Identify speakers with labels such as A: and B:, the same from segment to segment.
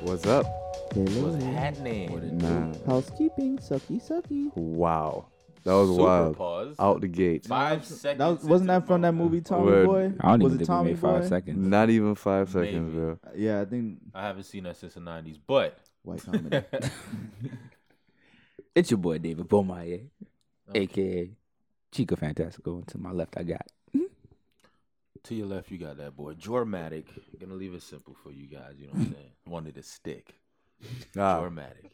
A: What's up?
B: Hello.
C: What's happening?
B: What it
A: Nah.
B: do?
C: Housekeeping, sucky, sucky.
A: Wow. That was
C: Super
A: wild.
C: pause.
A: Out the gate.
B: That
C: Five
B: was-
C: seconds.
B: that was-
C: into
B: wasn't
C: the
B: that from that
C: program.
B: movie Tommy
A: Word.
B: Boy?
D: I don't
B: was
D: even
B: it
D: think
B: Tommy
D: we made five
B: Boy?
D: seconds.
A: Not even five seconds,
C: Maybe.
A: bro.
B: Yeah, I think
C: I haven't seen that since the '90s, but
B: white comedy.
D: It's your boy David Beaumont, aka Chica Fantastico. And to my left, I got
C: to your left, you got that boy Dramatic. Gonna leave it simple for you guys. You know what I'm saying? Wanted to stick.
A: Ah,
C: Dramatic.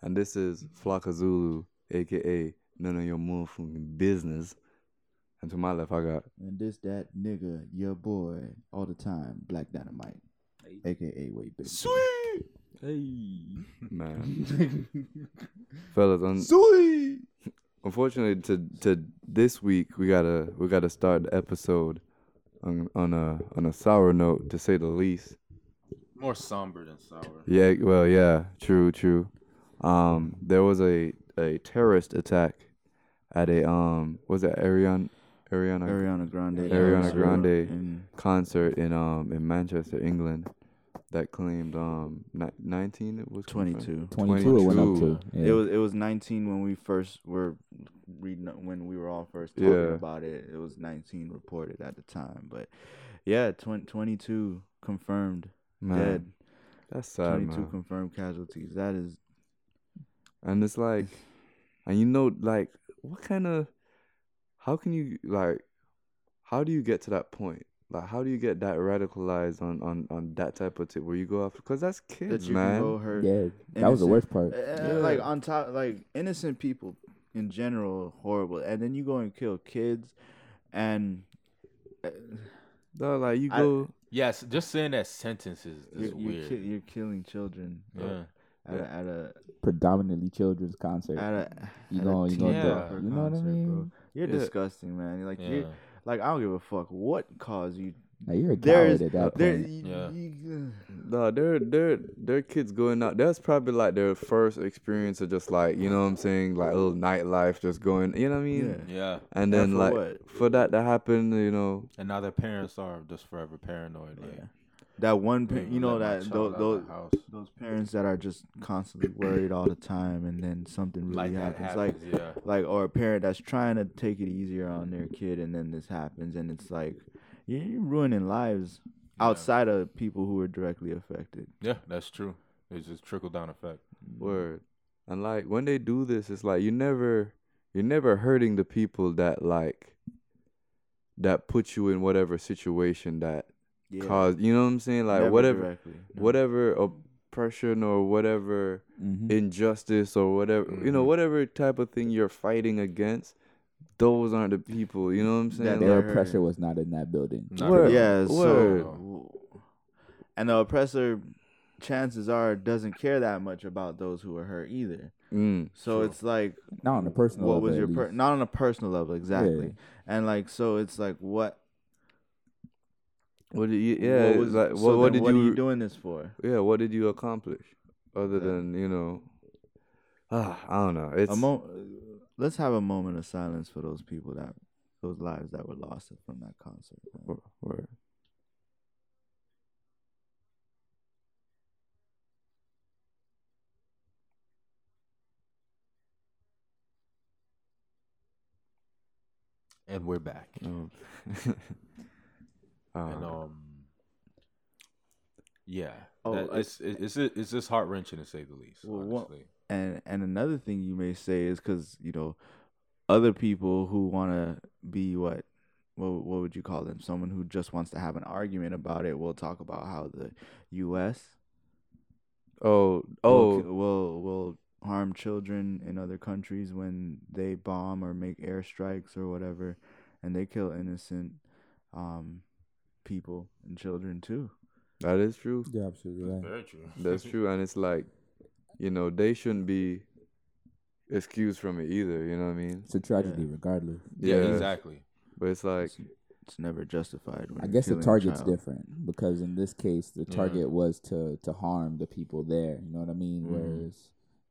A: and this is Flocka Zulu, aka none of your motherfucking business. And to my left, I got
B: and this that nigga, your boy, all the time, Black Dynamite, aka Wait Big.
C: Sweet.
A: man, fellas. Un-
B: Sweet.
A: unfortunately, to to this week, we gotta we gotta start the episode on on a on a sour note, to say the least.
C: More somber than sour.
A: Yeah, well, yeah, true, true. Um, there was a a terrorist attack at a um, was that Ariana Ariana
B: Ariana Grande.
A: Ariana Grande.
B: And
A: concert in um in Manchester, England, that claimed um ni- nineteen it was confirmed?
B: 22.
D: 22. It went up
A: 22.
D: to. Yeah.
B: It was it was 19 when we first were reading when we were all first talking
A: Yeah.
B: about it. It was 19 reported at the time, but yeah, 20, 22 confirmed
A: Man,
B: dead,
A: that's sad,
B: 22
A: man.
B: confirmed casualties. That is
A: And it's like, and you know, like, what kind of, how can you like, how do you get to that point? Like, how do you get that radicalized on on on that type of tip where you go after? Cause that's
B: that
A: kids,
B: you
A: man.
B: can go hurt.
D: Yeah, that was the
B: Innocent.
D: worst part.
B: Uh, Like on top, like innocent people in general, horrible. And then you go and kill kids, and
A: Dawg, like you
B: I-
A: go.
C: Yes, just saying that sentence is,
B: you're,
C: is
B: you're,
C: weird.
B: ki- you're killing children. uh,
C: yeah.
B: At a, at a
D: Predominantly children's concert.
B: at a
D: You
B: at
D: gonna-
B: a
D: you
C: gonna
B: teen
C: do-
B: rocker
D: you know what I
B: concert,
D: mean?
B: bro. You're
A: Yeah.
B: disgusting, man. You're like
C: yeah.
B: you like I don't give a fuck what cause you
D: now you're a
B: there's
D: coward at that
B: there
D: point.
B: you,
C: Yeah.
B: you-
A: No, their their their kids going out. That's probably like their first experience of just like you know what I'm saying, like little nightlife, just going. You know what I mean?
B: Yeah.
C: Yeah.
A: And
B: Yeah,
A: then
B: for
A: like
B: what?
A: for that to happen, you know,
C: And now their parents are just forever paranoid. Like,
B: Yeah. that one
C: "Don't
B: pa-
C: even
B: you know
C: let my
B: that
C: child out
B: those
C: my
B: those,
C: house.
B: those parents that are just constantly worried all the time and then something really
C: like that
B: happens.
C: happens.
B: like
C: yeah.
B: like or a parent that's trying to take it easier on their kid and then this happens and it's like you- you're ruining lives
C: Yeah.
B: outside of people who are directly affected.
C: Yeah, that's true. It's just trickle down effect.
B: Mm-hmm.
A: word. And like when they do this, it's like you never you're never hurting the people that like that put you in whatever situation that
B: Yeah.
A: caused. You know what I'm saying? Like
B: Never
A: whatever
B: directly. No.
A: whatever oppression or whatever
D: Mhm.
B: Mm-hmm.
A: injustice or whatever you know
C: Mhm.
A: whatever type of thing you're fighting against those aren't the people you know what i'm saying
B: they're
D: Their
A: Like,
B: hurt.
D: oppressor was not in that building.
C: Not
A: Word.
C: at all.
B: Yeah,
A: Word.
B: so and the oppressor chances are doesn't care that much about those who are hurt either.
A: mm,
B: So
C: True.
B: it's like
D: Not on a personal
B: what
D: level.
B: was
D: at
B: your per-
D: least.
B: not on a personal level exactly. And like so it's like what
A: what did you yeah
B: what was
A: like what,
B: so then
A: what did
B: what
A: you,
B: are you doing this for?
A: yeah what did you accomplish other
B: Yeah.
A: than you know ah i don't know it's
B: A mo- let's have a moment of silence for those people that those lives that were lost from that concert. man.
A: word.
C: And we're back.
A: Um,
C: And
A: uh,
C: um, yeah.
B: Oh,
C: that-
B: I-
C: it's it's it's it's just heart wrenching to say the least.
B: Well, what-
C: honestly.
B: and and another thing you may say is because you know other people who want to be what what what would you call them someone who just wants to have an argument about it will talk about how the U.S.
A: oh
B: will
A: oh
B: ki- will will harm children in other countries when they bomb or make airstrikes or whatever, and they kill innocent um people and children too.
A: that is true
D: You're absolutely right.
C: Very true.
A: That's true, and it's like, you know, they shouldn't be excused from it either. You know what I mean?
D: It's a tragedy, regardless.
C: Yeah, exactly.
A: But it's like,
B: It's never justified. When
D: I
B: you're
D: guess the
B: killing a
D: target's
B: child.
D: different because in this case, the
C: Yeah.
D: target was to to harm the people there. You know what I mean?
B: Mhm.
D: Whereas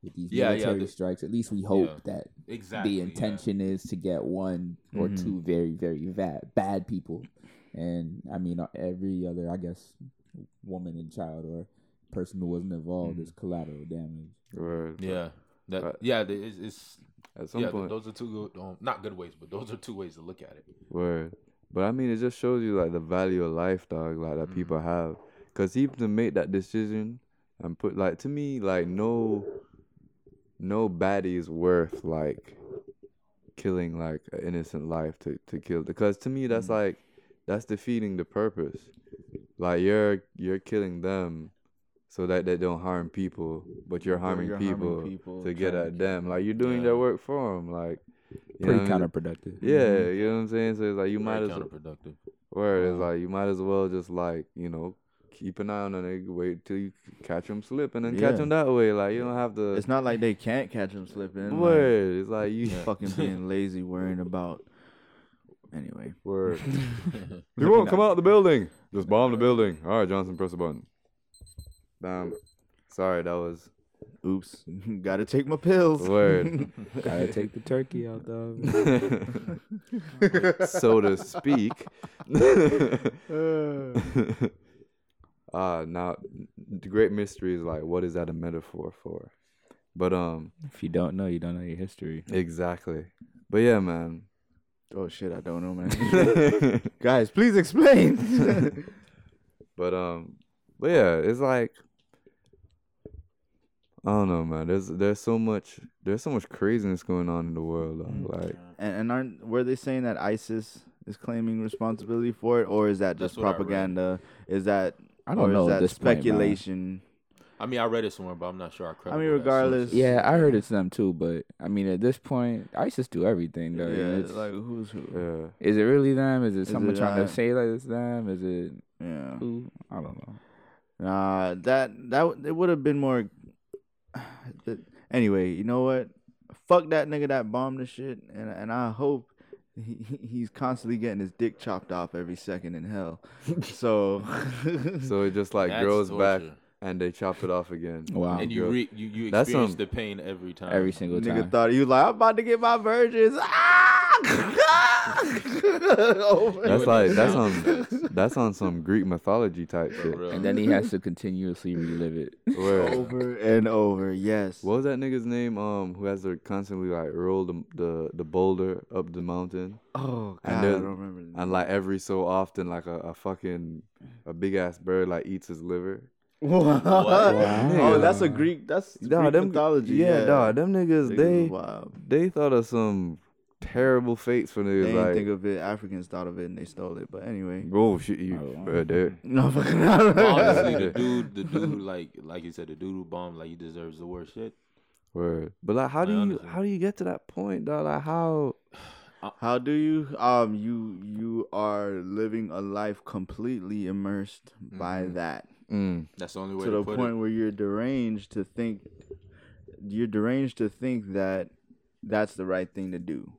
D: with these
C: Yeah, yeah,
D: military
C: the-
D: strikes, at least we hope that
C: Exactly.
D: the intention is to get one or
B: Mhm.
D: two very very bad bad people, and I mean uh, every other I guess woman and child or
E: person who wasn't involved
B: Mhm.
E: is collateral damage.
A: Word.
C: Yeah. That,
A: Right.
C: Yeah, the- it's, it's
A: At some
C: yeah. th-
A: point.
C: Those are two good, um, not good ways, but those are two ways to look at it.
A: Word. But I mean, it just shows you like the value of life, dog, like
B: Mm-hmm.
A: that people have. Cause even to make that decision and put like to me, like no, no baddie is worth like killing like an innocent life to to kill. Because to me, that's
B: Mm-hmm.
A: like that's defeating the purpose. Like you're you're killing them so that they don't harm people, but you're
B: Or
A: harming,
B: you're harming
A: people,
B: people
A: to get
B: trying to
A: at
B: kill
A: them. Like you're doing
C: Yeah.
A: their work for them. Like you know what
D: Pretty
A: I mean?
D: counterproductive.
A: Yeah, you know what I'm saying. So it's like uh-huh. you might as
C: Very
A: well,
C: counterproductive.
A: where it's
C: Wow.
A: like you might as well just like you know keep an eye on the nigga, wait till you catch him slip and then catch
B: Yeah.
A: him that way. Like you don't have to.
B: It's not like they can't catch him slipping. like,
A: word. It's like you
B: fucking being lazy, worrying about. Anyway,
A: word. you won't come out the building. Just bomb the building. All right, Johnson, press the button. Damn. Sorry, that was
B: oops, gotta take my pills.
A: word.
D: Gotta take the turkey out though.
A: so to speak.
B: Oh,
A: uh now the great mystery is like what is that a metaphor for? But um
D: if you don't know, you don't know your history.
A: exactly. But yeah, man.
B: oh shit, I don't know, man. Guys, please explain.
A: but um but yeah, it's like I don't know, man. There's there's so much there's so much craziness going on in the world. Though. Like
B: and, and aren't were they saying that ISIS is claiming responsibility for it, or is that just
C: That's what I read.
B: propaganda? Is that
D: I don't
B: or
D: know
B: Is that
D: at this point, man.
B: speculation?
C: I mean, I read it somewhere, but I'm not sure. I, credible that source
B: regardless-
C: is.
D: Yeah, I heard it's them too, but I mean, at this point, ISIS do everything though.
B: yeah,
D: Yeah, it's,
B: like who's who?
A: yeah.
D: is it really them? Is it someone
B: it
D: trying
B: not?
D: to say like it's them? Is it
B: Yeah.
D: who? I don't know.
B: Nah, that that w- it would have been more. that- anyway, you know what? Fuck that nigga that bombed the shit, and and I hope he, he- he's constantly getting his dick chopped off every second in hell. So,
A: So it just like
C: That's
A: grows back
C: torture.
A: and they chop it off again.
D: Wow.
C: and you
A: Girl.
C: re- you you
A: That's
C: experience
A: some-
C: the pain every time.
D: Every single
B: nigga
D: time.
B: thought he was like, I'm about to get my virgins. Ah! Over
A: That's
C: Doing
A: like
C: the
A: that's
C: sound
A: on that's on some Greek mythology type shit.
C: Bro.
D: and then he has to continuously relive it.
A: Where what
B: over and over. Yes.
A: was that nigga's name? Um, who has to constantly like roll the the, the boulder up the mountain,
B: Oh God,
A: And
B: I
A: there-
B: don't remember. the
A: and like every so often, like a, a fucking a big ass bird like eats his liver.
B: What? Oh,
A: Nigga.
B: that's a Greek. That's
A: Nah,
B: Greek
A: them-
B: mythology.
A: Yeah, nah, them niggas
B: Niggas
A: they
B: is wild.
A: they thought of some terrible fates for
B: They
A: niggas
B: didn't
A: like
B: think of it. Africans thought of it and they stole it. But anyway,
A: oh shit, you
D: Oh, wow.
A: bruh, dude.
B: no fucking.
C: Honestly, the dude, the dude, like like you said, the dude who bombed, like he deserves the worst shit.
A: Word. But like, how do
C: Like,
A: you
C: honestly.
A: how do you get to that point, dog? Like how?
B: How do you? Um, you you are living a life completely immersed by
C: Mhm.
B: that
A: Mm,
C: That's the only way
B: to
C: to,
B: the
C: put
B: point where you're deranged to think. You're deranged to think that that's the right thing to do.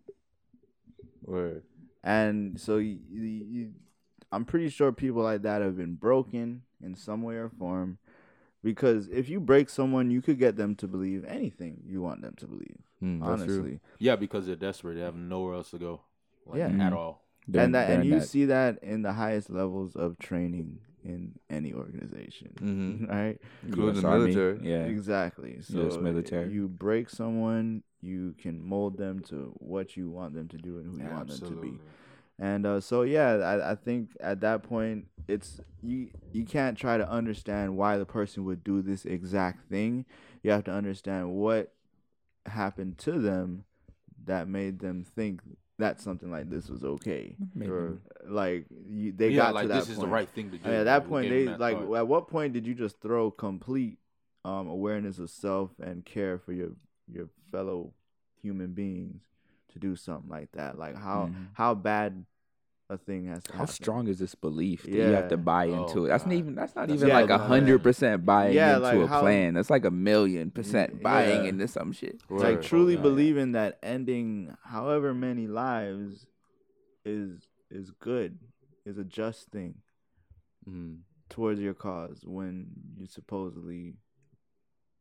A: word.
B: And so you, you, you, I'm pretty sure people like that have been broken in some way or form. Because if you break someone, you could get them to believe anything you want them to believe.
A: Mm, that's true.
B: honestly,
C: it. Yeah, because they're desperate; they have nowhere else to go, like
B: Yeah.
C: at
D: Mhm.
C: all.
D: During-
B: and that and
D: during
B: you see that in the highest levels of training in any organization,
A: Mm-hmm.
B: right?
A: Including
D: US
A: the
D: Army,
A: military.
D: Yeah.
B: Exactly. So
D: it's military.
B: You break someone, you can mold them to what you want them to do and who you want them to be. And uh, so yeah, I, I think at that point it's you you can't try to understand why the person would do this exact thing. You have to understand what happened to them that made them think that something like this was okay.
D: Maybe.
A: Word.
B: Like you, they
C: yeah,
B: got
C: like
B: to that
C: this
B: point.
C: is the right thing to do.
B: I mean, at
C: Like,
B: that
C: we
B: point,
C: gave
B: they
C: him that
B: like.
C: thought.
B: At what point did you just throw complete um, awareness of self and care for your your fellow human beings to do something like that? Like how
C: Mm-hmm.
D: Mhm.
B: how bad a thing has to
D: How
B: happen?
D: strong is this belief that you have to
B: Yeah.
D: buy
C: Oh,
D: into it? That's not
C: God.
D: even that's not
C: That's
D: even
B: yeah,
D: like a
B: that's-
D: hundred percent buying
B: Yeah,
D: into
B: like
D: a
B: how-
D: plan. That's like a million percent buying
B: Yeah.
D: into some shit.
B: It's
A: Word.
B: like truly
C: Yeah.
B: believing that ending however many lives is is good is a just thing
A: Mm.
B: towards your cause when you supposedly.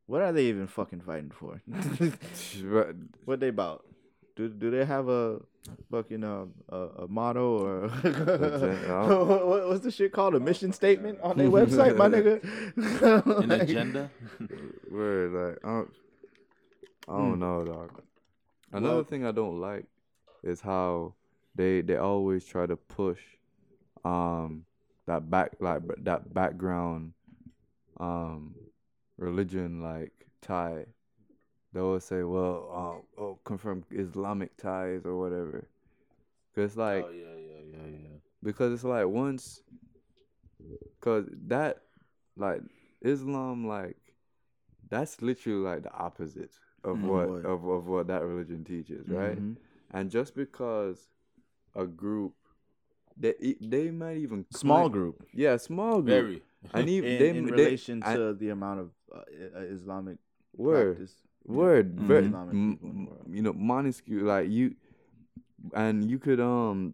B: What are they even fucking fighting for?
A: Sh- right.
B: what they about? do do they have a fucking um a, a motto or
A: gen- I don't-
B: What- what- what's the shit called a mission statement on their website, my nigga?
C: An
B: Like,
C: agenda.
A: Word, like I don't, I don't know, dog. Hmm. Another
B: Well-
A: thing I don't like is how they they always try to push um that back like b- that background um religion like tie. They always say, "Well, uh, oh, come from Islamic ties or whatever." Cause like
C: oh yeah, yeah, yeah, yeah.
A: because it's like once because that like islam like that's literally like the opposite of
B: Mhm.
A: what
B: What?
A: of, of what that religion teaches right
B: Mhm.
D: Mm-hmm.
A: and just because a group they e- they might even
B: Small
A: claim-
B: group.
A: yeah small group
C: Very.
A: and even
B: in,
A: they,
B: in
A: they-
B: relation
A: I-
B: to the amount of uh, i- uh, Islamic
A: word
B: practice.
A: word
B: Mhm.
A: very,
B: Islamic
A: m-
B: people in the
A: m-
B: world.
A: you know minuscule like you and you could um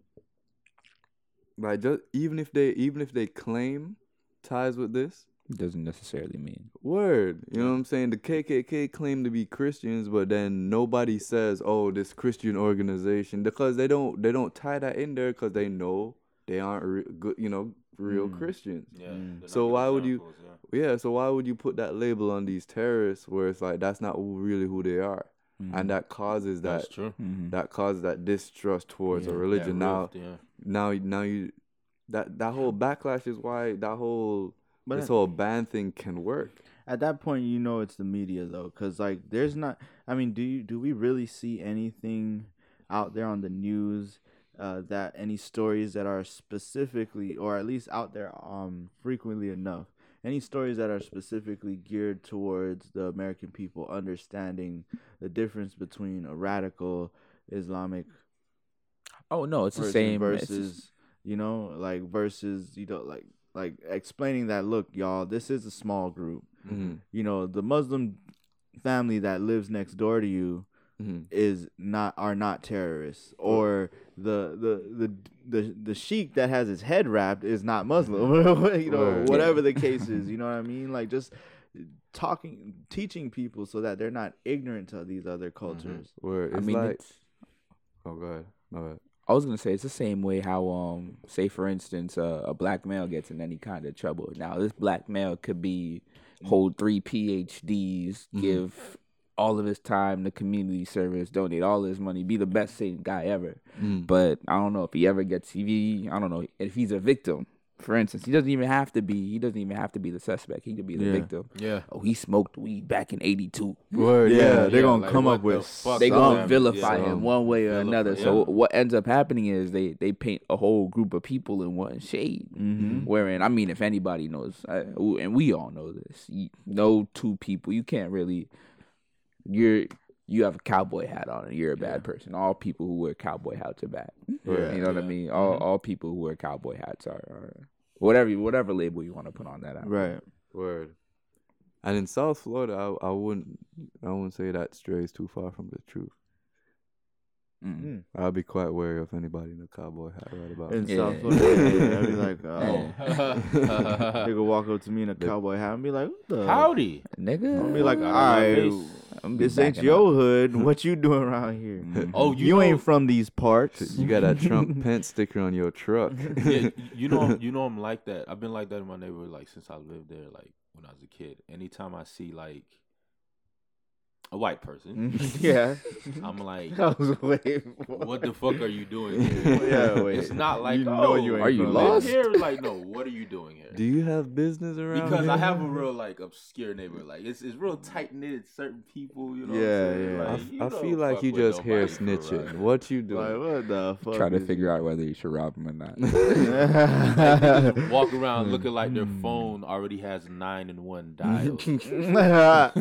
A: like just even if they even if they claim ties with this
D: Doesn't necessarily mean.
A: word you know what i'm saying the kkk claim to be christians but then nobody says oh this christian organization because they don't they don't tie that in there because they know they aren't re- good you know real
B: Mm.
A: christians
C: Yeah.
B: Mm.
C: they're
A: So
C: not good
A: why would you-
C: examples, yeah.
A: yeah so why would you put that label on these terrorists where it's like that's not who, really who they are
B: Mm-hmm.
D: Mm-hmm.
A: and that causes that
C: That's true.
D: Mhm.
A: that causes that distrust towards a
C: Yeah, that
A: religion. Now,
C: rift, yeah.
A: now, now you that that whole backlash is why that whole
B: But
A: this
B: at-
A: whole ban thing can work.
B: at that point, you know it's the media though, because like there's not. I mean, do you do we really see anything out there on the news uh, that any stories that are specifically, or at least out there um frequently enough, any stories that are specifically geared towards the American people understanding the difference between a radical Islamic
D: Oh no, it's the
B: person
D: same. it's the
B: versus you know like versus you know like like explaining that look y'all this is a small group
A: Mhm.
B: you know the muslim family that lives next door to you
A: Mhm.
B: is not are not terrorists or the the the the, the sheik that has his head wrapped is not muslim you know
A: Right.
B: whatever the case is you know what i mean like just talking teaching people so that they're not ignorant to these other cultures
A: Where it's
D: I mean,
A: like,
D: it's,
A: oh god, no, bad.
D: I was gonna say it's the same way how, um, say for instance, uh, a black male gets in any kind of trouble. Now, this black male could be
A: Mm.
D: hold three PhDs,
A: Mm-hmm.
D: give all of his time to community service, donate all his money, be the best Satan guy ever.
A: Mm-hmm.
D: But I don't know if he ever gets TV. I don't know if he's a victim. For instance, he doesn't even have to be. He doesn't even have to be the suspect. He could be the
B: Yeah.
D: victim.
C: Yeah.
D: Oh, he smoked weed back in '82.
A: word,
B: yeah,
A: yeah,
B: they're
C: yeah,
B: gonna
C: like,
B: come
C: what
B: up
C: the
B: with
C: fuck?
D: they
C: Some-
D: gonna vilify
A: yeah.
D: him one way or
C: Vilify,
D: another. So
C: yeah.
D: what ends up happening is they they paint a whole group of people in one shade.
B: Mhm.
D: Wherein, I mean, if anybody knows, uh, w- and we all know this, you, no two people, you can't really. You're you have a cowboy hat on and you're a bad person. All people who wear cowboy hats are bad.
B: Yeah.
D: you know what I
C: Yeah.
D: mean. All all people who wear cowboy hats are, are whatever you- whatever label you want to put on that. Out.
B: right
A: word. And in South Florida, I, I wouldn't I wouldn't say that strays too far from the truth.
D: Mm.
A: I'd be quite wary of anybody in a cowboy hat right about.
B: in
A: now.
D: Yeah.
B: South Florida. yeah, I'd be like, oh, they
C: Yeah.
B: could walk up to me in a cowboy hat and be like, what the?
C: Howdy.
D: Nigga,
B: I'd be like, all right,
D: I'm
B: this ain't
D: backing up.
B: your hood. What you doing around here?
D: Mm-hmm.
C: Oh,
B: you
C: you, know,
B: ain't from these parts.
A: You got that Trump Pence sticker on your truck.
C: yeah, you know, you know, I'm like that. I've been like that in my neighborhood, like since I lived there, like when I was a kid. Anytime I see like a white person,
B: yeah.
C: I'm like,
B: That was way more-
C: what the fuck are you doing? Here?
B: Yeah, wait.
C: It's not like,
B: You know
C: oh,
B: you ain't
D: Are you
B: from
C: live
D: lost?
B: there.
C: here? Like, no, what are you doing here?
A: Do you have business around?
C: because I
A: here?
C: have a real like obscure neighborhood. Like it's it's real tight knit. Certain people, you know.
B: Mm. Yeah,
C: what
A: I,
B: yeah.
C: I'm saying? Like,
A: f-
C: you
A: I
C: don't
A: feel like
C: fuck
A: you
C: with
A: just
C: nobody
A: hear
C: for real.
A: snitching. What you
B: Like,
A: doing?
B: what the fuck?
D: Try to
B: is-
D: figure out whether you should rob him or not.
C: Walk around looking like their
A: Mm.
C: phone already has nine and one dials. All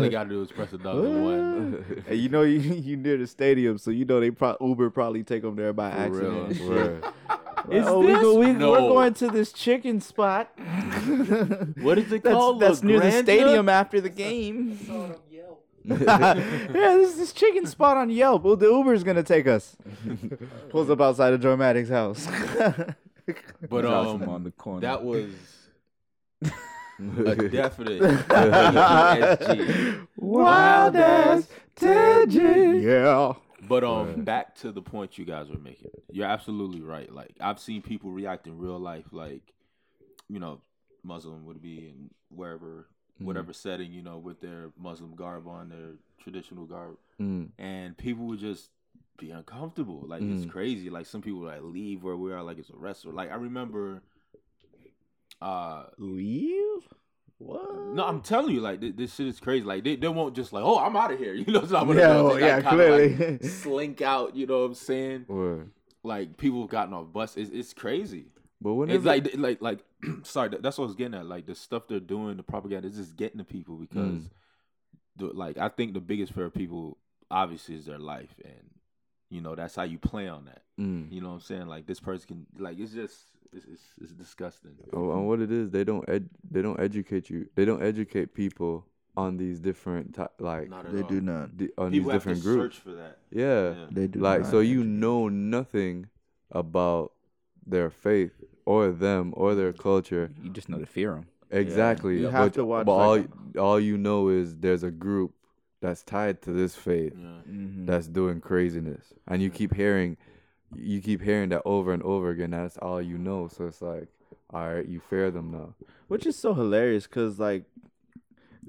C: they gotta do is press a dog and one.
B: And you know you you near the stadium, so you know they pro- Uber probably take them there by
A: For real,
B: accident.
A: word.
B: It's
C: Oh, we
B: this?
C: go- we-
B: We're
C: No.
B: going to this chicken spot.
C: What is it
B: that's
C: called?
B: that's near the
C: Lagrangia?
B: stadium after the game. yeah, this is this chicken spot on Yelp. Well, the Uber's gonna take us. Pulls up outside of Dramatic's house.
C: But
D: Drops him
C: um,
D: on the corner.
C: that was a definite E ESG.
B: Wild ass tangent. Yeah.
C: But um,
A: Right.
C: back to the point you guys were making. You're absolutely right. Like I've seen people react in real life, like you know, Muslim would be in wherever,
A: Mm.
C: whatever setting, you know, with their Muslim garb on, their traditional garb,
A: Mm,
C: and people would just be uncomfortable. Like it's
A: Mm.
C: crazy. Like some people like leave where we are, like it's a wrestler. Like I remember, uh,
B: Leave? What?
C: no, I'm telling you, like th- this shit is crazy. Like they, they won't just like, oh, I'm out of here. You know, it's not what
B: yeah,
C: it is.
A: oh,
B: well,
C: They
B: yeah,
C: got kinda, like,
B: clearly.
C: slink out. You know what I'm saying?
A: word.
C: Like people have gotten off bus. It's, it's crazy.
A: But whenever
C: It's like like like sorry. that- That's what I was getting at. Like the stuff they're doing, the propaganda is just getting to people because,
A: Mm.
C: the, like I think the biggest fear of people obviously is their life, and you know that's how you play on that.
A: Mm.
C: You know what I'm saying? Like this person can like it's just it's it's, it's disgusting.
A: Oh, and what it is, they don't ed- they don't educate you. They don't educate people on these different ty- like
C: Not at
B: they
C: all.
B: do not.
A: di- on
C: People
A: these
C: have
A: different
C: to
A: groups.
C: search for that.
A: Yeah.
C: Yeah.
B: They do
A: like
B: not
A: so you
B: educate.
A: know nothing about their faith or them or their culture.
D: You just know to fear them.
A: Exactly.
B: You have
A: but,
B: to watch,
A: But
B: like-
A: all all you know is there's a group that's tied to this faith
C: Yeah.
B: Mhm.
A: that's doing craziness, and you keep hearing, you keep hearing that over and over again. That's all you know. So it's like, all right, you fear them now.
B: Which is so hilarious because, like,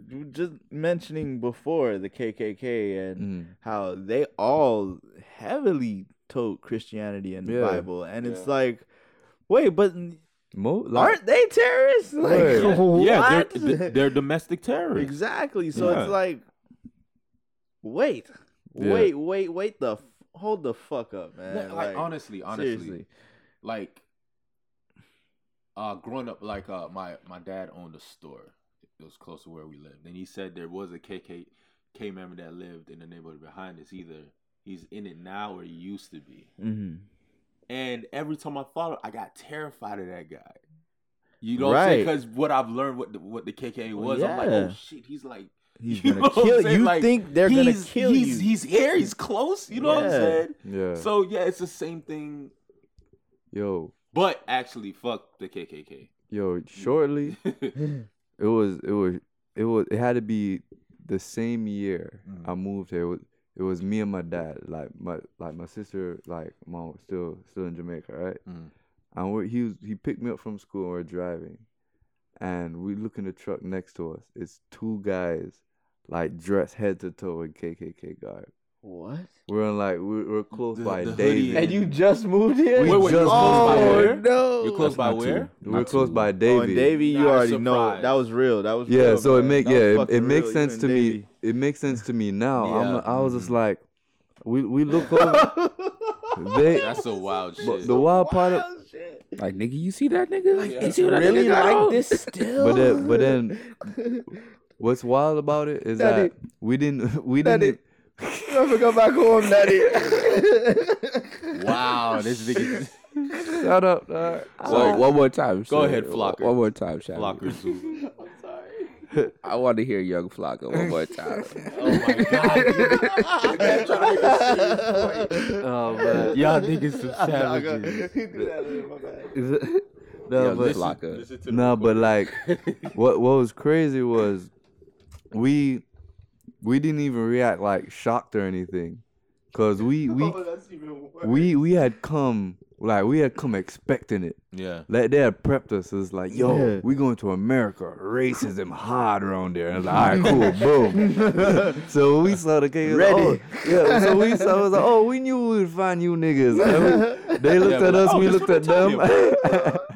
B: you just mentioning before the KKK and
A: Mm.
B: how they all heavily tote Christianity and the
A: Yeah.
B: Bible, and it's
C: Yeah.
B: like, wait, but
A: Mo- like,
B: aren't they terrorists? Like,
A: Right.
C: Yeah, yeah,
B: what?
C: they're, th- they're domestic terrorists.
B: exactly. So
C: Yeah.
B: it's like, wait,
A: Yeah.
B: wait, wait, wait. The f- hold the fuck up, man.
C: Like, like, honestly, honestly,
B: seriously.
C: like uh, growing up, like uh, my my dad owned a store. It was close to where we lived, and he said there was a KKK member that lived in the neighborhood behind us. Either he's in it now or he used to be.
B: Mm-hmm.
C: And every time I thought, of- I got terrified of that guy. You know,
B: Right.
C: because what I've learned, what the, what the KKK was, I'm like,
B: Yeah.
C: oh shit, he's like
B: He's
C: You
B: gonna
C: know what I'm
B: kill
C: saying?
B: you.
C: Like,
B: think they're gonna
C: he's
B: kill
C: he's,
B: you?
C: he's here, he's close. You know what I'm
B: Yeah.
C: saying?
A: yeah.
C: So yeah, it's the same thing,
A: yo,
C: but actually, fuck the KKK.
A: yo. Shortly, it was it was it was it had to be the same year
C: Mm.
A: I moved here. It was, it was me and my dad. Like my like my sister like mom was still still in Jamaica, right?
C: Mm.
A: And we he was he picked me up from school and we're driving, and we look in the truck next to us. It's two guys like dressed head to toe in KKK garb.
B: what?
A: We're in like we're, we're close
C: The-
A: by
C: the hoodie
A: David.
C: And you
B: just moved here?
C: Wait, wait,
A: just
C: you're close by
A: moved
B: oh
A: here.
C: where?
B: no!
C: You're close by
E: Not too-
C: where?
E: not
A: We're
E: too
A: close
E: low.
A: by
B: Oh,
A: Davy.
B: and Davy, you
C: Not a
B: already know
C: surprise.
B: that was real. That was
A: Yeah,
B: real,
A: so it
B: man.
A: make
B: That was
A: yeah, it,
B: fucking
A: it makes
B: real. You
A: sense
B: and
A: to me.
B: Davy.
A: It makes sense to me now.
C: Yeah.
A: I'm I was just like, we we look over they.
C: That's so wild
A: But
C: shit.
A: the wild part of
B: Wild shit.
D: Like nigga, you see that nigga? Like
C: Yeah.
D: you see what that
B: really
D: nigga got
B: like
D: on?
B: this still.
A: but then, but then what's wild about it is
B: Daddy.
A: that we didn't we
B: Daddy.
A: didn't
B: never go back home, daddy.
C: wow, this nigga
A: shut up. dog.
D: So one more time.
C: Go
D: sir.
C: ahead, Flocker.
D: One more time, Shabby.
C: blocker Zoo.
D: I want to hear Young Flocker one more time.
C: Oh my god,
A: Oh man.
C: y'all niggas some
B: Nah, go-
C: savages.
B: you do that later, my bad.
A: no,
D: Young
A: but
D: Flocker.
A: no, but like what what was crazy was we we didn't even react like shocked or anything, cause we we
B: Oh, that's even worse.
A: we we had come like we had come expecting it.
C: yeah,
A: Like they had prepped us. It was like, yo,
B: Yeah.
A: we going to America. Racism hard around there. And I was like, all right, cool, boom. so we saw the case.
B: Ready.
A: Oh, yeah. So we saw. I was like, oh, we knew we'd find you niggas. And we- they looked
C: Yeah,
A: at
C: but
A: us.
C: oh,
A: we
C: that's
A: looked
C: what
A: at
C: they told
A: them.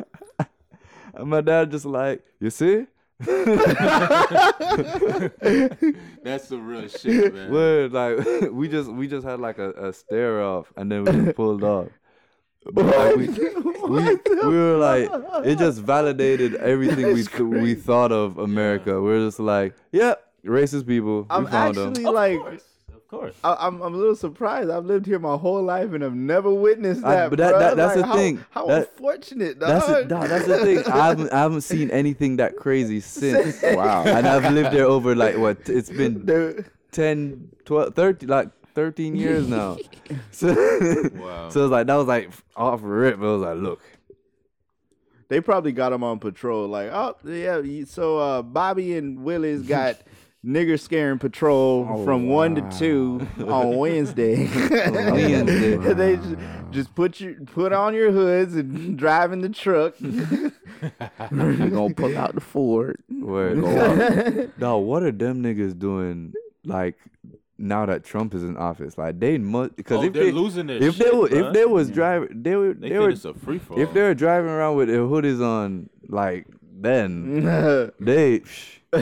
C: me
A: and my dad just like, you see,
C: that's some real shit, man.
A: we're like, we just we just had like a, a stare off, and then we just pulled off. But like, we, we, we were like it just validated everything we th- we thought of America. We're just like, yep, racist people.
B: I'm
A: we found
B: actually
A: them.
C: Of
B: like,
C: course, of course.
B: I, I'm, I'm a little surprised. I've lived here my whole life and I've never witnessed
A: I-
B: that.
A: but that-
B: bruh.
A: that- that's
B: Like,
A: the
B: how,
A: thing.
B: How
A: That-
B: unfortunate,
A: That's the,
B: dog.
A: nah, that's the thing. I haven't I haven't seen anything that crazy since.
D: Wow.
A: And I've lived there over like what? It's been
B: Dude.
A: 10, 12, 13, like 13 years now. So,
C: Wow.
A: so it's like, that was like off rip. I was like, look,
B: They probably got him on patrol. Like, oh yeah, you- so uh, Bobby and Willis got nigger scaring patrol
D: Oh,
B: from one to
D: wow.
B: two on Wednesday.
A: Wednesday.
B: they just, just put your put on your hoods and drive in the truck.
D: We're gonna pull out the Ford.
A: Word.
B: Go
A: No, what are them niggas doing? Like now that Trump is in office, like they must because
C: oh,
A: if
C: they're
A: they
C: losing their
A: if
C: shit,
A: they were if
C: bruh. Hmm.
A: they was driving they were
C: They
A: they,
C: think
A: were
C: it's a free for
A: if they were driving around with their hoodies on like then
B: on.
A: they psh,
B: they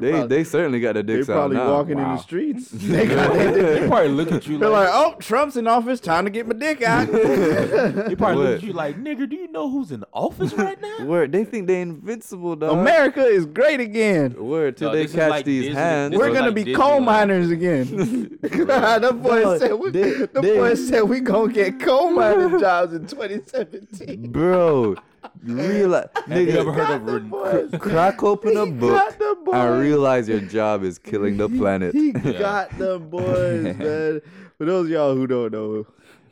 A: they
B: probably,
A: they certainly got their
B: they
A: dicks
B: probably
A: out now.
B: walking in
D: Wow.
B: the streets. They got their dick-
C: they probably look at you
B: They're like,
C: like,
B: oh, Trump's in office. Time to get my dick out.
C: they probably look
A: What?
C: at you like, nigga, do you know who's in office right now?
A: Word, they think they invincible dog.
B: America is great again.
A: Word till
C: No,
A: they
C: this is
A: catch
C: like
A: these
C: Disney-
A: hands.
C: This
B: We're
C: is
B: gonna
C: like
B: be coal
C: Disneyland.
B: miners again. the boy
A: Dog,
B: said we,
A: they-
B: the
A: they-
B: boy said we gonna get coal mining jobs in 2017.
A: bro. Realize,
C: Have you ever
A: nigga,
C: heard of
B: the
C: Ren-
B: boys.
A: crack open a
B: He
A: book
B: got the boys.
A: and realize your job is killing the planet.
B: He got the boys, man. For those of y'all who don't know,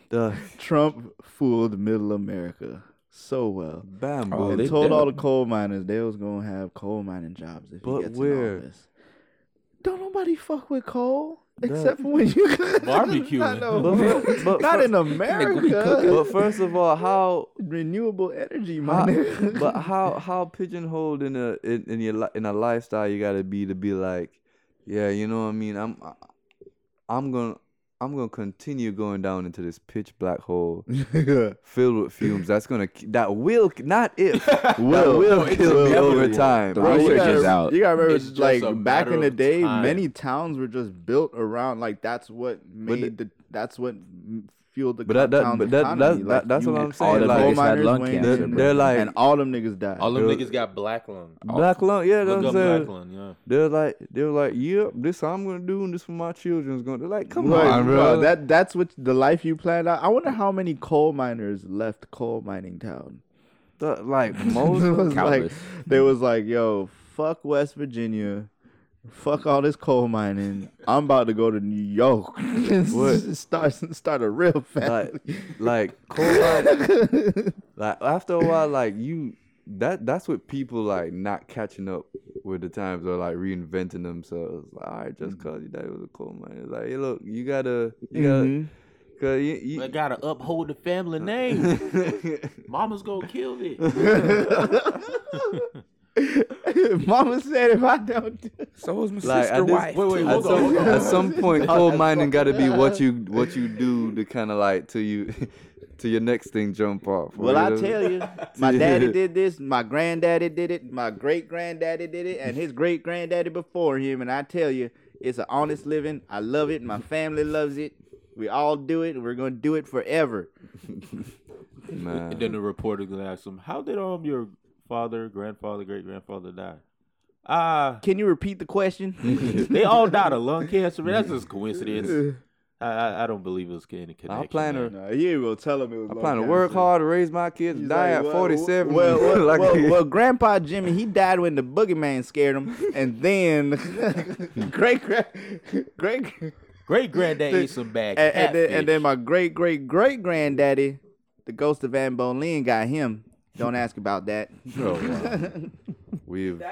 A: Dog,
B: Trump fooled Middle America so well.
A: bam,
D: Oh,
A: boy.
B: and
D: they
B: told
D: did.
B: all the coal miners they was gonna have coal mining jobs if
A: But
B: he gets
A: where?
B: in office. Don't nobody fuck with coal except for when you
C: Barbecue.
B: I know.
A: But- but- but-
B: Not in
D: we
B: America.
A: But first of all, how
B: Renewable energy,
A: How,
B: man. nigga.
A: but how how pigeonholed in a in, in your li- in a lifestyle you gotta be to be like, yeah, you know what I mean. I'm I- I'm gonna I'm gonna continue going down into this pitch black hole filled with fumes. That's gonna ki- that will not if that will,
B: Oh,
A: kill me over time.
D: The
A: I
B: Bro,
A: will
B: you,
D: research
B: gotta,
D: is out.
B: you gotta remember,
C: It's just a
B: like back
C: matter
B: in the
C: of
B: day,
C: time.
B: many towns were just built around like that's what made the, that's what m- fueled the
A: But that- that-
B: town's
A: but that-
B: economy.
A: that's-
B: like,
A: that's
B: you-
A: what I'm
B: all
A: saying,
B: the
A: like,
B: coal
A: it's
D: had
B: miners
D: lung
B: went in,
D: cancer,
A: They're, they're like
B: and all them niggas died.
C: All them
A: Yo.
C: niggas got black lung.
A: black lung. Yeah, that's
C: Look
A: what I'm
C: up
A: saying.
C: black lung, yeah.
A: They're like they're like, yep, this I'm gonna do, and this for my children's gonna. They're like, come
B: Right,
A: on,
B: bro.
A: bro.
B: That that's what the life you planned out. I wonder how many coal miners left coal mining town.
A: The- like
B: It
A: most of them-
B: was like
D: Countless.
B: they was like, yo, fuck West Virginia. Fuck all this coal mining. I'm about to go to New York and
A: What?
B: start start a real family.
A: like like coal mine- like after a while like you that that's what people like not catching up with the times or like reinventing themselves like, all right just cause your daddy was a coal miner like hey look you gotta you gotta cause you, you-
C: I gotta uphold the family name. Mama's gonna kill it.
B: Mama said if I don't do
D: So was my
A: like
D: sister
A: at, this,
D: wife.
C: Wait, wait,
D: too.
A: at,
C: hold on,
A: some,
C: hold on.
A: at some point
B: Oh,
A: coal
B: that's
A: mining gotta be
B: fucked.
A: what you what you do to kind of like to you to your next thing jump off
B: Well, I
A: you. know?
B: tell you, my daddy did this, my granddaddy did it, my great granddaddy did it, and his great granddaddy before him. And I tell you, it's an honest living. I love it. My family loves it. We all do it. We're gonna do it forever.
C: And
A: man
C: then the reporter gonna ask him, "How did um your father, grandfather, great grandfather die?" Ah,
B: Can you repeat the question?
C: they all died of lung cancer. Man, that's just coincidence. I, I I don't believe it's any connection.
A: I'll plan her
C: man.
B: nah, he ain't gonna tell him it was.
A: I plan to work hard, raise my kids, die at 47.
B: Well, well,
A: Like-
B: well, well, Grandpa Jimmy, he died when the boogeyman scared him, and then great, great, great.
C: Great granddad ate some
B: and,
C: bad
B: and then,
C: catfish.
B: and then my great great great granddaddy, the ghost of Van Boleyn, got him. Don't ask about that.
A: We've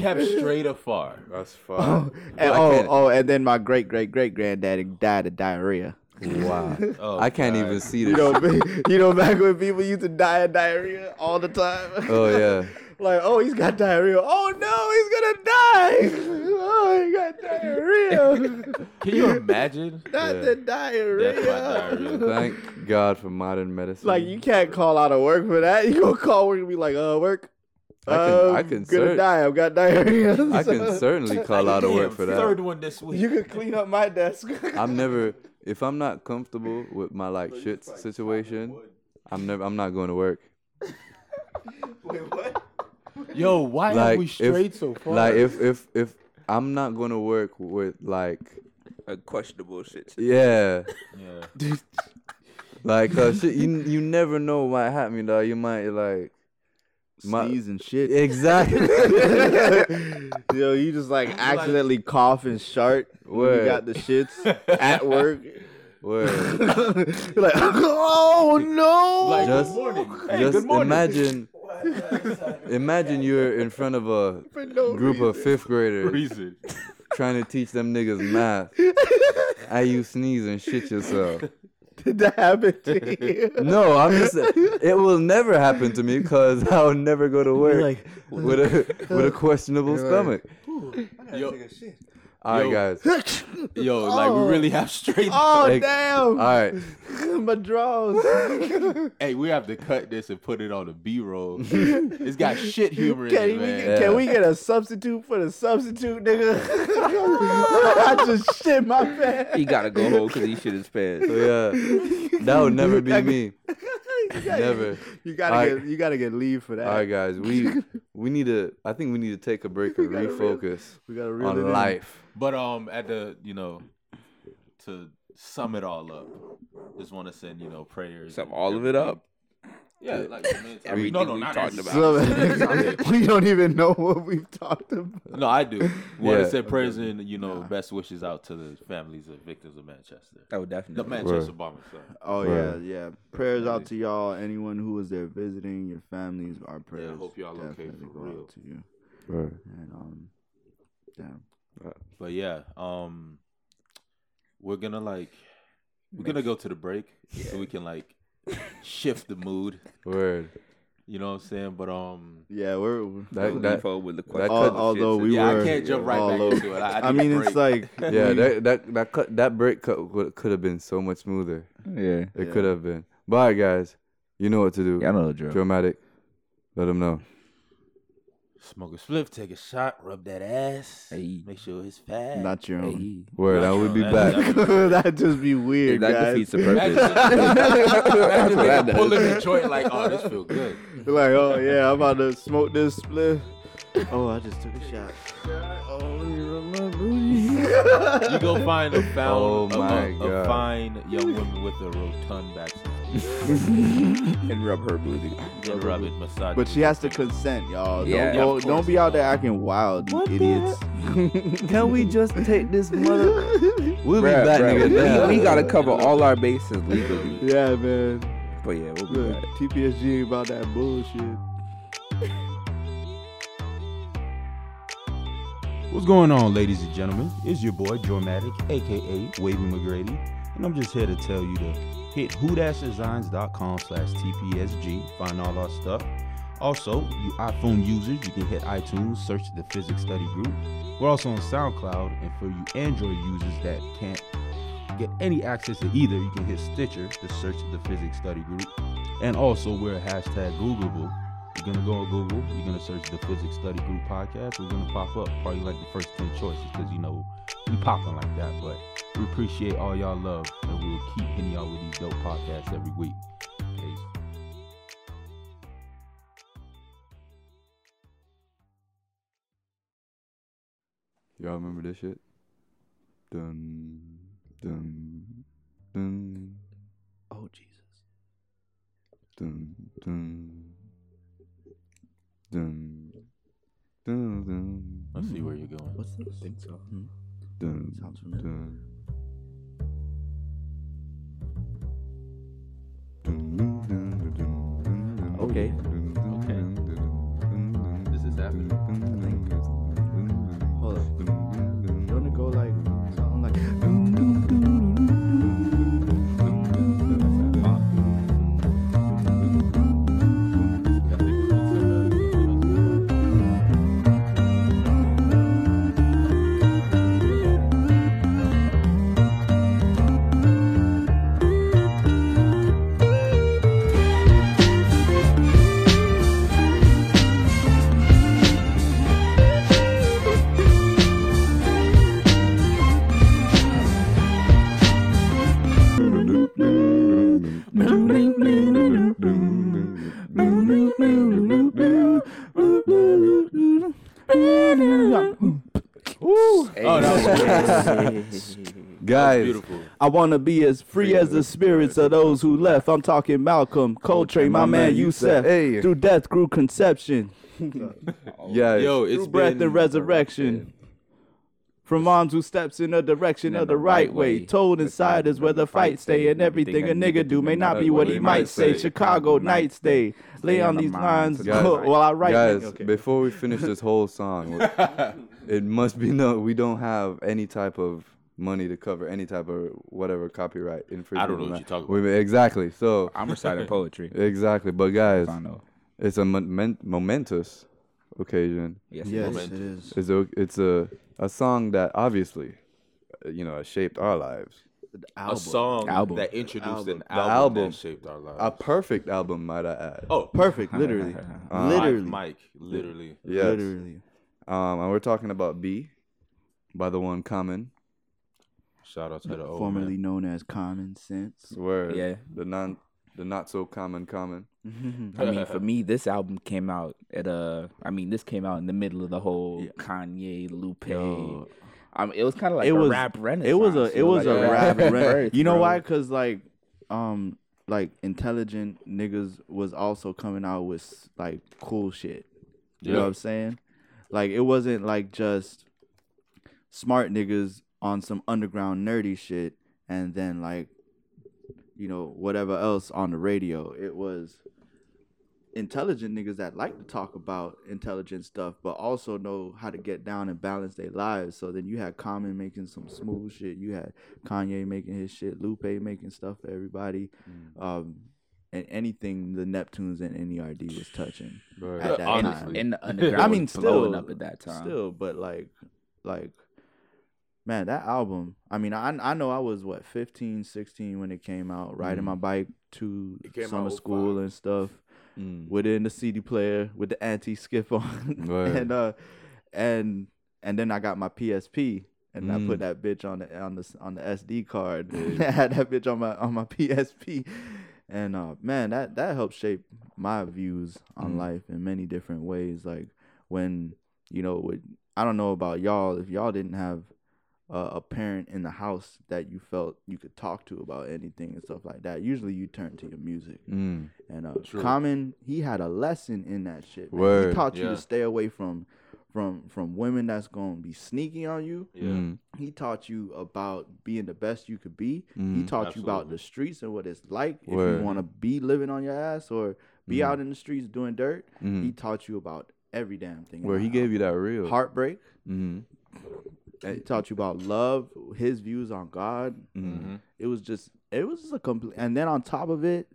C: have strayed afar.
A: that's far.
B: And,
A: I
B: oh,
A: can't-
B: oh, and then my great great great granddaddy died of diarrhea.
A: Wow.
C: Oh,
A: I can't
C: God.
A: even see
B: You
A: this.
B: know, you know, back when people used to die of diarrhea all the time.
A: oh yeah.
B: like, oh, he's got diarrhea. Oh no, he's gonna die. Oh, he got diarrhea.
C: Can you imagine?
B: Not
A: Yeah.
B: the
C: That's my
B: diarrhea.
C: diarrhea.
A: Thank God for modern medicine.
B: Like you can't call out of work for that. You gonna call work and be like, uh, work.
A: I can- I
B: um,
A: can
B: gonna
A: cer-
B: die. I've got diarrhea.
A: I
B: So,
A: can certainly call out of work for
C: Third
A: that.
C: one this week.
B: You can clean up my desk.
A: I'm never. If I'm not comfortable with my like shit situation, I'm never. I'm not going to work.
C: Yo, why
A: Like
C: have we
A: if-
C: strayed so far?
A: Like if if if I'm not going to work with like
D: A questionable shit.
A: yeah.
C: yeah.
A: Like uh, shit, you you never know what might happen, dog. You might like my-
B: Sneeze and shit.
A: exactly.
B: Yo, you just like accidentally cough and shart. When you
A: Word.
B: got the shits at work.
A: Word.
B: You're like, oh no.
C: Like,
A: Just-
C: good morning. Hey,
A: Just
C: good
A: imagine
C: morning.
A: Imagine you're in front of a group of fifth graders
C: Reason.
A: trying to teach them niggas math. I you sneeze and shit yourself.
B: Did that happen to you?
A: No, I'm just. It will never happen to me because I'll never go to work
B: like,
A: with a with a questionable
B: You're
A: stomach.
C: Yo,
A: All right,
C: Yo.
A: guys.
C: yo, like we really have straight.
B: oh
A: Like, uh, All
B: damn!
A: right.
B: My draws.
C: Hey, we have to cut this and put it on a B roll. it's got shit humor in
B: Can
C: it,
B: we,
C: man.
B: get, can we get a substitute for the substitute, nigga? I just shit my pants.
D: He gotta go home because he shit his pants.
A: So yeah, that would never be me.
B: You gotta-
A: Never.
B: You gotta
A: I-
B: get you gotta get leave for that.
A: All right, guys. We we need to. I think we need to take a break and
B: We gotta reel-
A: refocus
B: we gotta reel it
A: on
B: in.
A: life.
C: But um, at the you know, to sum it all up, just want to send you know prayers.
D: Sum
C: and
D: all of it
C: everything.
D: up?
C: Yeah, like the mental-
D: Everything
C: no, no,
D: we
C: not
D: talked
C: everything.
D: about.
B: So- we don't even know what we've talked about.
C: No, I do. Want
A: Yeah.
C: to send prayers and you know
B: Nah.
C: best wishes out to the families of victims of Manchester,
D: Oh,
C: the
D: definitely.
C: Manchester bombing. sorry.
B: Oh
A: Right.
B: yeah, yeah. Prayers out to y'all. Anyone who was there visiting, your families, our prayers.
C: hope y'all okay
B: definitely
C: for
B: go out
C: real.
B: to you.
A: Right.
B: And um, damn.
C: But yeah, um, we're gonna like we're gonna go to the break so we can like shift the mood.
A: Word.
C: You know what I'm saying? But um,
B: Yeah, we're. we're
A: That
D: That,
A: that
D: with the
A: that
D: question.
A: cut-
D: Shit,
B: although
D: so-
B: we
C: yeah,
B: were-
C: I can't jump right
B: all
C: back
B: over.
C: into it. I, I,
B: I
C: need a
B: mean, it's
C: break.
B: like
A: yeah
B: we-
A: that that that cut that break cut would, could have been so much smoother.
E: Yeah.
A: It
B: Yeah.
A: could have been. But all right, guys. You know what to do.
E: Yeah, I know the drill.
A: Dramatic. Let them know.
C: smoke a spliff, take a shot, rub that ass,
D: Hey.
C: make sure it's fat.
B: not your own.
D: Hey.
A: Word. I will be
C: That-
A: back.
C: that-
B: That'd just be weird,
D: that
B: guys.
D: defeats the purpose.
C: Imagine
D: what that
C: nigga
D: does.
C: pulling the joint like, oh, this feel good.
B: like, oh yeah, I'm about to smoke this split. Oh, I just took a shot.
C: You go find a
A: Oh
C: found a-
A: my
C: a, a,
A: God.
C: fine young woman with a rotund backside
D: and rub her booty.
C: and rub it, massage.
B: But
C: it.
B: she has to consent, y'all.
D: Yeah,
B: don't
D: yeah,
B: go,
C: of
B: don't
C: course.
B: be out there acting wild, you idiots.
A: Can we just take this mother? We'll be
D: Bruh,
A: back,
D: bruh,
A: nigga. now.
D: we, we gotta cover all our bases legally.
B: yeah, man.
D: But yeah, we'll be
B: Look,
D: back.
B: TPSG ain't about that bullshit.
F: What's going on, ladies and gentlemen? It's your boy Jormatic, aka Wavy McGrady, and I'm just here to tell you to hit whodashdesigns.com slash TPSG, find all our stuff. Also, you iPhone users, you can hit iTunes, search the Physics Study Group. We're also on SoundCloud, and for you Android users that can't get any access to either, you can hit Stitcher to search the Physics Study Group. And also, we're hashtag Googleable. You're gonna go on Google. You're gonna search the Physics Study Group podcast. We're gonna pop up probably like the first ten choices because you know we popping like that. But we appreciate all y'all love, and we'll keep hitting y'all with these dope podcasts every week. Peace.
A: Y'all remember this shit? Dun dun dun
B: Oh Jesus.
A: dun dun dun dun dun
C: Let's see where you're going.
B: What's this? think so.
A: Hmm? dun
B: Sounds familiar.
A: dun.
F: Okay.
D: Okay.
A: Okay.
F: This is happening.
B: Hold up. You wanna go like something like
F: uh,
C: Oh, that was
A: Guys,
C: beautiful.
B: I wanna be as free as the spirits of those who left. I'm talking Malcolm, Coltrane, my man Yusef.
A: Hey.
B: Through death, grew conception.
A: yeah,
C: Yo, it's
B: Through breath
C: been
B: and resurrection. From moms who steps in the direction
D: And
B: of the right way. Told insiders where the fight stay and everything a nigga do may not be what he might say. Chicago nights day. Lay on these lines
A: Guys,
B: while I write.
A: guys,
B: nigga. Okay.
A: before we finish this whole song, it must be known we don't have any type of money to cover any type of whatever copyright infringement.
C: I don't know what you're talking
A: We- Exactly. So
D: I'm reciting poetry.
A: exactly, but guys,
D: I know.
A: it's a moment, momentous occasion.
D: Yes, yes.
B: Yes, it is.
A: It's a it's a a song that obviously, uh, you know, has shaped our lives.
C: A song
D: Album.
C: that introduced an album,
A: The album.
C: that shaped our lives.
A: A perfect album, might I add.
C: oh,
B: Perfect, literally.
A: Uh,
B: literally.
C: Mike, literally.
A: yes.
B: Literally.
A: Um, and we're talking about B, by the one Common.
C: Shout out to the old
B: Formerly
C: man.
B: known as Common Sense.
A: Where
D: Yeah.
A: the non the not so common common.
D: I mean, for me, this album came out at uh, I mean, this came out in the middle of the whole Kanye Lupe.
B: Yo.
D: I mean, it was kind of like
B: It
D: a
B: was-
D: rap renaissance.
B: It was a it was
D: like
B: a rap.
D: birth,
B: rap. You know
D: bro.
B: why? Cause like um like intelligent niggas was also coming out with like cool shit. You know
C: Yeah.
B: what I'm saying? Like it wasn't like just smart niggas on some underground nerdy shit and then like you know whatever else on the radio. It was intelligent niggas that like to talk about intelligent stuff but also know how to get down and balance their lives. So then you had Common making some smooth shit. You had Kanye making his shit, Lupe making stuff for everybody. Um and anything the Neptunes and NERD was touching at that
C: Honestly.
B: time.
D: In the underground,
B: I
D: was
B: mean,
D: blowing
B: still-
D: up at that time.
B: Still, but like, like, man, that album. I mean, I I know I was what 15, 16 when it came out, riding my bike to
C: Mm-hmm. It came
B: summer
C: out
B: school
C: 05.
B: and stuff
A: Mm.
B: within the CD player with the anti skip on,
A: Word.
B: and uh, and and then I got my PSP. And I
A: Mm.
B: put that bitch on the on the s- on the SD card. I had that bitch on my on my PSP, and uh, man, that that helped shape my views on
A: Mm.
B: life in many different ways. Like when you know, with, I don't know about y'all, if y'all didn't have uh, a parent in the house that you felt you could talk to about anything and stuff like that, usually you turn to your music.
A: Mm.
B: And uh,
C: True.
B: Common, he had a lesson in that shit. man.
A: Word,
B: He taught you
C: yeah.
B: to stay away from from from women that's gonna be sneaky on you.
C: Yeah.
A: Mm.
B: He taught you about being the best you could be. He
A: Mm.
B: taught you about
C: Absolutely.
B: the streets and what it's like if
A: Word. Mm-hmm.
B: you want to be living on your ass or be out in the streets doing dirt. He
A: Mm.
B: taught you about every damn thing.
A: Where he
B: about
A: gave you that real.
B: heartbreak.
A: Mm.
B: He taught you about love, his views on God.
A: Mm.
B: It was just, it was just a complete. And then on top of it,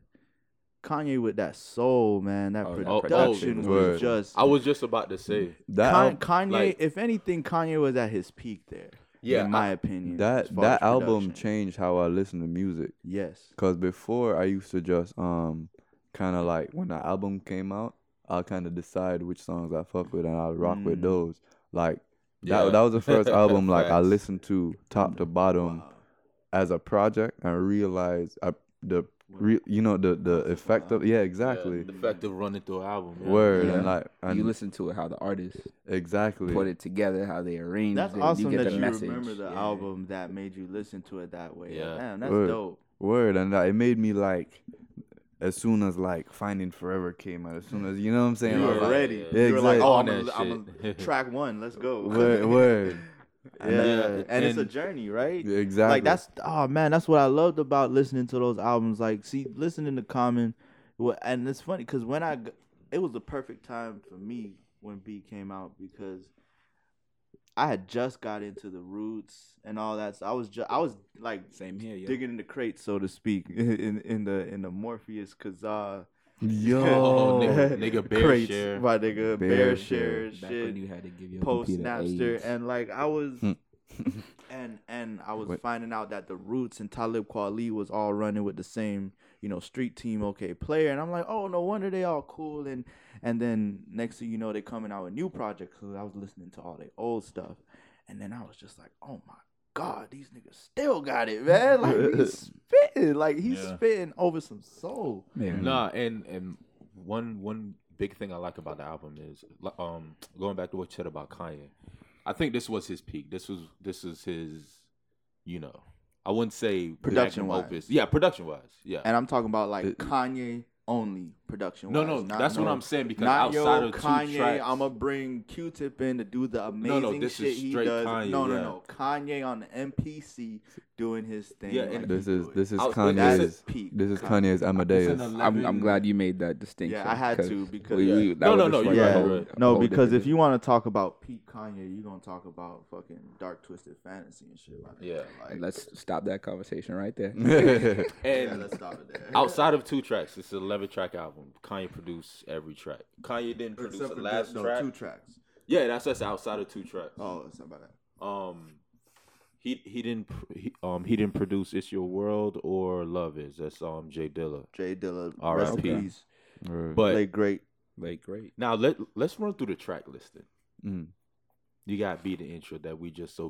B: Kanye with that soul, man, that
D: Oh, that
B: production
C: production
B: was
A: was-
B: just.
C: I was just about to say.
A: That
B: Kan-
A: al-
B: Kanye,
C: like-
B: if anything, Kanye was at his peak there.
C: Yeah,
B: in my
C: I-
B: opinion, as
A: that
B: far
A: that
B: as
A: album
B: production.
A: changed how I listen to music.
B: Yes,
A: Cause before I used to just um kind of like when the album came out, I'll kind of decide which songs I fuck with and I'll rock with
B: Mm.
A: those. Like that
C: Yeah.
A: that was the first album like I
C: Facts.
A: listened to top to bottom as a project and realized I, the re, you know the the effect of yeah exactly
C: The fact of running through an album. yeah.
A: word
B: Yeah.
A: and like and
D: you listen to it, how the artists
A: exactly
D: put it together, how they arranged
B: that's
D: it.
B: awesome
D: you get
B: that
D: the
B: you
D: message.
B: remember the
D: Yeah.
B: album that made you listen to it that way.
C: Yeah.
B: Damn, that's
A: Word.
B: dope.
A: word and like, it made me like as soon as like finding forever came out as soon as you know what I'm saying
B: You
A: I
B: were
A: was like,
B: ready.
A: Yeah,
B: you were like,
A: exactly.
B: oh,
C: On
B: I'm gonna,
C: that
B: I'm gonna
C: shit.
B: track one. Let's go.
A: word word
B: yeah.
C: Yeah,
B: and, it's a
C: and-
B: journey, right?
A: exactly
B: Like that's oh man, that's what I loved about listening to those albums. Like, see, listening to Common, wha- and it's funny because when I, g- it was the perfect time for me when B came out because I had just got into the roots and all that. So I was just I was like
D: Same here, yeah.
B: digging in the crate, so to speak, in in the in the Morpheus Kazaa
A: yo
C: Oh, nigga, nigga bear
B: crates,
C: share.
B: my
A: Bear
B: nigga, bear,
A: share.
B: share,
D: Back
B: shit
D: when you had to give your
B: post
D: computer
B: Napster,
D: AIDS.
B: and like I was,
A: Hmm.
B: and and I was
A: Wait.
B: finding out that the Roots and Talib Kweli was all running with the same, you know, street team, okay, player, and I'm like, oh no wonder they all cool, and and then next thing you know, they coming out with new projects. Cause I was listening to all their old stuff, and then I was just like, oh my god, these niggas still got it, man. Like he's spitting, like he's
C: Yeah.
B: spitting over some soul.
D: Yeah.
C: Nah, and and one one big thing I like about the album is li- um going back to what you said about Kanye. I think this was his peak. This was this is his, you know, I wouldn't say
B: Production-wise.
C: magnum opus. Yeah, production wise. Yeah,
B: And I'm talking about like
A: It-
B: Kanye only production.
C: No, no, that's what I'm saying because
B: not
C: outside
B: yo,
C: of two
B: Kanye,
C: tracks,
B: I'm gonna bring Q-Tip in to do the
C: No,
B: amazing
C: no, this
B: shit
C: is
B: he
C: straight
B: does.
C: Kanye,
B: no, no,
C: yeah.
B: no, Kanye on the MPC doing his thing.
C: Yeah,
B: like
C: and-
B: he
A: This is
B: do it.
A: this is
C: I was-
B: Like, that
A: Kanye's.
B: is peak.
A: This is
B: Kanye.
A: Kanye's Amadeus.
C: It's an
D: I'm, I'm
C: 11
D: glad you made that distinction.
B: I had
D: 'cause
B: to because-
D: we, we,
B: Yeah.
D: that
C: No,
D: would
C: no,
D: just
C: no,
D: like
B: you're
D: a
B: right,
D: whole-
C: right.
D: a
B: No,
D: whole
B: because
D: different-
B: if you want to talk about peak Kanye, you're gonna talk about fucking dark twisted fantasy and shit like
C: Yeah.
B: that. Like,
D: let's stop that conversation right there.
B: yeah,
C: and
B: let's stop it there.
C: outside of two tracks, it's an 11 track album. Kanye produced every track. Kanye didn't produce
B: Except
C: the
B: for
C: last
B: no,
C: track.
B: two tracks.
C: yeah, that's us outside of two tracks.
B: Oh, it's not about that.
C: Um, he he didn't pr- he, um he didn't produce "It's Your World" or "Love Is." That's um Jay Dilla.
B: Jay Dilla, rest
C: R.I.P..
B: in peace.
C: But
B: Played great.
D: Like, great.
C: now let let's run through the track listing.
A: Mm.
C: You got be the intro that we just so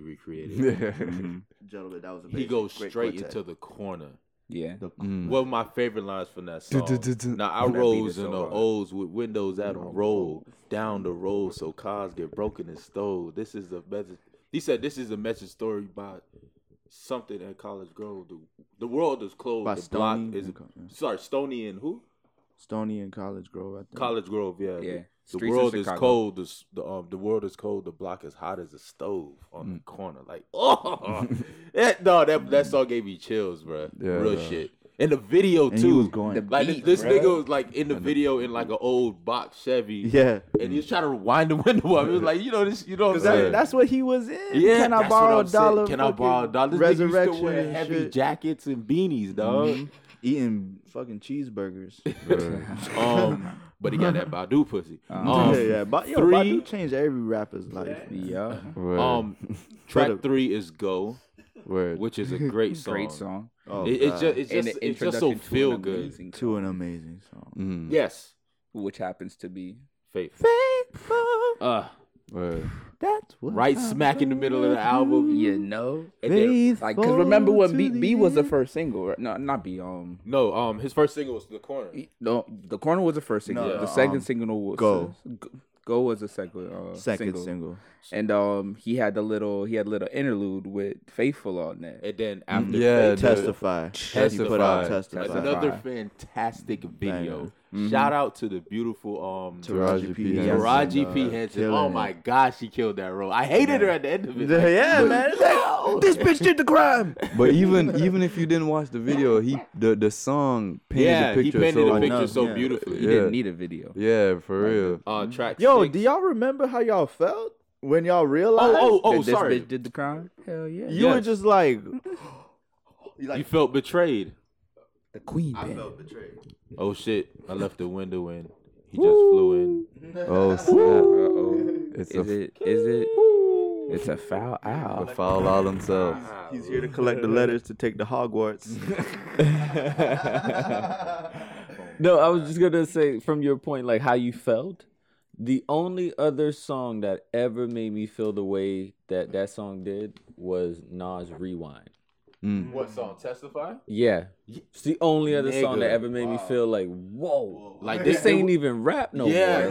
C: recreated.
A: mm.
B: Gentlemen, that was a
C: he
B: basic,
C: goes
B: great
C: straight
B: quartet. Mm.
C: into the corner.
D: Yeah.
A: Mm.
C: One of my favorite lines from that
A: Du-
C: song.
A: du- du- du.
C: Now I
D: That beat
C: rose
D: is so
C: in the
D: hard.
C: O's with windows out on roll down the road, so cars get broken and stole. This is a message. He said this is a message story about something at College Grove. The, the world is closed.
B: By
C: the block
B: Stony
C: is
B: and Co- yeah.
C: sorry. Stony and who?
B: Stony and College Grove. I think.
C: College Grove. Yeah.
D: Yeah.
C: The, the
D: Streets of
C: world is
D: Chicago.
C: cold. The, s- the um the world is cold. The block is hot as a stove on the corner. Like oh, that no that that song gave me chills, bro.
A: Yeah,
C: Real
A: yeah.
C: shit. And the video
B: And
C: too.
B: he was going.
C: Like
D: beat,
C: this
D: bruh.
C: nigga was like in the video in like an old box Chevy,
B: yeah,
C: and he was trying to wind the window up. It was like you know this, you know what I'm
A: that-
C: saying?
B: that's what he was in.
C: yeah,
B: can I
C: that's what
B: borrow a
C: I'm saying.
B: dollar?
C: Can I borrow
B: fucking
C: a dollar? This nigga used
B: Resurrection
C: to wear
B: and
C: heavy
B: shit.
C: jackets and beanies, dog.
B: Mhm. Eating fucking cheeseburgers.
C: Um, but he got that Badu pussy. Um,
B: yeah, yeah. But yo,
C: three-
B: Badu changed every rapper's life.
D: Yeah.
C: um,
B: But
C: track
B: a-
C: three is "Go,"
A: word.
C: which is a great song.
D: Great song.
B: Oh,
C: It, it's
B: God.
C: just, it's just,
D: an
C: it's just so
D: introduction to an
C: feel good.
D: amazing
B: to
D: song,
B: an amazing song.
A: Mm.
C: Yes,
D: Which happens to be.
C: faith. Uh,
A: Word.
B: That's what
C: right smack in the middle of the album.
D: You know? And then, like, because remember when B, B was the first single, right? No, not B. Um,
C: No, um, his first single was "The Corner."
D: No, the corner was the first single.
B: No,
D: the
B: no,
D: second
B: um,
D: single was
B: Go.
D: Go was the second uh,
B: second
D: single.
B: single.
D: and um he had the little he had a little interlude with Faithful on that.
C: And then after
A: Yeah,
C: Faith,
B: Testify. He put out
C: That's
B: testify.
C: another fantastic video.
D: Mhm.
C: Shout out to the beautiful um
A: Taraji P. Henson.
C: Taraji P. Henson. Oh my gosh, she killed that role. I hated her at the end of it. Like,
B: Yeah, man. It's like, this bitch did the crime.
A: But even even if you didn't watch the video, he the the song painted
C: yeah,
A: the
C: he
A: picture.
C: painted
A: so,
C: the picture
B: Enough,
C: so
B: yeah.
C: beautifully.
D: He
A: Yeah.
D: didn't need a video.
A: Yeah, for real.
C: Uh, track
B: Yo,
C: six.
B: do y'all remember how y'all felt when y'all realized?
C: oh, oh, oh,
D: That this
C: sorry.
D: bitch did the crime. Hell yeah.
B: you were
C: yes.
B: just like,
C: you felt betrayed.
D: The queen
B: I
D: band.
B: felt betrayed.
C: Oh shit, I left the window in. He just flew in.
A: Oh snap!
D: Uh-oh.
A: It's
D: Is
A: a,
D: it is it it's a foul
A: a
D: owl.
A: foul all himself.
B: He's here to collect the letters to take to Hogwarts.
G: No, I was just gonna say from your point, like how you felt. The only other song that ever made me feel the way that that song did was Nas Rewind.
A: Mm.
C: What song? Testify?
G: Yeah, it's the only other song that
C: Nigga,
G: ever made me feel like, whoa,
C: Like
G: this ain't even rap no
C: Yeah,
G: more.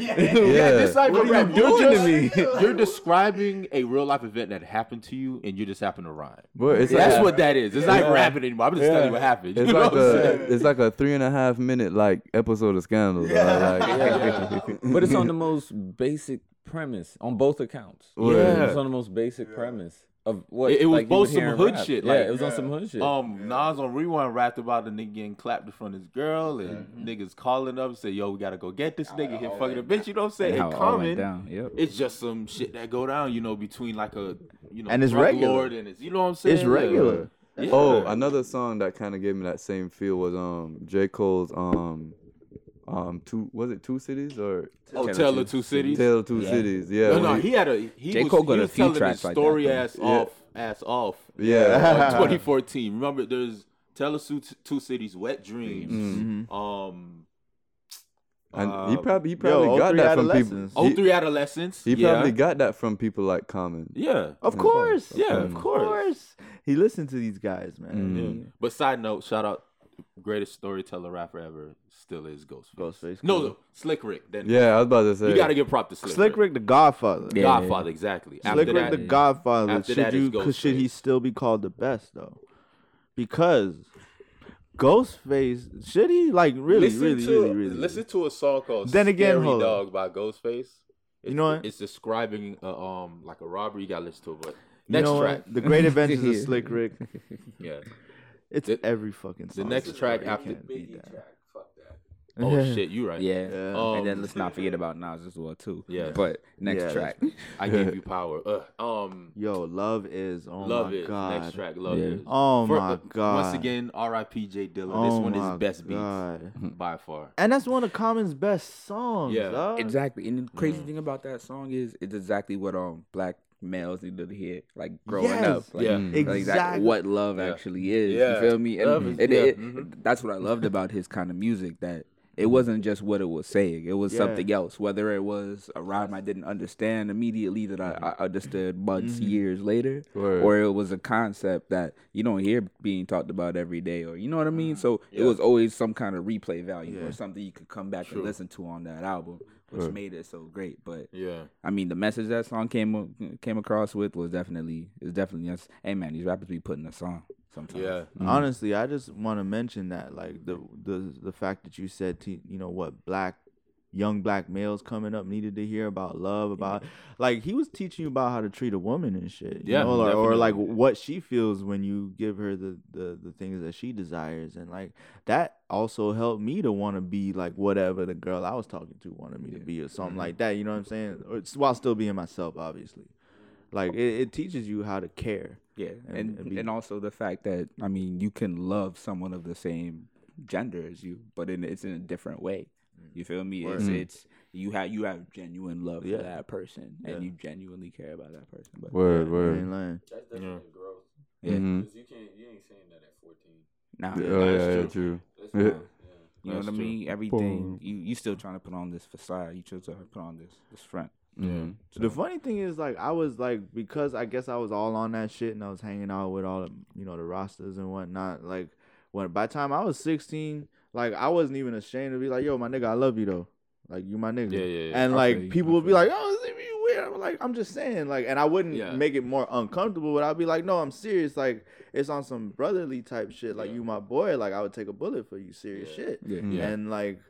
C: yeah.
A: Yeah.
C: This like what
B: you doing to me?
C: You're describing a real life event that happened to you, and you just happen to rhyme.
A: But it's
C: That's
A: like,
C: what that is. It's not even rapping anymore. I'm just telling you what happened. You
A: it's
C: know
A: like
C: what I'm
A: a
C: saying?
A: it's like a three and a half minute like episode of Scandal. like- like-
G: but it's on the most basic premise on both accounts.
A: Yeah.
G: it was on the most basic premise of what
C: It- it was
G: like, you
C: both
G: would
C: some
G: hear in
C: hood
G: rap.
C: shit,
G: Yeah,
C: like-
G: it was on some hood shit.
C: Um, Nas on Rewind rapped about the nigga getting clapped in front of his girl, and niggas calling up and say, "Yo, we gotta go get this nigga here, fucking a bitch." You know what I'm saying?
D: How
C: And
D: it all
C: Common,
D: went down. Yep.
C: it's just some shit that go down, you know, between like a you know
B: And it's
C: drug
B: regular.
C: lord and it's you know what I'm saying?
B: it's regular.
C: Yeah.
A: Oh, another song that kind of gave me that same feel was um J Cole's um um two was it two cities or
C: oh, Tale of Two Cities.
A: Tale of Two Cities? Yeah,
C: no,
A: when
C: no,
A: he-
C: he had a he
D: J.
C: was,
D: Cole got
C: he
D: a
C: was
D: few
C: telling
D: tracks
C: his
D: like that,
C: story
D: though.
C: ass off, ass off.
A: yeah.
C: on 2014. Remember, there's Tale of Two, Two Cities, Wet Dreams.
B: Mm-hmm.
C: Um,
A: And
C: uh,
A: he probably he probably
B: Yo,
A: got
B: O3
A: that from
B: Adolescence.
A: people.
C: Oh,
A: He,
C: three adolescence.
A: he
C: yeah.
A: probably got that from people like Common.
C: Yeah.
B: Of course.
C: Yeah, of course.
B: He listened to these guys, man.
C: Yeah. But side note, shout out greatest storyteller rapper ever still is Ghostface.
B: Ghostface,
C: No,
B: cool.
C: no, Slick Rick. Then
A: Yeah, I was about to say.
C: you got to give prop to Slick,
B: Slick Rick, the Godfather.
D: Yeah.
C: Godfather, exactly.
B: Slick
C: After
B: Rick,
C: that,
B: the Godfather.
C: after
B: Should
C: that,
B: you?
C: it's
B: Cause should he
C: Ghostface.
B: still be called the best though? Because Ghostface, should he like really,
C: listen
B: really,
C: to,
B: really, really?
C: Listen to a song called
B: Then again,
C: Scary
B: hold on.
C: Dog by Ghostface. It's,
B: You know what?
C: It's describing uh, um like a robbery. You gotta listen to it, but
B: You
C: next
B: know what?
C: track.
B: The Great Adventures of
D: Yeah.
B: Slick Rick.
C: Yeah.
B: It's
C: The-
B: every fucking.
C: The
B: song.
C: next
B: Slick
C: track
B: Rick
C: after
B: Oh, can't beat that.
C: Fuck that. Oh shit, you right.
D: Yeah.
B: Yeah.
D: and
C: Um,
D: then let's not forget about Nas as well too.
C: Yeah.
D: But next
B: Yeah,
D: track.
C: I gave you power. Uh, um,
B: Yo, love is. Oh
C: love
B: my
C: it.
B: god.
C: Next track, love
D: Yeah.
C: it.
B: Oh
C: For-
B: my
C: uh,
B: god.
C: Once again, R.I.P. J. Dilla.
B: Oh
C: this one
B: my
C: is best
B: God.
C: beats by far.
B: And that's one of Common's best songs.
C: Yeah.
B: dog.
D: exactly. And the crazy thing about that song is it's exactly what um black males needed to hear, like growing up.
B: Yes.
D: Like,
C: Yeah.
D: like, that's
B: Exactly.
D: what love
C: Yeah.
D: actually is.
C: Yeah.
D: You feel me? And,
C: Love is-
D: and
C: yeah,
D: it-
C: mhm.
D: that's what I loved about his kind of music that it
C: Mm-hmm.
D: wasn't just what it was saying. It was
B: Yeah.
D: something else. Whether it was a rhyme I didn't understand immediately that I, I understood months,
C: Mm-hmm.
D: years later,
A: Word.
D: or it was a concept that you don't hear being talked about every day, or you know what I mean.
C: Mm-hmm.
D: So it was always some kind of replay value or something you could come back
C: True.
D: and listen to on that album, which made it so great. But
C: Yeah.
D: I mean, the message that song came uh, came across with was definitely is definitely yes. Hey man, these rappers be putting us on sometimes.
C: Yeah.
B: Honestly, I just want to mention that, like the the the fact that you said, te- you know, what black young black males coming up needed to hear about love, about like he was teaching you about how to treat a woman and shit, you
C: Yeah,
B: know, or, or
C: definitely.
B: like what she feels when you give her the the the things that she desires, and like that also helped me to want to be like whatever the girl I was talking to wanted me to be or something like that. You know what I'm saying? Or, it's- while still being myself, obviously. Like it, it teaches you how to care.
D: yeah,
B: And-
D: and
B: and
D: and,
B: be-
D: also the fact that I mean, you can love someone of the same gender as you, but in, it's in a different way.
B: Mm.
D: You feel me? It's
A: Word.
D: it's you have you have genuine love
B: Yeah.
D: for that person,
B: Yeah.
D: and you genuinely care about that person. But
A: Word,
B: You
A: word.
B: ain't lying.
G: That's
C: definitely
G: gross.
D: Yeah.
C: Mm-hmm.
A: Mhm.
G: you can't, you ain't saying that at fourteen.
D: nah,
A: Yeah,
D: you
A: oh,
C: that's
A: yeah, yeah,
C: true.
A: true.
G: That's
A: Yeah.
G: yeah.
D: know
C: that's
D: what I
C: true.
D: mean. Everything you you still trying to put on this facade. You chose to put on this this front.
C: Mm-hmm.
A: Mhm.
B: The funny thing is, like, I was like, because I guess I was all on that shit, and I was hanging out with all the, you know, the rosters and whatnot. Like, when by the time I was sixteen, like, I wasn't even ashamed to be like, "Yo, my nigga, I love you though." Like, you my nigga.
C: Yeah, yeah, yeah.
B: And
C: I
B: like,
C: feel you.
B: people
C: I
B: would be
C: feel
B: like,
C: you.
B: "Oh, this is weird." I'm like, I'm just saying, like, and I wouldn't
C: Yeah.
B: make it more uncomfortable, but I'd be like, "No, I'm serious." Like, it's on some brotherly type shit. Like,
C: Yeah.
B: you my boy. Like, I would take a bullet for you. Serious
C: Yeah.
B: shit
D: Yeah.
A: Mm.
C: Yeah.
B: and like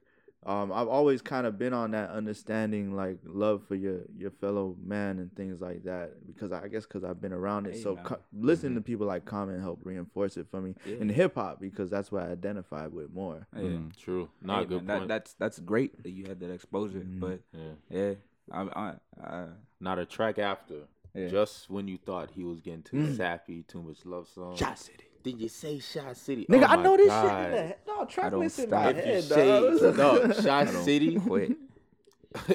B: um, I've always kind of been on that understanding, like love for your your fellow man and things like that, because I guess because I've been around it.
D: Hey,
B: so
D: man.
B: co- listening to people like Common help reinforce it for me
D: Yeah.
B: in hip hop because that's what I identify with more.
D: Yeah.
A: Mhm.
C: True. Mm-hmm. Not
D: Hey,
C: a good
D: man,
C: point. Mm-hmm.
D: That, that's that's great that you had that exposure, but
C: Yeah.
D: yeah, I, I, I
C: Not a track after.
D: Yeah.
C: Just when you thought he was getting too
B: Mm.
C: sappy, too much love song. Shot City. Did you say Shot City?
B: Nigga,
C: Oh
B: I
C: my
B: know this shit
C: God.
B: in the head. No, track
D: don't
B: list in my
D: stop.
C: If you
B: head,
C: say
B: dog.
C: no, Shot City.
D: quit.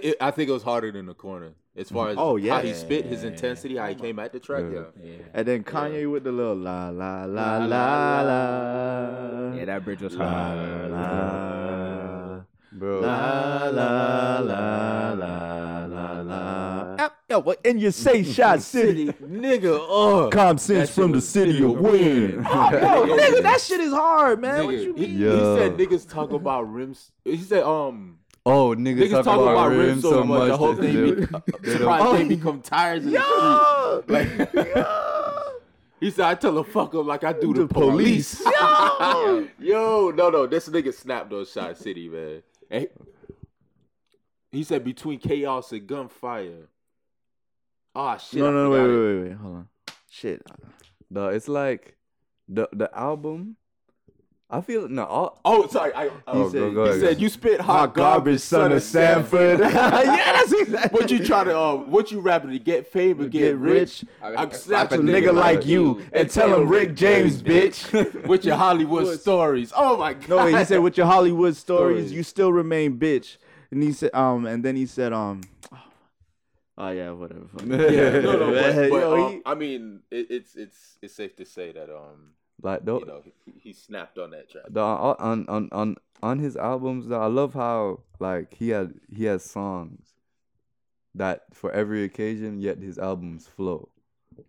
C: It, I think it was harder than the corner. As far as
B: Oh,
C: how
B: yeah.
C: he spit, his intensity, how he came at the track. Yeah.
B: And then Kanye with the little la la la
C: La,
B: la
C: la,
B: la
D: Yeah,
B: la
D: that bridge was
B: la
D: hard.
B: la.
A: Bro.
B: La la la la la la. Yep, Yo, what? And you say Shot City,
C: Nigga, oh.
B: com sense from the city of wind. Oh, yo, nigga, that shit is hard, man. What
C: Nigga,
B: you
C: he,
B: mean?
C: he
A: Yo.
C: said niggas talk about rims. He said, um,
A: Oh, niggas,
C: niggas talk about, rims, so much. The whole
A: that
C: thing,
A: they-
C: be,
A: they don't-
C: surprised they become tires in the
B: Yo,
C: street. Like, he said, I tell the fuck up like I do the,
B: The
C: police.
B: police. Yo.
C: Yo, no, no, this nigga snapped on Shot City, man. And he said between chaos and gunfire. Ah, shit.
B: No,
C: I
B: no, no, wait,
C: forgot it.
B: wait, wait, wait. Hold on. Shit.
A: No, it's like the the album. I feel no. All,
C: Oh, sorry. I, oh,
A: He said-
C: go- go
A: he
C: ahead,
A: said,
C: guys. you spit hot, garbage, son of Sanford.
B: yeah, that's exactly.
C: What you try to, uh, what you rapping to get fame or get, rich? I slap
B: a nigga like you and tell him Rick James, bitch.
C: with your Hollywood stories. Oh my god.
B: No, wait, he said with your Hollywood
C: Stories.
B: stories, you still remain bitch. And he said, um, and then he said, um, oh yeah, whatever. fuck it.
C: Yeah, no, no, but, but,
B: Yo,
C: um,
B: he-
C: I mean, it, it's it's it's safe to say that um,
A: like the,
C: you know, he, he snapped on that track.
A: the on on on on his albums. though, I love how like he had he has songs that for every occasion, yet his albums flow.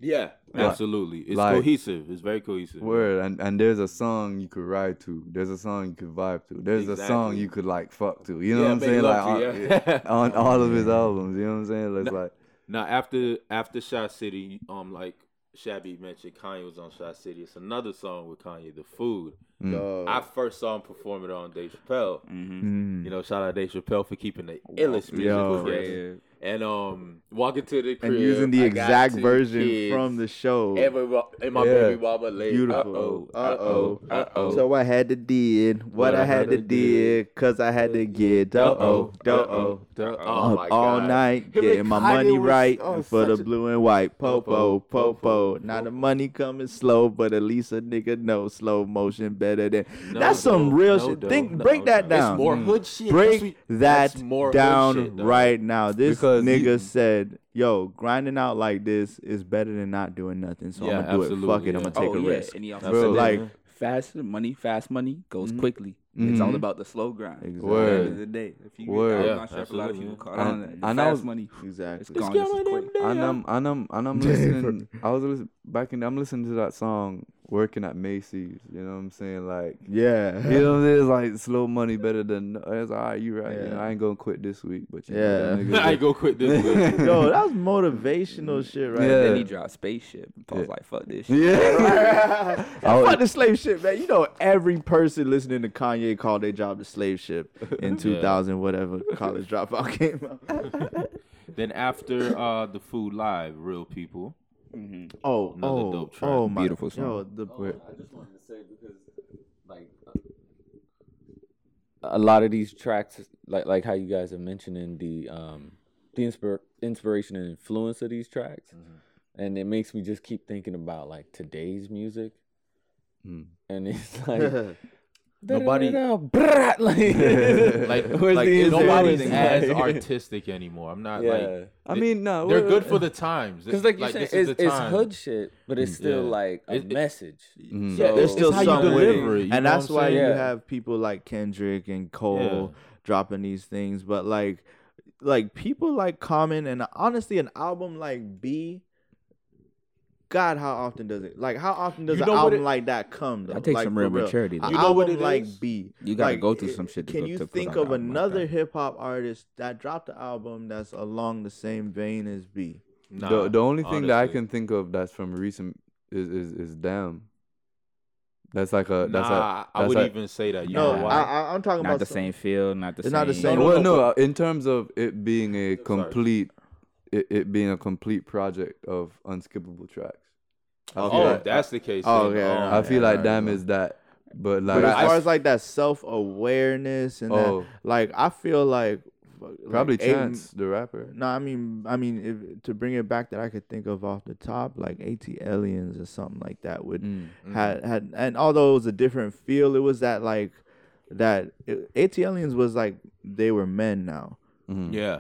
C: Yeah, absolutely. It's
A: like-
C: cohesive. It's very cohesive.
A: Word and and there's a song you could ride to. There's a song you could vibe to. There's a song
C: Exactly.
A: you could like fuck to. You know
C: Yeah,
A: what I'm
C: make
A: saying? Like
C: love
A: on,
C: to, yeah.
A: on
B: Oh,
A: all of his albums. You know what I'm saying? It's like
C: Now after after Shot City, um, like Shabby mentioned Kanye was on Shy City. It's another song with Kanye, The Food.
A: Mm.
B: Dog.
C: I first saw him perform it on Dave Chappelle.
D: Mm-hmm.
A: Mm.
C: You know, shout out Dave Chappelle for keeping the illest music.
B: Yo.
C: with us. And um, walking to the crib
B: and using the
C: I got
B: exact
C: two
B: version
C: kids,
B: from the show.
C: And my, wa- and my
A: Yeah.
C: baby mama lay.
B: Beautiful.
C: Uh oh. Uh oh.
B: So I had to did what I had to did, cause I had to get do oh do oh
C: uh, Oh my
B: up
C: god.
B: all night,
C: Him
B: getting
C: and
B: my
C: Kanye
B: money
C: was-
B: right
C: oh,
B: for the
C: such a- Oh,
B: blue and white. Popo,
C: Popo,
B: popo.
C: oh.
B: Now the money coming slow, but at least a nigga knows slow motion better than. That's some
C: no,
B: real
C: no,
B: shit.
C: no,
B: Think,
C: no,
B: break that
C: no.
B: down. Mm.
C: It's more hood shit.
B: Break
C: That's
B: that
C: what- that's more hood
B: down
C: shit, though.
B: right now. This
A: Because
B: nigga
A: you-
B: said, "Yo, grinding out like this is better than not doing nothing." So
C: Yeah,
B: I'm gonna do it.
C: absolutely,
B: Fuck it,
C: yeah.
B: I'm gonna take
D: oh,
B: a
D: yeah.
B: risk.
D: And he also
A: Bro,
D: said that
B: like-
D: fast money, fast money goes
B: Mm-hmm.
D: quickly. It's all about the slow grind.
B: Exactly.
D: At the end of
A: Word.
D: the day, if you
A: Word.
D: get
A: Yeah,
D: out of contract, a lot of
C: absolutely,
D: people
C: yeah.
D: caught on
A: And-
D: that.
A: and I
D: fast
A: was-
D: money, it's
B: Exactly.
D: gone. This is quick.
A: And I'm and I'm and I'm listening. I was lis- back in. I'm listening to that song working at Macy's. You know what I'm saying? Like
B: Yeah.
A: you know what I'm saying? It's like slow money better than. It's all right. You right. You know,
B: Yeah.
A: I ain't gonna quit this week. But you know, that
B: Yeah.
A: nigga
C: I
A: did-
C: ain't gonna quit this week.
B: Yo, that was motivational shit right
A: Yeah.
B: there.
D: Then he dropped spaceship. Paul's
A: Yeah.
D: like, "Fuck this shit."
A: Yeah. I was-
B: Fuck the slave ship, man. You know, every person listening to Kanye called their job the slave ship in 2000, whatever college dropout came out.
C: Then after uh the food live, real people.
B: Oh,
C: Another
B: oh,
C: dope track.
B: oh, my.
D: Beautiful song.
B: Yo, the,
G: I just wanted to say because like a lot of these tracks, like like how you guys are mentioning the um the inspir- inspiration and influence of these tracks,
C: Mm-hmm.
G: and it makes me just keep thinking about like today's music,
A: Mm.
G: and it's like.
C: Nobody-
G: da-da-da-da, brat, like,
C: Like,
G: where's
C: like
G: the influence?
C: nobody's
G: Like-
C: as artistic anymore. I'm not
G: yeah,
C: like
A: I mean, no,
C: they're good for the times.
G: because like you said,
C: this
G: it's,
C: is the
G: it's
C: time. Mm.
G: hood shit, but it's still
C: Yeah.
G: like a
C: It- it-
G: message.
A: Mm.
G: So-
B: there's still
C: Oh. It's how you
B: some with
C: deliver it, you
B: it. And
C: know
B: that's
C: what
B: why
C: I'm
B: you
G: saying? Yeah.
B: have people like Kendrick and Cole
C: Yeah.
B: dropping these things. But like like people like Common and honestly an album like B God, how often does it like how often does
C: You
B: an
C: know what
B: album
C: it-
B: like that come though?
D: That takes
B: like,
D: some
B: for
D: real maturity, though.
B: An
C: You know what
B: album
C: it
B: like
C: is?
B: B.
D: You gotta
B: like,
D: go through
B: it-
D: some shit to
B: Can
D: go-
B: you
D: to put
B: think
D: out an
B: of
D: album like
B: another
D: that?
B: hip hop artist that dropped an album that's along the same vein as B?
C: Nah,
A: the the only thing that I
C: honestly.
A: can think of that's from recent is is is damn. That's like a uh, that's a,
C: nah, I
A: that's
C: wouldn't
A: a,
C: even say that. You
B: No,
C: know
B: I,
C: why?
B: I, I'm talking
D: Not
B: about
D: the
B: some-
D: same feel, not the
B: It's
D: same.
B: not the same.
A: well,
B: no,
A: no, uh, in terms of it being a complete, it, it being a complete project of unskippable tracks. I feel
C: oh,
A: like,
C: if that's the case.
B: Oh,
C: then,
B: yeah,
C: um,
A: I feel
B: yeah,
A: like
B: alright,
A: damn
B: well.
A: is that, but like
B: But as
A: I-
B: far as like that self awareness and
A: Oh.
B: that, like I feel like fuck, like,
A: probably
B: eight-
A: Chance the rapper.
B: no, I mean, I mean, if, to bring it back that I could think of off the top, like AT Aliens or something like that would
A: Mm.
B: had had, and although it was a different feel, it was that like that it, AT Aliens was like they were men now,
A: Mhm.
C: yeah,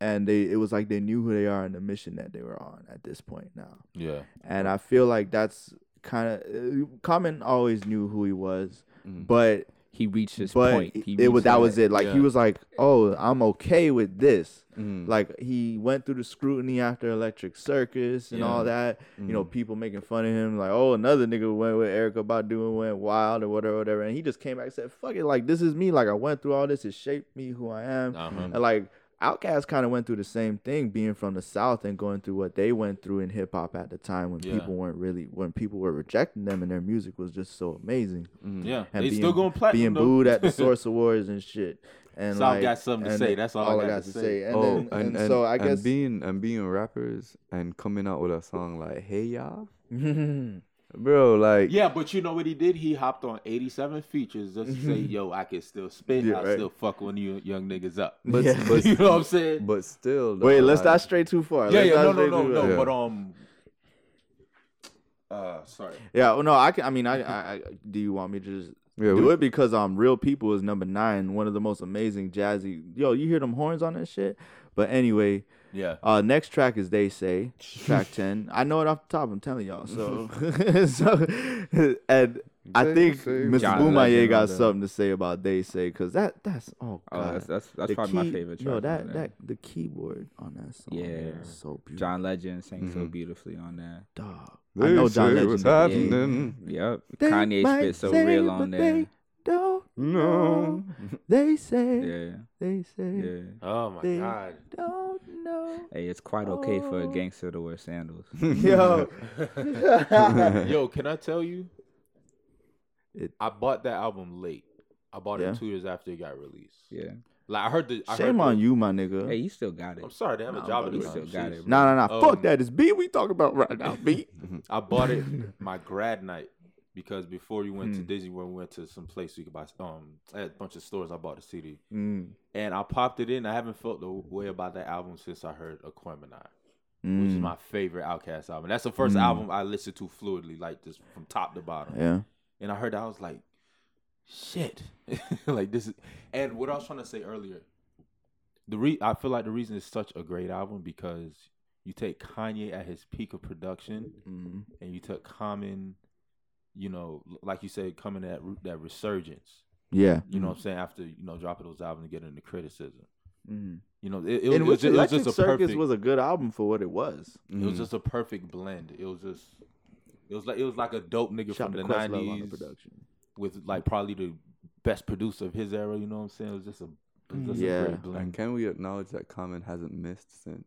B: and they it was like they knew who they are and the mission that they were on at this point now.
C: yeah.
B: and I feel like that's kind of Common always knew who he was,
A: Mhm.
B: but
D: He reached his
B: but
D: point. He
B: it was
D: reached
B: that was it. Like
C: Yeah.
B: he was like, oh, I'm okay with this.
A: Mhm.
B: Like he went through the scrutiny after Electric Circus and all that. You know, people making fun of him, like, oh, another nigga went with Erica Badu and went wild or whatever, whatever. And he just came back and said, fuck it, like this is me. Like I went through all this. It shaped me who I am.
C: Uh-huh.
B: And like Outkast kind of went through the same thing, being from the South and going through what they went through in hip hop at the time when
C: Yeah.
B: people weren't really when people were rejecting them and their music was just so amazing.
C: Yeah,
B: And
C: they still going
B: being
C: platinum. though.
B: booed at the Source Awards and shit. And
C: So I've
B: like,
C: got something to
B: and
C: say. That's all I got to say.
B: And,
A: oh,
B: then, and, so I guess
A: and being and being rappers and coming out with a song like "Hey y'all," bro, like
C: Yeah, but you know what he did? He hopped on 87 features just to say, "Yo, I can still spin.
B: Yeah,
C: I
B: right.
C: still fuck one of you young niggas up."
A: but
B: Yeah.
A: but
C: you know what I'm saying?
A: but still,
B: wait,
A: though,
B: let's
A: like,
B: not stray too far.
C: yeah,
B: Let's
C: yeah,
B: not
C: no, no,
B: stray
C: no,
B: too
C: no.
B: far.
A: Yeah.
C: But um, uh, sorry.
B: Yeah, well, no, I can. I mean, I, I, I do. You want me to just
A: Yeah,
B: do
A: we-
B: it because um, real people is number nine, one of the most amazing jazzy. Yo, you hear them horns on that shit. But anyway,
C: Yeah.
B: uh, next track is they say track ten. I know it off the top. I'm telling y'all. So, so and I
A: They
B: think
A: Say
B: Mr.
D: John
B: Boomaye
D: Legend
B: got
A: on that.
B: something to say about they say because that that's oh
D: Oh,
B: god.
D: that's that's, that's
B: The
D: probably my
B: key-
D: favorite.
B: Yo,
D: track on
B: that
D: there.
B: that the keyboard on that song. Yeah,
D: Yeah.
B: is so beautiful.
D: John Legend sang so
A: Mhm.
D: beautifully on that.
B: Dog. I
A: They
B: know John
A: say
B: Legend.
A: what's
B: did Mm-hmm. that.
A: happening.
D: Yep.
B: They
D: Kanye
B: might
D: spit so
B: say,
D: real
B: but
D: on
B: they
D: there.
B: Don't No. They say,
D: Yeah,
B: they say,
D: yeah.
C: Oh my
B: They-
C: god.
B: don't know.
D: Hey, it's quite okay for a
B: Oh.
D: gangster to wear sandals.
B: Yo.
C: Yo, can I tell you?
B: It-
C: I bought that album late. I bought
B: Yeah.
C: it two years after it got released.
D: Yeah.
C: Like I heard the I
B: Shame
C: heard
B: on
C: the-
B: you, my nigga.
D: Hey, you still got it.
C: I'm sorry, they have
D: Nah,
C: a job
D: but
C: at
D: you
C: the
D: still
C: time.
D: got it,
C: Jeez.
D: bro.
B: Nah, nah, nah.
C: Um,
B: Fuck that. It's B we talking about right now. B.
C: I bought it my grad night because before we went to
D: Hmm.
C: Disney World, we went to some place we could buy. Um, I had a bunch of stores. I bought a CD
D: Mm.
C: and I popped it in. I haven't felt the way about that album since I heard Aquemini, which is
B: Mm,
C: my favorite Outcast album. That's the first
B: Mm.
C: album I listened to fluidly, like just from top to bottom.
B: yeah.
C: And I heard that I was like, shit, like this is. And what I was trying to say earlier, the re I feel like the reason it's such a great album because you take Kanye at his peak of production
B: Mm,
C: and you took Common, you know, l- like you said, coming at re- that resurgence.
B: yeah.
C: You know what I'm saying? After you know dropping those albums and getting the criticism,
B: Mm.
C: you know, it, it,
B: And
C: was, it, was,
B: which
C: ju- it was
B: Electric
C: just a
B: Circus
C: perfect. Mm-hmm.
B: was a Mm-hmm. good album for what it was.
C: it was just a perfect blend. It was just. It was like it was like a dope nigga
B: Shout
C: from
B: to
C: the
B: Questlove on the
C: nineties
B: production.
C: with
B: Mm-hmm.
C: like probably the best producer of his era. You know what I'm saying? It was just a, it was just
B: Mm-hmm. Yeah.
C: a great
A: And
C: blend.
A: can we acknowledge that Common hasn't missed since?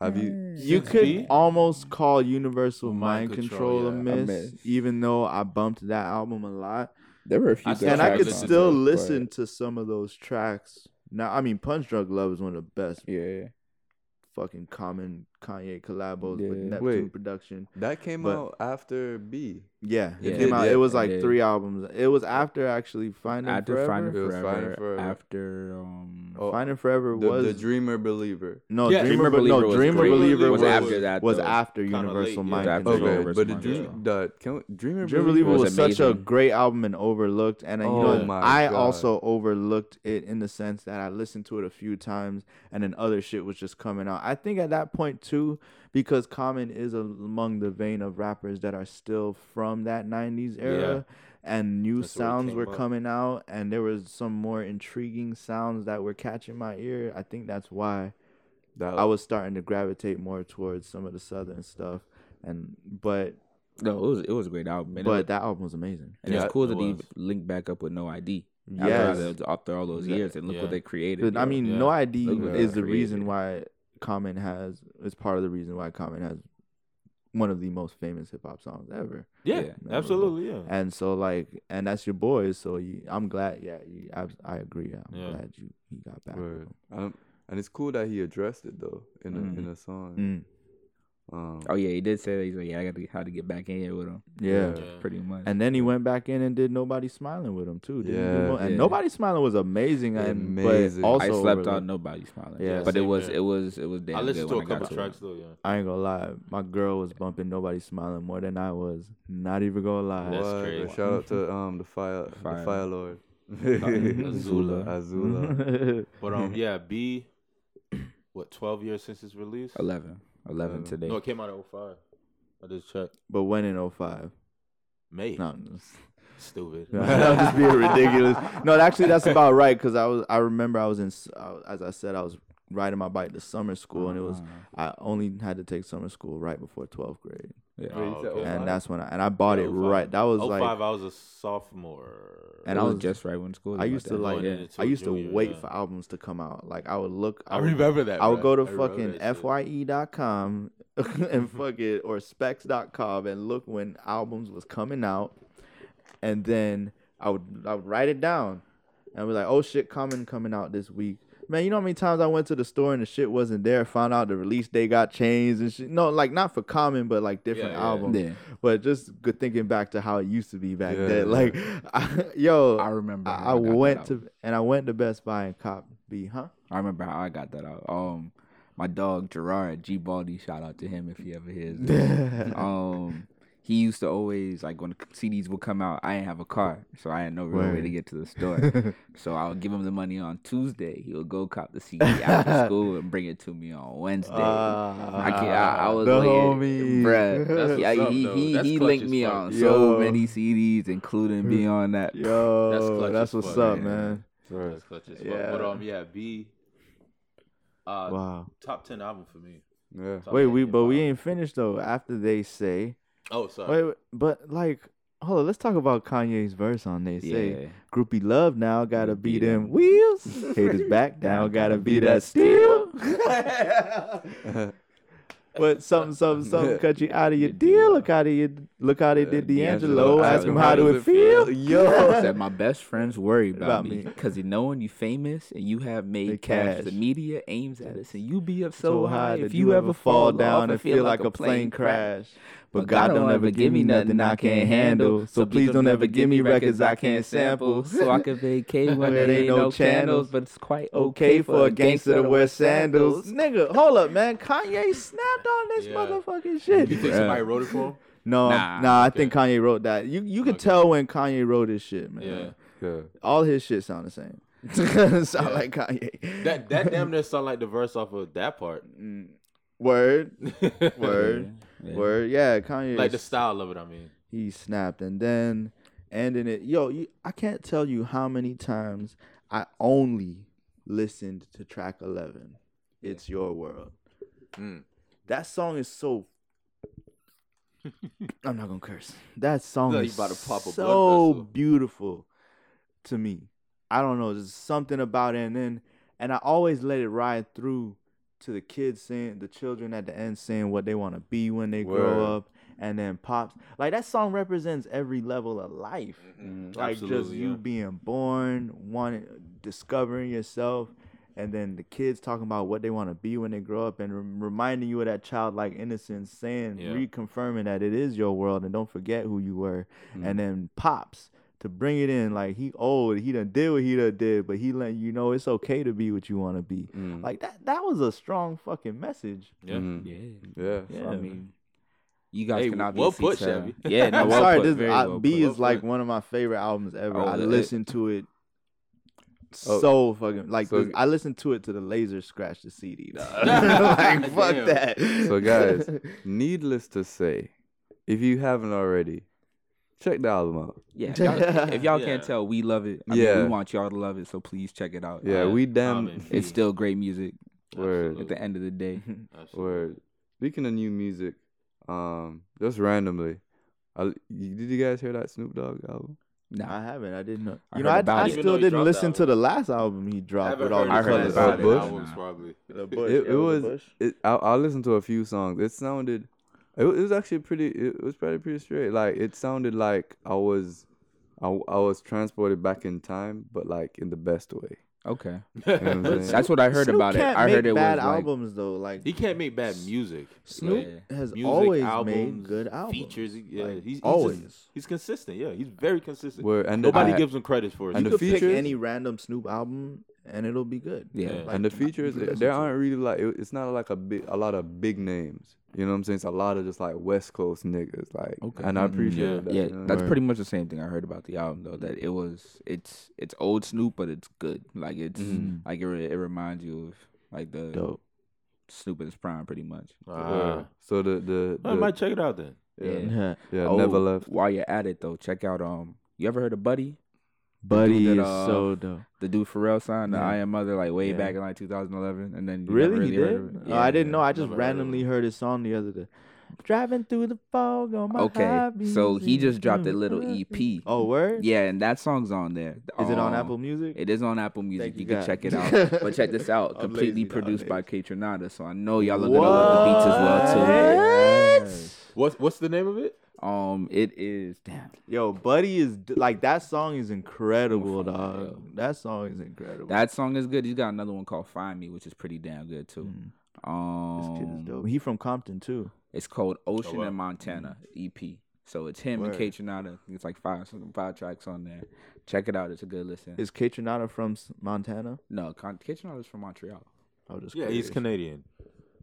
A: Have you?
B: You
C: Six
B: could
C: B?
B: almost call Universal Mind,
C: Mind
B: Control,
C: Control,
B: a,
C: yeah.
B: miss,
D: A miss.
B: even though I bumped that album a lot.
E: There were a few.
C: I
E: good
C: still
B: and I
C: tracks
B: could
C: on it,
B: still
E: though, but-
B: listen to some of those tracks. Now, I mean, Punch Drug Love is one of the best
D: Yeah.
B: fucking common Kanye collabos with
D: Yeah.
B: Neptune
A: Wait.
B: production.
A: That came
B: But-
A: out after B.
B: Yeah, it
D: Yeah.
B: came out.
A: Yeah,
B: it was
D: it
B: like
D: did.
B: three albums. It was after actually Finding
D: After
B: Forever.
D: Finding
A: It was
D: Forever,
A: Finding Forever.
D: after um,
A: Oh,
B: Finding Forever
A: The,
B: was
A: the Dreamer Believer.
B: no
C: Yeah,
B: Dreamer, Be- no
D: was
B: Dreamer
D: great.
B: Believer was,
D: was,
B: was after
D: after that. though.
C: Kinda late,
B: Universal
C: yeah.
B: Mind
D: It was after
B: Control.
A: Okay,
D: Universal
A: but the
D: Mind
A: dream,
D: Control.
A: the can we, Dreamer
B: Dream
A: Believer
B: Believer was,
D: was
B: such a
D: amazing.
B: great album and overlooked. And uh, you
A: Oh
B: know,
A: my
B: I
A: God.
B: also overlooked it in the sense that I listened to it a few times, and then other shit was just coming out. I think at that point too, because Common is among the vein of rappers that are still from that '90s era, and new
C: That's where it
B: sounds
C: came
B: were
C: up.
B: coming out, and there was some more intriguing sounds that were catching my ear. I think that's why
A: That
B: I was starting to gravitate more towards some of the southern stuff. And but
D: No, it was it was a great album. man. It was-
B: but that album was amazing.
D: and
A: Yeah,
D: it's cool
C: it
D: that he
C: was.
D: linked back up with No ID.
B: Yes.
D: After, all the- after all those
B: Yeah,
D: years, and look
C: yeah.
D: what they created.
B: But, I
D: yo.
B: mean,
C: yeah.
B: no ID
D: Look what
B: is
D: I
B: the reason
D: created.
B: why Common has is part of the reason why Common has one of the most famous hip hop songs ever.
C: Yeah,
D: Yeah.
C: absolutely. Yeah.
B: And so like, and that's your boy. So you, I'm glad. Yeah, you, I I agree. I'm
C: Yeah.
B: glad you he got back. with
A: word.
B: him.
A: I don't- Um, and it's cool that he addressed it though in a,
D: Mhm.
A: in a song.
B: Mm,
A: Um,
D: oh yeah, he did say that. He's like, yeah, I got to how to get back in here with him.
B: yeah.
C: Yeah.
D: pretty much.
B: And then he went back in and did Nobody Smiling with him too. Didn't he?
A: Yeah.
B: Mo- And
D: Yeah.
B: Nobody Smiling was amazing. And,
A: Amazing.
B: But also
D: I slept on
B: overlooked.
D: nobody smiling.
B: Yeah,
D: Yeah, but it
C: same
D: was
C: here.
D: it was it was damn
C: I listened
D: good
C: to a
D: when I
C: couple
D: got to
C: tracks
D: it.
C: though. Yeah.
B: I ain't gonna lie, my girl was bumping Nobody Smiling more than I was. Not even gonna lie.
C: That's
A: word.
C: crazy.
A: Shout out to um the fire the
D: Fire.
A: fire lord
D: Azula.
A: Azula.
C: But um, yeah, B, what twelve years since its release?
D: 11, 11 today.
C: No, it came out in 05. I just checked.
B: but when in 05?
C: May.
B: No, I'm just-
C: Stupid.
B: no, that would just be ridiculous. No, actually, that's about right because I was. I remember I was in. s- I was- as I said, I was riding my bike to summer school, and it was. I only had to take summer school right before 12th grade,
D: Yeah.
C: Oh, okay.
B: and that's when I and I bought
C: Yeah,
B: it
C: 05.
B: right. That was
C: 05,
B: like,
C: I was a sophomore.
B: and
D: It
B: I
D: was
B: was
D: just right when school.
B: I used to
D: that.
B: like.
C: Going into
B: I used to
C: junior,
B: wait
C: yeah.
B: for albums to come out. Like I would look.
C: I
B: would-
C: remember that.
B: I would go
C: bro.
B: to
C: I remember
B: fucking
C: that shit.
B: fye.com and fuck it or specs.com and look when albums was coming out and then I would I would write it down and be like, "Oh shit, Common coming out this week." Man, you know how many times I went to the store and the shit wasn't there, found out the release day got changed and shit. No, like not for Common, but like different
C: Yeah, yeah.
B: albums.
D: Yeah.
B: But just good thinking back to how it used to be back
A: Yeah.
B: then. Like, I, yo, I,
D: I remember. how
B: I,
D: got that
B: went
D: album.
B: to and I went to Best Buy and cop B, huh?
D: I remember how I got that out. Um, my dog Gerard G Baldy, shout out to him if he ever hears. This. um, he used to always like when CDs would come out. I didn't have a car, so I had no real way to
B: Word.
D: get to the store. so I would give him the money on Tuesday. He would go cop the CD after school and bring it to me on Wednesday.
B: Ah,
D: I can't. I, I was
B: Uh, the
D: like,
B: homie.
D: bruh.
C: That's
D: Yeah,
C: what's up,
D: he
C: though.
D: he,
C: That's
D: he
C: clutch
D: linked
C: as
D: me
C: fuck.
D: on so
B: Yo.
D: many CDs, including Beyond That.
C: That's
B: Yo,
C: clutch
B: that's,
C: as
B: what's
C: fuck,
B: up,
D: yeah.
B: man.
C: That's clutch as fuck.
B: Yeah.
C: But um, yeah, B. Uh,
B: Wow.
C: top ten album for me.
A: Yeah.
C: Top
B: Wait,
C: 10
B: we but we
C: hip-hop.
B: ain't finished though. After they say,
C: Oh, sorry.
B: wait, wait, but like Hold on, let's talk about Kanye's verse on They Say.
D: Yeah.
B: Groupie love now gotta beat them wheels. Haters back down gotta beat that steel. but something, something, something cut you out of your deal. Look how they look how they did D'Angelo. Ask him how do it feel.
D: Yo,
B: Yo,
D: said my best friends worry about,
B: About
D: me
B: me.
D: because you know when you famous and you have made
B: They
D: cash. the
B: cash.
D: media aims at us and you be up so,
B: so
D: high.
B: high that you ever fall down and feel like a plane crash.
D: crash.
B: But God don't ever give me nothing I can't handle. So please don't ever give me records I can't sample.
D: So I can vacate when
B: When
D: there ain't no channels,
B: channels.
D: but it's quite
B: okay for a gangster to wear sandals. Nigga, hold up, man. Kanye snapped on this
C: Yeah.
B: motherfucking
C: You
B: shit.
C: think somebody wrote it for him?
B: No,
D: Nah.
B: nah, I think Kanye wrote that. You you could
C: Okay.
B: tell when Kanye wrote his shit, man.
C: Yeah.
A: Yeah.
B: All his shit sound the same. sound
C: Yeah.
B: like Kanye.
C: That that damn near sound like the verse off of that part.
B: Mm. word,
C: like
B: word, word. Yeah, Kanye.
C: the
B: is-
C: style of it, I mean.
B: he snapped and then and in it yo you, i can't tell you how many times i only listened to track 11 it's your world
C: Mm.
B: that song is so i'm not gonna curse that song
C: No, you
B: is
C: about to pop a blood
B: so
C: vessel.
B: beautiful to me i don't know there's something about it and then and i always let it ride through to the kids saying the children at the end saying what they want to be when they
A: Word.
B: grow up and then pops like that song represents every level of life like just
C: Absolutely,
B: you
C: yeah.
B: being born wanting discovering yourself and then the kids talking about what they want to be when they grow up and rem- reminding you of that childlike innocence saying
C: Yeah.
B: reconfirming that it is your world and don't forget who you were
C: Mm-hmm.
B: and then pops to bring it in like he old he done did what he done did but he letting you know it's okay to be what you want to be
C: Mm-hmm.
A: Mm.
B: like that that was a strong fucking message
C: Yeah.
A: Mhm.
D: Yeah.
A: Yeah.
B: yeah
D: So, I
B: man.
D: mean, you guys
C: Hey,
D: can
C: well
D: obviously
C: put,
D: tell.
C: Chevy.
D: Yeah, no,
B: I'm
D: well
B: sorry.
D: put,
B: This
D: very
B: I,
D: well
B: B
D: put.
B: is like one of my favorite albums ever.
D: Oh,
B: I
D: the-
B: listened to it
A: Oh.
B: so fucking like
A: So-
B: this- I listened to it to the laser scratch the CD. dog. like fuck
C: Damn.
B: that.
A: So, guys, Needless to say, if you haven't already, check the album out.
D: Yeah, y'all- if y'all
C: Yeah.
D: can't tell, we love it. I mean,
A: Yeah.
D: we want y'all to love it, so please check it out.
A: Yeah,
C: Uh,
A: we
C: I
A: damn
C: mean,
D: it's still great music.
A: word
D: At the end of the day,
C: Absolutely.
A: word. Speaking of new music, um, just randomly, I, y- did you guys hear that Snoop Dogg album?
D: nah,
B: I haven't. I didn't know.
D: I
B: You know,
D: heard
B: I,
D: about
B: I
D: it.
C: Even though
B: still
C: he
B: didn't
C: dropped
B: listen
C: the
B: to the last album he
C: I
B: dropped
C: haven't
B: with all
C: heard
B: the
A: I heard
B: colors.
C: his last
A: about it.
C: albums,
D: Bush.
C: probably.
B: The Bush,
A: It-
B: yeah,
A: it
B: the
A: was-
B: Bush.
A: It, I, I listened to a few songs. It sounded, it, wa- it was actually pretty. It was pretty pretty straight. Like it sounded like I was, I, w- I was transported back in time, but like in the best way.
D: okay,
A: You know what I'm saying?
D: that's what I heard
B: Snoop
D: about it.
B: can't
D: I heard
B: make
D: it was
B: bad
D: like,
B: albums though. Like
C: He can't make bad music.
B: Snoop
D: Yeah.
B: has
C: Music,
B: always
C: albums,
B: made good albums.
C: Features. he- Yeah,
B: Like,
C: he's, he's just-
B: always.
C: he's consistent. Yeah, he's very consistent.
A: Where and
C: Nobody
A: I-
C: gives him credit for it.
A: and
B: you
A: the
B: could pick
A: features-
B: any random Snoop album and it'll be good.
D: Yeah.
C: Yeah.
A: and the features
B: you
A: eh,
B: listen
A: there
B: to it.
A: aren't really like it- it's not like a big a lot of big names you know what i'm saying it's a lot of just like west coast niggas like
D: Okay.
A: and i
D: Mhm.
A: appreciate
C: Yeah.
A: that
D: yeah,
A: you know?
D: that's
B: Right.
D: pretty much the same thing I heard about the album though. That it was, it's it's old Snoop, but it's good. Like it's
A: Mhm.
D: like it, re- it reminds you of like the
B: Mm-hmm. Dope.
D: Snoop in his prime, pretty much.
A: Uh, so the the,
C: I might
A: the
C: check it out then.
A: yeah,
D: Yeah.
B: Yeah.
A: yeah
D: Oh,
A: never left
D: While you're at it though, check out um, you ever heard of Buddy?
B: Buddy
D: that,
B: is
D: uh,
B: so dope.
D: the dude Pharrell signed, the
B: Yeah.
D: I Am Mother, like way
B: Yeah.
D: back in like 2011, and then you never
B: Really, he
D: heard
B: did?
D: of it.
B: oh, I didn't know. I just
C: Never heard of
B: randomly
C: him.
B: heard his song the other day. Driving through the fog on my
D: Okay,
B: hobbies
D: so he
B: and
D: just dropped a little E
B: hobbies.
D: EP.
B: Oh, word?
D: Yeah, and that song's on there.
B: Is it on
D: Um,
B: Apple Music?
D: It is on Apple
B: Thank
D: Music. you
B: you,
D: can
B: God.
D: check it out. but check this out.
B: I'm
D: Completely
B: lazy
D: produced by
B: nowadays.
D: K Tronada, so I know y'all are gonna love the beats as well
C: What's what's the name of it?
D: too. Um, it is damn.
B: Yo, Buddy is d- like that song is incredible,
D: Come on,
B: dog. That song is incredible.
D: That song is good. He's got another one called Find Me, which is pretty damn good too.
B: Mm, this
D: Um,
B: kid is dope. He from Compton too.
D: It's called Ocean
C: wow.
D: and Montana EP. So it's him and K
B: Word.
D: Tronada. It's like five some five tracks on there. Check it out. It's a good listen.
B: Is Catronata from S- Montana?
D: no, Con- K Tronada's from Montreal.
B: I was just
C: Yeah, he's
B: curious.
C: Canadian.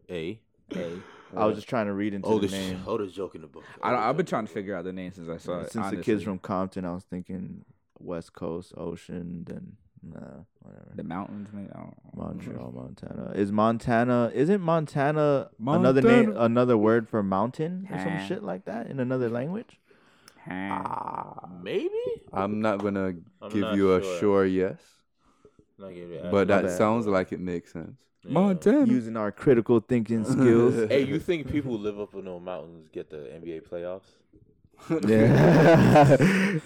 C: A. Oh,
D: Hey,
B: I was just trying to read into the
C: Oldest,
B: name.
C: oldest joke in the book.
D: I don't, I've been trying to figure out the name since I saw it.
B: Since the kid's
D: honestly.
B: from Compton, I was thinking West Coast, Ocean, then nah, whatever.
D: the mountains, Oh, maybe. I don't
C: Mm-hmm.
D: know.
B: Montreal, Montana. Is Montana? Isn't Montana, another name,
D: Montana.
B: another word for mountain or
D: Huh.
B: some shit like that in another language?
D: Huh.
C: Maybe.
A: i'm not gonna
C: I'm
A: give
C: not
A: you a
C: sure.
A: sure yes
C: Not gonna be-
A: but uh,
B: my
A: that
B: bad.
A: sounds like it makes sense
C: Yeah.
B: Using our critical thinking skills.
C: Hey, you think people who live up in those mountains get the NBA playoffs?
B: Yeah.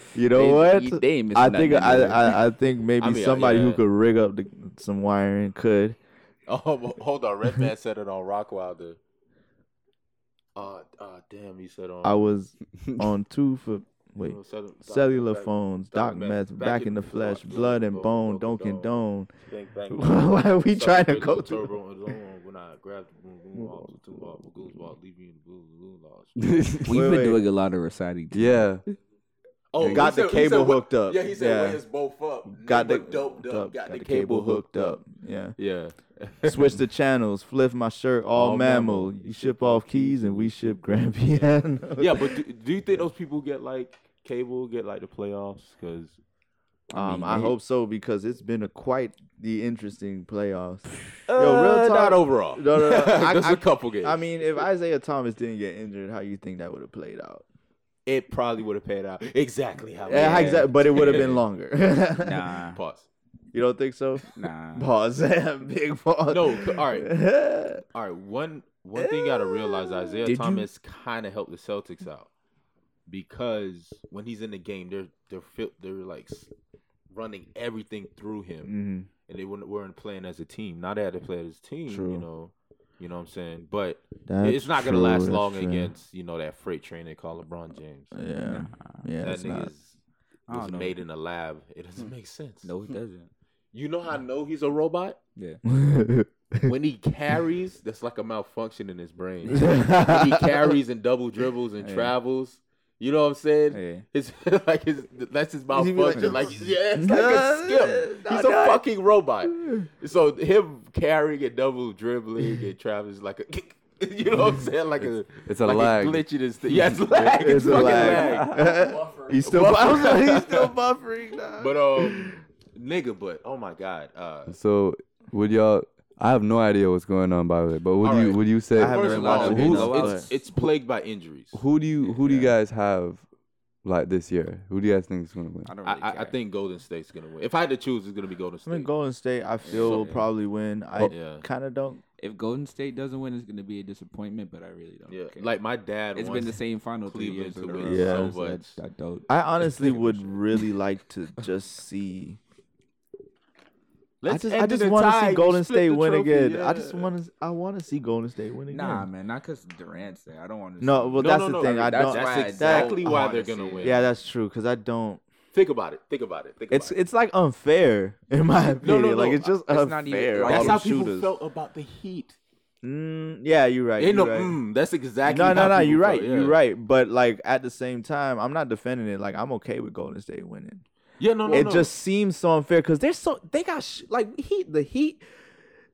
B: you know
D: They-
B: what?
D: they ain't missing
B: I think
D: nothing,
B: I,
D: really.
B: I, I think maybe
C: I mean, uh,
B: somebody who
C: yeah.
B: could rig up the, some wiring could.
C: Oh, well, hold on. Redman said it on Rockwilder. Uh, uh, damn, he said on.
B: I was on two for wait. Cellular phones, doc meds, back, in the flesh, blood and bone, don't condone. Why are we trying to go through-
C: When I grabbed the boom, boom, walk, two walk, goose walk, leave you in the blue, blue lost.
D: We've
B: Wait,
D: been
B: wait.
D: doing a lot of reciting.
A: yeah.
C: Oh,
B: Got
C: he
B: the
C: said- he
B: cable
C: said, "Wait-"
B: hooked up.
C: Yeah, he said,
B: Yeah.
C: "Wait, it's both up."
B: Got the
C: dope, dope. Got, the,
B: cable, hooked up. Yeah.
C: Yeah.
B: Switch the channels, flip my shirt, all,
C: All
B: mammal.
C: mammal.
B: You ship off keys and we ship grand piano.
C: yeah, but do, do you think those people get like cable, get like the playoffs? Because
B: Um,
D: mean,
B: I
D: it-
B: hope so because it's been a quite the interesting playoffs.
C: uh, not
B: talk-
C: overall.
B: No, no, no. I-
C: Just
B: I-
C: a couple games.
B: I mean, if Isaiah Thomas didn't get injured, how you think that would have played out?
C: it probably would have paid out exactly how.
B: Yeah,
C: it
B: exactly.
C: did.
B: But it would have been longer.
D: Nah,
C: Pause.
B: You don't think so?
D: nah.
B: Pause. Big pause.
C: No, c- all
B: right.
C: All right, one one thing you gotta realize: Isaiah
D: Did you-
C: Thomas kind of helped the Celtics out because when he's in the game, they're they're fil- they're like s- running everything through him,
B: Mhm.
C: and they weren't, weren't playing as a team. Now they had to play as a team,
B: True.
C: you know. You know what I'm saying? But
B: That's
C: it's not gonna
B: true,
C: last
B: that's
C: long
B: true.
C: against you know that freight train they call LeBron James.
B: Yeah. Yeah.
C: that
B: That's
C: nigga
B: not. Mm.
C: is-
D: I don't
C: was
D: know.
C: made in a lab. It doesn't make sense.
D: No, it doesn't.
C: You know how I know he's a robot? When he carries, that's like a malfunction in his brain. when he carries and double dribbles and
D: Yeah.
C: travels. You know what I'm saying?
D: Yeah.
C: It's like his, that's his
B: He be like-
C: malfunction. Like, yeah, it's like a skip. He's a fucking robot. So him carrying and double dribbling and traveling is like a. You know what I'm saying? Like a
A: It's a
C: like
A: lag.
C: glitch in his thing. Yeah, it's lag.
B: It's
C: It's,
B: a
C: fucking
B: lag.
C: lag.
B: he's still.
C: Buffer.
B: he's still buffering. Now.
C: But um, nigga, but oh my god, uh,
A: So would y'all? I have no idea what's going on by the way. But would
C: All
A: you
C: right.
A: would you say
B: I haven't
C: first
B: really
C: of
B: watched
C: all,
B: the
C: who's-
B: game.
C: it's, it's plagued by injuries.
A: who do you who do you guys have like this year? Who do you guys think is gonna win?
D: I don't
C: I,
D: really
C: I, I
D: care.
C: think Golden State's gonna win. If I had to choose, it's gonna be Golden
B: I
C: State.
B: mean, Golden State, I feel will
C: Yeah.
B: probably win. I
C: Oh, Yeah.
B: kind of don't.
D: if Golden State doesn't win, it's gonna be a disappointment. But I really don't
C: yeah,
D: care.
C: like my dad. It's
D: it's been the same final three
C: Cleveland
D: years
C: to
D: in a
C: win
B: so
D: row. so
C: much.
D: I, I don't.
B: I honestly
D: taking a
B: would
D: shot.
B: really like to just see.
C: Let's
B: I just, I
C: end
B: just
C: in a
B: want to
C: tie.
B: see
C: We
B: Golden
C: split
B: State
C: the
B: win
C: trophy,
B: again. I
C: yeah.
B: just want to. I want to see Golden State win again.
D: Nah, man, not because Durant's there. I don't want to.
B: No, well,
C: No,
B: that's
C: no,
B: the
C: no,
B: thing. I
C: that's
B: don't.
C: why
B: that-
C: exactly why they're gonna win.
B: Yeah, that's true. Cause I don't.
C: Think about it. Think about it. Think
B: It's
C: about it.
B: it's like unfair in my
C: No, no,
B: opinion. Like
C: no,
B: it's just
D: it's
B: unfair.
D: not even- like,
B: all
C: That's
B: the
C: how people
B: shooters.
C: felt about the Heat.
B: Mm, yeah, you're right.
C: Ain't no,
B: you're right.
C: mm, that's exactly.
B: no, no,
C: how
B: no.
C: people
B: You're right.
C: felt, yeah.
B: You're right. But like at the same time, I'm not defending it. Like I'm okay with Golden State winning.
C: Yeah, no, no,
B: it
C: no.
B: just seems so unfair because they're so they got sh- like heat the heat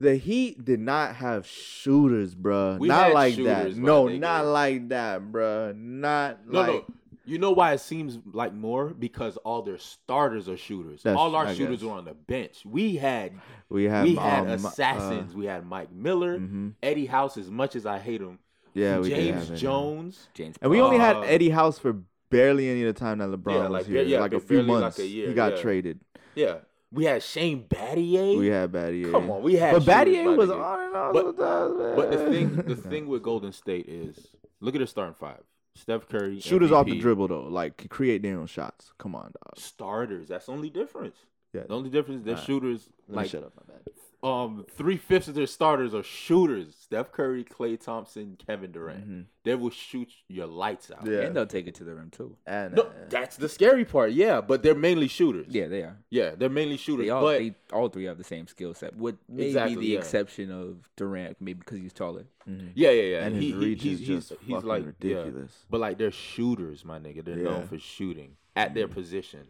B: the heat did not have shooters bruh.
C: We
B: not
C: had
B: like that
C: shooters, my
B: no
C: nigga.
B: not like that bruh. not
C: no,
B: like
C: no. You know why it seems like more because all their starters are shooters.
B: That's-
C: all our
B: I
C: shooters
B: guess.
C: were on the bench. We had
B: we had
C: we had
B: um, uh,
C: assassins. we had Mike Miller,
B: mhm.
C: Eddie House. As much as I hate him,
B: yeah we did
C: James
B: have it.
C: Jones.
D: James.
B: and we only had
C: Uh,
B: Eddie House for barely any of the time that LeBron
C: Yeah,
B: was
C: like,
B: here
C: yeah,
B: like a
C: ba-
B: few
C: barely like
B: months
C: a year,
B: he got
C: yeah.
B: traded
C: Yeah, we had Shane Battier.
B: we had Battier
C: Come on, we had.
B: but
C: shooters
B: Battier
C: by
B: was
C: the year.
B: on and off
C: But-
B: sometimes, man.
C: But the thing, the thing with Golden State is, look at their starting five: Steph Curry,
B: shooters
C: MVP,
B: off the dribble though like create their own shots come on dog
C: starters. That's the only difference.
B: Yeah.
C: The only difference is their
B: Alright.
C: shooters,
B: Let me
C: like
B: shut up my bad
C: um, three fifths of their starters are shooters: Steph Curry, Clay Thompson, Kevin Durant.
B: Mhm.
C: They will shoot your lights out.
B: Yeah.
D: And they'll take it to the rim too.
B: And,
C: No,
B: uh,
C: that's the scary part. Yeah, but they're mainly shooters.
D: Yeah, they are.
C: yeah, they're mainly shooters.
D: They all
C: but
D: they all three have the same skill set, with maybe
C: Exactly,
D: the
C: yeah.
D: exception of Durant, maybe because he's taller.
C: Yeah, yeah, yeah.
B: and his reach is just fucking
C: yeah.
B: ridiculous.
C: But like they're shooters, my nigga. They're
B: Yeah.
C: known for shooting at their position.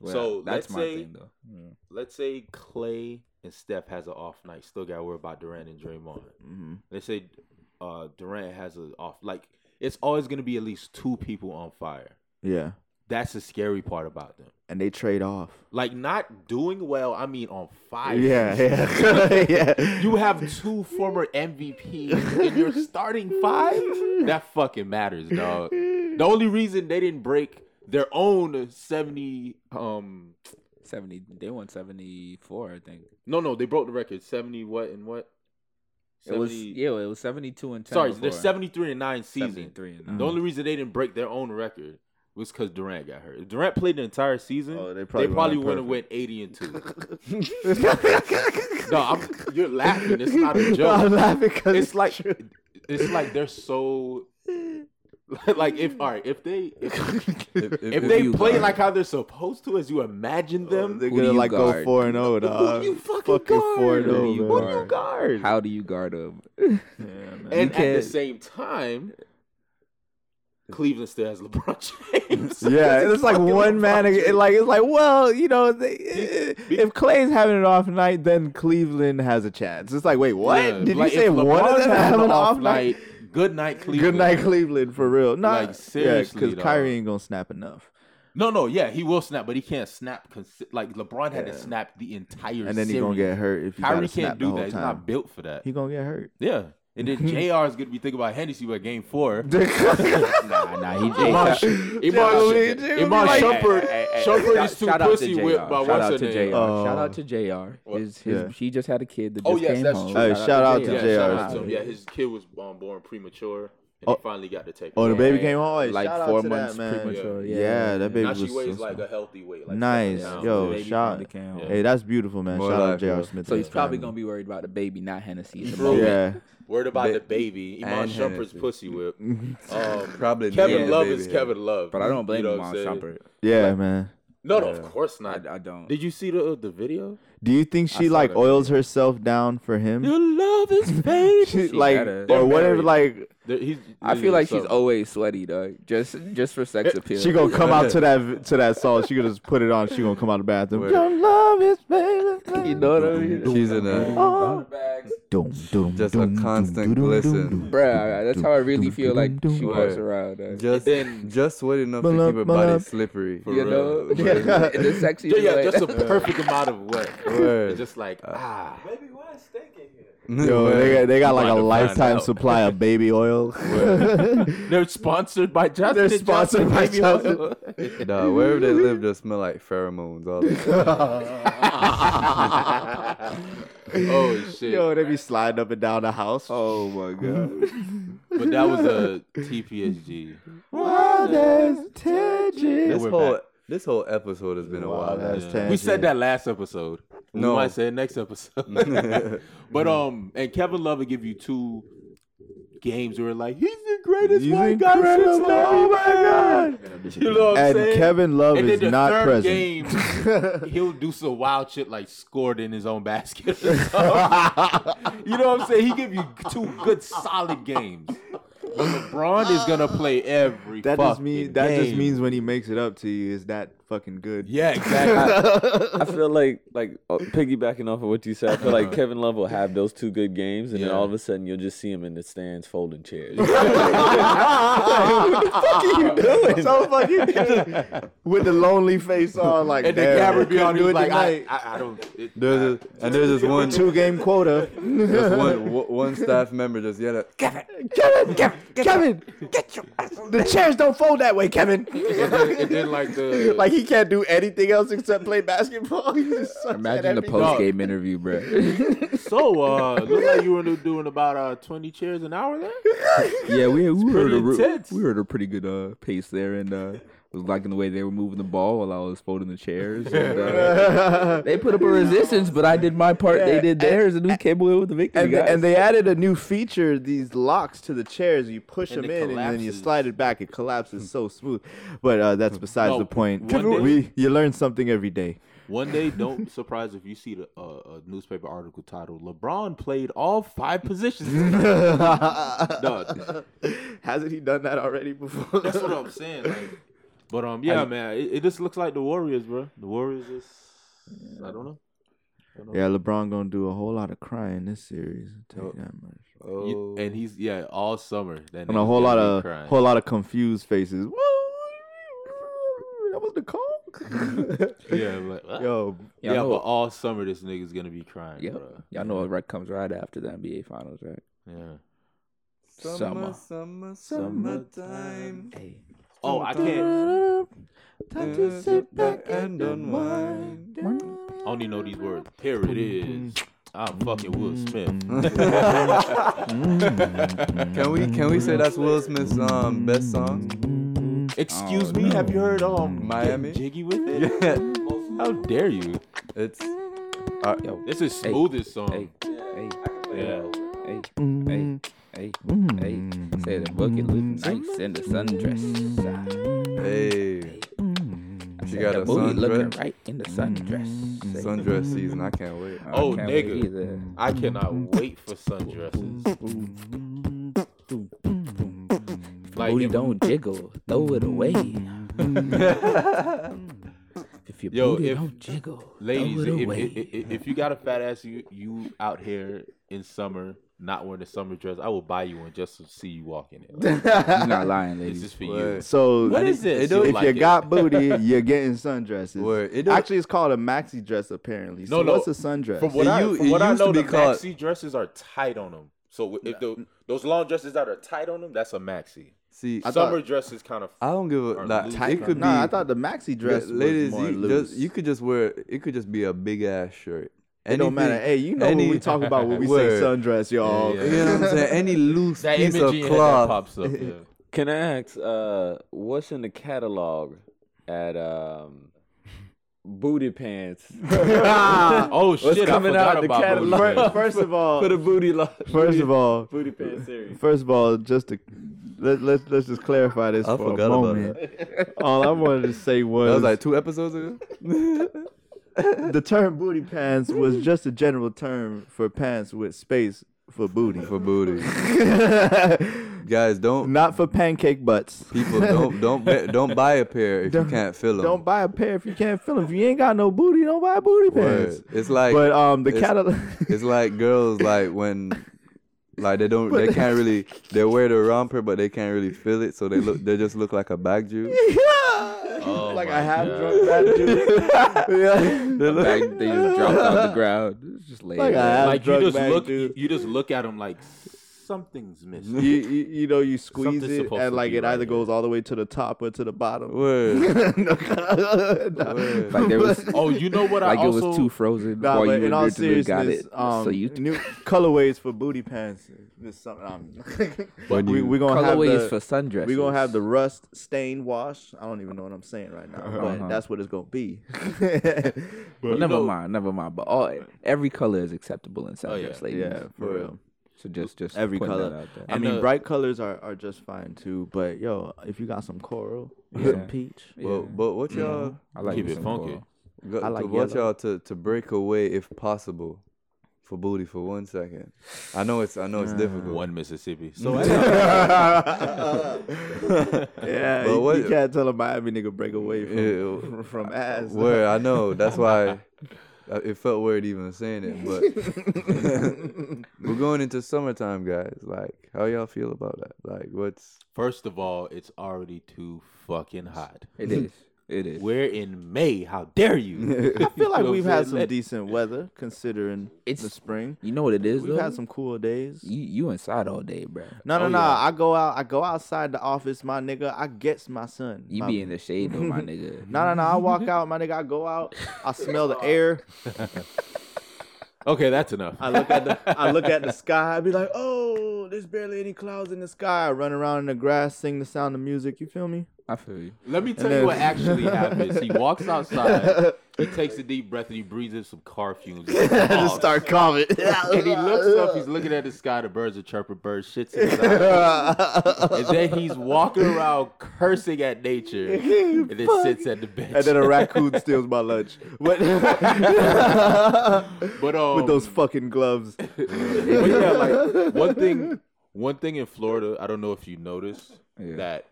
D: Well,
C: so
D: that's
C: let's
D: my
C: say
D: thing though.
C: let's say Clay and Steph has an off night. Still got to worry about Durant and Draymond.
B: Mm-hmm.
C: Let's say uh, Durant has an off. Like it's always gonna be at least two people on fire.
B: yeah,
C: That's the scary part about them.
B: and they trade off.
C: Like not doing well. I mean, on fire.
B: yeah, yeah, yeah.
C: You have two former MVPs in your starting five? That fucking matters, dog.
B: Oh,
C: The only reason they didn't break their own 70 um
D: Seventy. They won seventy four, I think.
C: no no, they broke the record 70 what and what?
D: It was
C: 70
D: yeah, it was seventy two and ten.
C: Sorry,
D: before.
C: they're seventy three and nine season.
D: 73 and
C: The only reason they didn't break their own record was because Durant got hurt. If Durant played the entire season,
B: Oh, they
C: they
B: probably
C: probably,
B: would've been
C: would have went eighty and two. no, I'm, you're laughing. It's not a
B: No, I'm
C: joke.
B: laughing because
C: It's like it's like they're so like if all right if they if,
A: If, if,
C: if
A: if
C: they
A: you
C: play
A: guard-
C: like how they're supposed to, as you imagine them,
B: they're
D: Who
B: gonna
D: do you
B: like go
D: guard?
B: four and oh, zero.
C: who
B: dog.
C: do you fucking,
B: uh, Fucking four
C: guard?
B: and zero.
D: Who do you
B: man.
C: Who do you guard?
D: How do you guard them?
C: and at the
D: can't-
C: same time, Cleveland still has LeBron James.
B: Yeah, it's like
C: fucking
B: one man.
C: LeBron
B: ag-
C: James.
B: Like it's like, well, you know, they, eh, if Clay's having an off night, then Cleveland has a chance. It's like, wait, what?
C: Yeah,
B: Did
C: like,
B: you say
C: if
B: one of
C: LeBron's
B: them
C: having
B: have an off night?
C: Good night, Cleveland.
B: Good night, Cleveland, for real. Nah,
C: Like, seriously,
B: because Kyrie
C: dog.
B: ain't gonna snap enough,
C: No, no, yeah, he will snap, but he can't snap. Consi- like LeBron had
B: Yeah.
C: to snap the entire.
B: and then he's gonna
C: series.
B: get hurt if you
C: Kyrie
B: gotta snap
C: can't
B: the
C: do
B: whole
C: that. He's
B: time.
C: not built for that.
B: He gonna get hurt.
C: yeah, and then Jr. is gonna be thinking about Hennessy with Game Four.
D: Nah, nah, he
C: Iman
D: J-
B: Jalen- Jalen be
C: Iman
B: like-
C: Shumpert, Shumpert is too
D: shout out to
C: pussy
D: JR.
C: whipped by
D: Shout
C: what's
D: out
C: her
D: to
C: name.
D: JR. Shout out
B: Oh.
D: to JR.
C: What?
D: His, his,
B: Yeah.
D: He just had a kid that just
C: Oh, yes,
D: came
C: that's
D: home.
C: true.
B: Hey, shout out to
C: Yeah,
B: JR.
C: shout out to him.
D: Yeah.
C: Yeah, his kid was um, born premature, and
B: Oh.
C: he finally got to take.
B: Oh, the
C: it.
B: baby
D: Yeah.
B: came home
D: Like
B: shout out
D: four
B: to
D: months
B: that, man.
D: premature,
B: Yeah,
D: yeah.
B: that
D: And
B: baby
C: now
B: was
C: she weighs
B: so
C: like
B: small.
C: a healthy weight. Like
B: nice,
C: seven pounds.
B: yo.
D: Baby
B: shout,
D: from the camp.
B: hey, that's beautiful, man.
A: More
B: shout out
A: life,
B: J.R.
A: bro.
B: Smith.
D: So
B: and
D: he's
B: his
D: probably
B: family.
D: gonna be worried about the baby, not Hennessy. at the
C: Bro,
D: moment.
B: Yeah,
C: Word about
A: Ba-
C: the baby. Iman
A: and
C: Shumpert's
A: Hennessy.
C: pussy whip. Um,
A: Probably
C: Kevin
A: named the
C: Love
A: baby
C: is
A: Hennessy.
C: Kevin Love.
D: but I don't blame
C: You know
D: him
C: what
D: on
C: I'm saying?
D: Shumpert.
B: yeah, man.
C: No, no, of course
D: I,
C: not.
D: I don't.
C: Did you see the uh, the video?
B: Do you think she
D: saw
B: like
D: that
B: oils herself down for him?
C: Your love is fading.
B: She, like
D: better.
B: or
D: They're
B: whatever like
C: There- he's-
D: I feel like she's
C: something.
D: always sweaty, dog. Just just for sex appeal.
B: she gonna come out to that to that song. She gonna just put it on. She gonna come out of the bathroom. Your love is baby.
D: You know what I mean?
A: She's in a
B: Oh. Dum, dum,
A: Just a
B: dum, dum,
A: constant
B: dum, dum,
A: glisten.
B: dum, dum.
D: Bruh, that's how I really feel like she walks
A: Word.
D: around. dog.
A: just
C: then-
A: just sweat enough to
B: Malak,
A: keep her
B: malak.
A: body slippery.
D: you know,
A: Word.
B: Yeah.
D: in the sexy
C: Yeah, yeah,
D: way.
C: just a perfect amount of wet.
A: Word.
C: It's just
D: Uh,
C: like ah.
B: Yo,
A: Word.
B: they got, they got like a
C: Might have found
B: lifetime
C: out.
B: supply of baby oil.
C: They're sponsored by Johnson.
B: They're
C: and
B: sponsored by
C: baby
B: Johnson.
C: oil.
A: Nah, uh, wherever they live, they smell like pheromones. All the
C: oh shit!
B: Yo, they be sliding up and down the house.
A: oh my god!
C: But that was a TPSG.
B: Wild as Tangier.
A: this
C: we're
A: whole
C: back.
A: this whole episode has been a
B: Wild
A: wild
B: as
A: ass.
B: Tangier.
C: We said that last episode.
A: No.
C: We might say it next episode. but um, and Kevin Love will give you two games where like he's the greatest
B: He's
C: white guy
B: incredible.
C: since
B: Oh
C: Larry
B: my
C: Bird. You know what I'm
B: And
C: saying?
B: Kevin Love
C: and then
B: is
C: the
B: not
C: third
B: present.
C: Game, he'll do some wild shit like scored in his own basket. or something. you know what I'm saying? He give you two good solid games. But LeBron is gonna play every.
B: That just
C: fucking
B: mean that just
C: game.
B: means when he makes it up to you, is that fucking good?
C: Yeah, exactly.
G: I feel like like uh, piggybacking off of what you said, I feel like Kevin Love will have those two good games, and then all of a sudden you'll just see him in the stands folding chairs.
B: so fucking with the lonely face on, like
C: and the
B: damn,
C: camera be
B: couldn't
C: on
B: do
C: him
B: it
C: like I,
B: tonight.
C: I, I don't. It,
A: There's this, and there's this one
B: two game quota.
A: this one one staff member just yelled at Kevin.
B: Kevin, Kevin, Kevin, get your the chairs don't fold that way, Kevin.
C: and then, and then like the
B: like he can't do anything else except play basketball. He just sucks at
D: Imagine the
B: everything.
D: post game interview, bruh.
C: so uh look like you were doing about uh twenty chairs an hour there.
D: yeah, we we heard
C: pretty
D: a re-
C: intense.
D: we heard a pretty good uh, pace there, and uh, was liking the way they were moving the ball while I was folding the chairs. And, uh, they put up a resistance, but I did my part. They did theirs, and we came away with the victory.
B: And, they,
D: guys.
B: and they added a new feature: these locks to the chairs. You push
C: And
B: them
C: it
B: in, and then you
C: collapses.
B: slide it back. It collapses so smooth. But uh, that's besides
C: No,
B: the point.
C: one day-
B: We you learn something every day.
C: One day, don't surprise if you see the uh, a newspaper article titled "LeBron played all five positions." no,
B: Hasn't he done that already before?
C: that's what I'm saying. Like, but um, yeah, man, it, it just looks like the Warriors, bro. The Warriors is, I don't know.
B: yeah, LeBron gonna do a whole lot of crying this series. I'll Tell you that much.
A: Oh,
C: You- and he's yeah all summer. That
B: And a
C: nigga's
B: whole
C: gonna
B: lot
C: be
B: of
C: crying.
B: whole lot of confused faces. that was the call.
C: yeah, like, what?
B: Yo,
C: yeah,
D: Y'all know-
C: but all summer this nigga's gonna be crying,
D: Yep.
C: bro.
D: Y'all know what rec comes right after the NBA Finals, right?
C: Yeah.
A: summer,
D: summer.
A: summer, summertime.
D: Hey.
C: Oh, I can't.
B: time to sit back and
A: unwind.
B: unwind.
C: I only know these words. Here it is. I fucking Will
A: mm,
C: Smith.
A: Can we can we say that's Will Smith's um best song?
C: Excuse me, have you heard um
A: Miami?
C: Miami Jiggy with it?
A: Yeah,
C: How dare you?
A: it's uh,
D: Yo,
C: This is smoothest song.
D: hey, hey,
C: Yeah.
D: hey, hey, hey, hey. Say the bucket look nice in the sundress.
A: Mm. hey. She
D: Say
A: got
D: the
A: a
D: booty looking
A: sundress.
D: right in the
A: Mm.
D: sundress. Say,
A: Sundress season. I can't wait.
D: I
C: Oh,
D: can't wait
C: nigga.
D: either.
C: I cannot
D: Mm-hmm.
C: wait for sundresses. Like
D: booty
C: if-
D: don't jiggle, throw it away. if your
C: Yo,
D: booty
C: if-
D: don't jiggle,
C: ladies,
D: throw it
C: if,
D: away.
C: if, if, if you got a fat ass, you you out here in summer not wearing a summer dress, I will buy you one just to see you walk in it. Like,
D: You're not lying,
C: this is
D: ladies.
C: for you.
A: Word.
B: So
C: What is
B: If
C: this?
B: you
C: Like it.
B: got booty, you're getting sundresses.
A: Word. It don't-
B: Actually, it's called a maxi dress. Apparently,
C: No,
B: so
C: no.
B: what's a sundress?
C: From what
A: It
C: I,
A: u-
C: from
A: it
C: what I
A: used to
C: know,
A: be
C: the
A: called-
C: maxi dresses are tight on them. So if the, those long dresses that are tight on them, that's a maxi.
A: See, I,
C: Summer dresses kind of.
A: don't give a
C: Or
A: like,
C: loose
A: it
C: dress.
A: could be
B: nah, I thought the maxi dress
A: Yeah,
B: was more
A: you,
B: loose.
A: just- you could just wear it. Could just be a big ass shirt.
B: it don't matter. Hey, you know what
A: any-
B: we talk about when we
A: Word.
B: say sundress, y'all.
C: Yeah,
A: You know what I'm saying? Any loose
C: that
A: piece
C: image
A: of
C: in your head that
A: cloth.
C: pops up. Yeah.
G: Can I ask, uh, what's in the catalog at um, Booty Pants?
C: oh shit!
G: coming
C: I forgot
G: out the
C: about those
G: catalog?
C: things.
B: First, first of all,
G: For the booty lock.
B: first of all,
G: Booty Pants series.
B: First of all, just to let let's let's just clarify this
A: I
B: for
A: forgot
B: a
A: about
B: moment. All I wanted to say was,
A: That was like two episodes ago.
B: the term booty pants was just a general term for pants with space for booty.
A: For booty, guys, don't
B: Not for pancake butts.
A: people don't don't ba- don't buy a pair if
B: Don't-
A: you can't fill them.
B: Don't buy a pair if you can't fill them. If you ain't got no booty, don't buy booty pants.
A: It's like
B: but um, the
A: it's-
B: catalog.
A: it's like girls like when like they don't they
B: But-
A: can't really they wear the romper but they can't really feel it so they look they just look like a bag juice.
C: Oh
B: like
C: my
B: I have
C: God.
B: drunk that dude. yeah.
A: They look-
D: Back, they just dropped on the ground. It's Just lay
B: Like,
D: there.
B: I- I'm
C: like uh, you
B: drunk
C: just
B: back,
C: look,
B: dude.
C: you just look at them like something's
B: you,
C: missing.
B: you you know you squeeze
C: Something's
B: it
C: supposed
B: and
C: to
B: like
C: be
B: it either
C: right
B: goes all the way to the top or to the bottom.
A: Word.
B: No.
D: like there was,
C: Oh, you know what?
D: like
C: I also
D: it was too frozen
B: Nah,
D: while
B: but
D: you
B: in all
D: originally got
B: seriousness,
D: it.
B: um,
D: so you
B: new colorways for booty pants is something. I'm,
A: When
B: we
A: you-
B: we gonna have
D: colorways
B: the,
D: for sundresses.
B: we gonna have the rust stain wash. I don't even know what I'm saying right now, but
D: Uh-huh.
B: that's what it's gonna be.
D: Well, never
C: know-
D: mind, never mind. But all every color is acceptable in sundress, ladies.
B: yeah, for real.
D: So just just
B: Every
D: putting
B: color.
D: That out there.
B: I
C: And,
B: mean,
C: uh,
B: bright colors are, are just fine too. But yo, if you got some coral,
D: Yeah.
B: some peach,
A: But but what
C: Mm-hmm.
A: y'all
D: I like
C: keep
D: me
C: it
D: some
C: funky.
D: coral.
A: go,
B: I like
A: to what
B: yellow.
A: y'all to to break away if possible for booty for one second. I know it's I know it's difficult.
C: One Mississippi. So
D: Mm-hmm.
B: yeah,
A: But
B: you,
A: what-
B: you can't tell a Miami nigga break away from
A: Ew.
B: from ass.
A: Word, I know. That's why I- it felt weird even saying it. But we're going into summertime, guys. Like, how y'all feel about that? Like, what's
C: first of all, it's already too fucking hot.
D: It is. It is.
C: We're in May. How dare you?
B: I feel like
C: Yo,
B: we've had
C: Fred,
B: some
C: let-
B: decent weather considering
D: It's-
B: the spring.
D: You know what it is
B: We've
D: though.
B: had some cool days.
D: you you inside all day, bro.
B: No, no,
C: Oh,
B: no.
C: yeah.
B: I go out. I go outside the office, my nigga. I gets my son.
D: You
B: my,
D: be in the shade though, my nigga.
B: No, no, no. I walk out, my nigga. I go out. I smell the air.
C: Okay, that's enough.
B: I look at the I look at the sky. I be like, oh, there's barely any clouds in the sky. I run around in the grass, sing the sound of music. You feel me?
D: I feel you.
C: Let me tell you what actually happens. He walks outside. He takes a deep breath and he breathes in some car fumes.
B: Just start coughing.
C: And he looks up. He's looking at the sky. The birds are chirping. Bird shits in his eyes. And then he's walking around cursing at nature. And then sits at the bench.
B: and then a raccoon steals my lunch. What?
C: but um,
B: With those fucking gloves.
C: but yeah, like one thing, one thing in Florida, I don't know if you noticed that.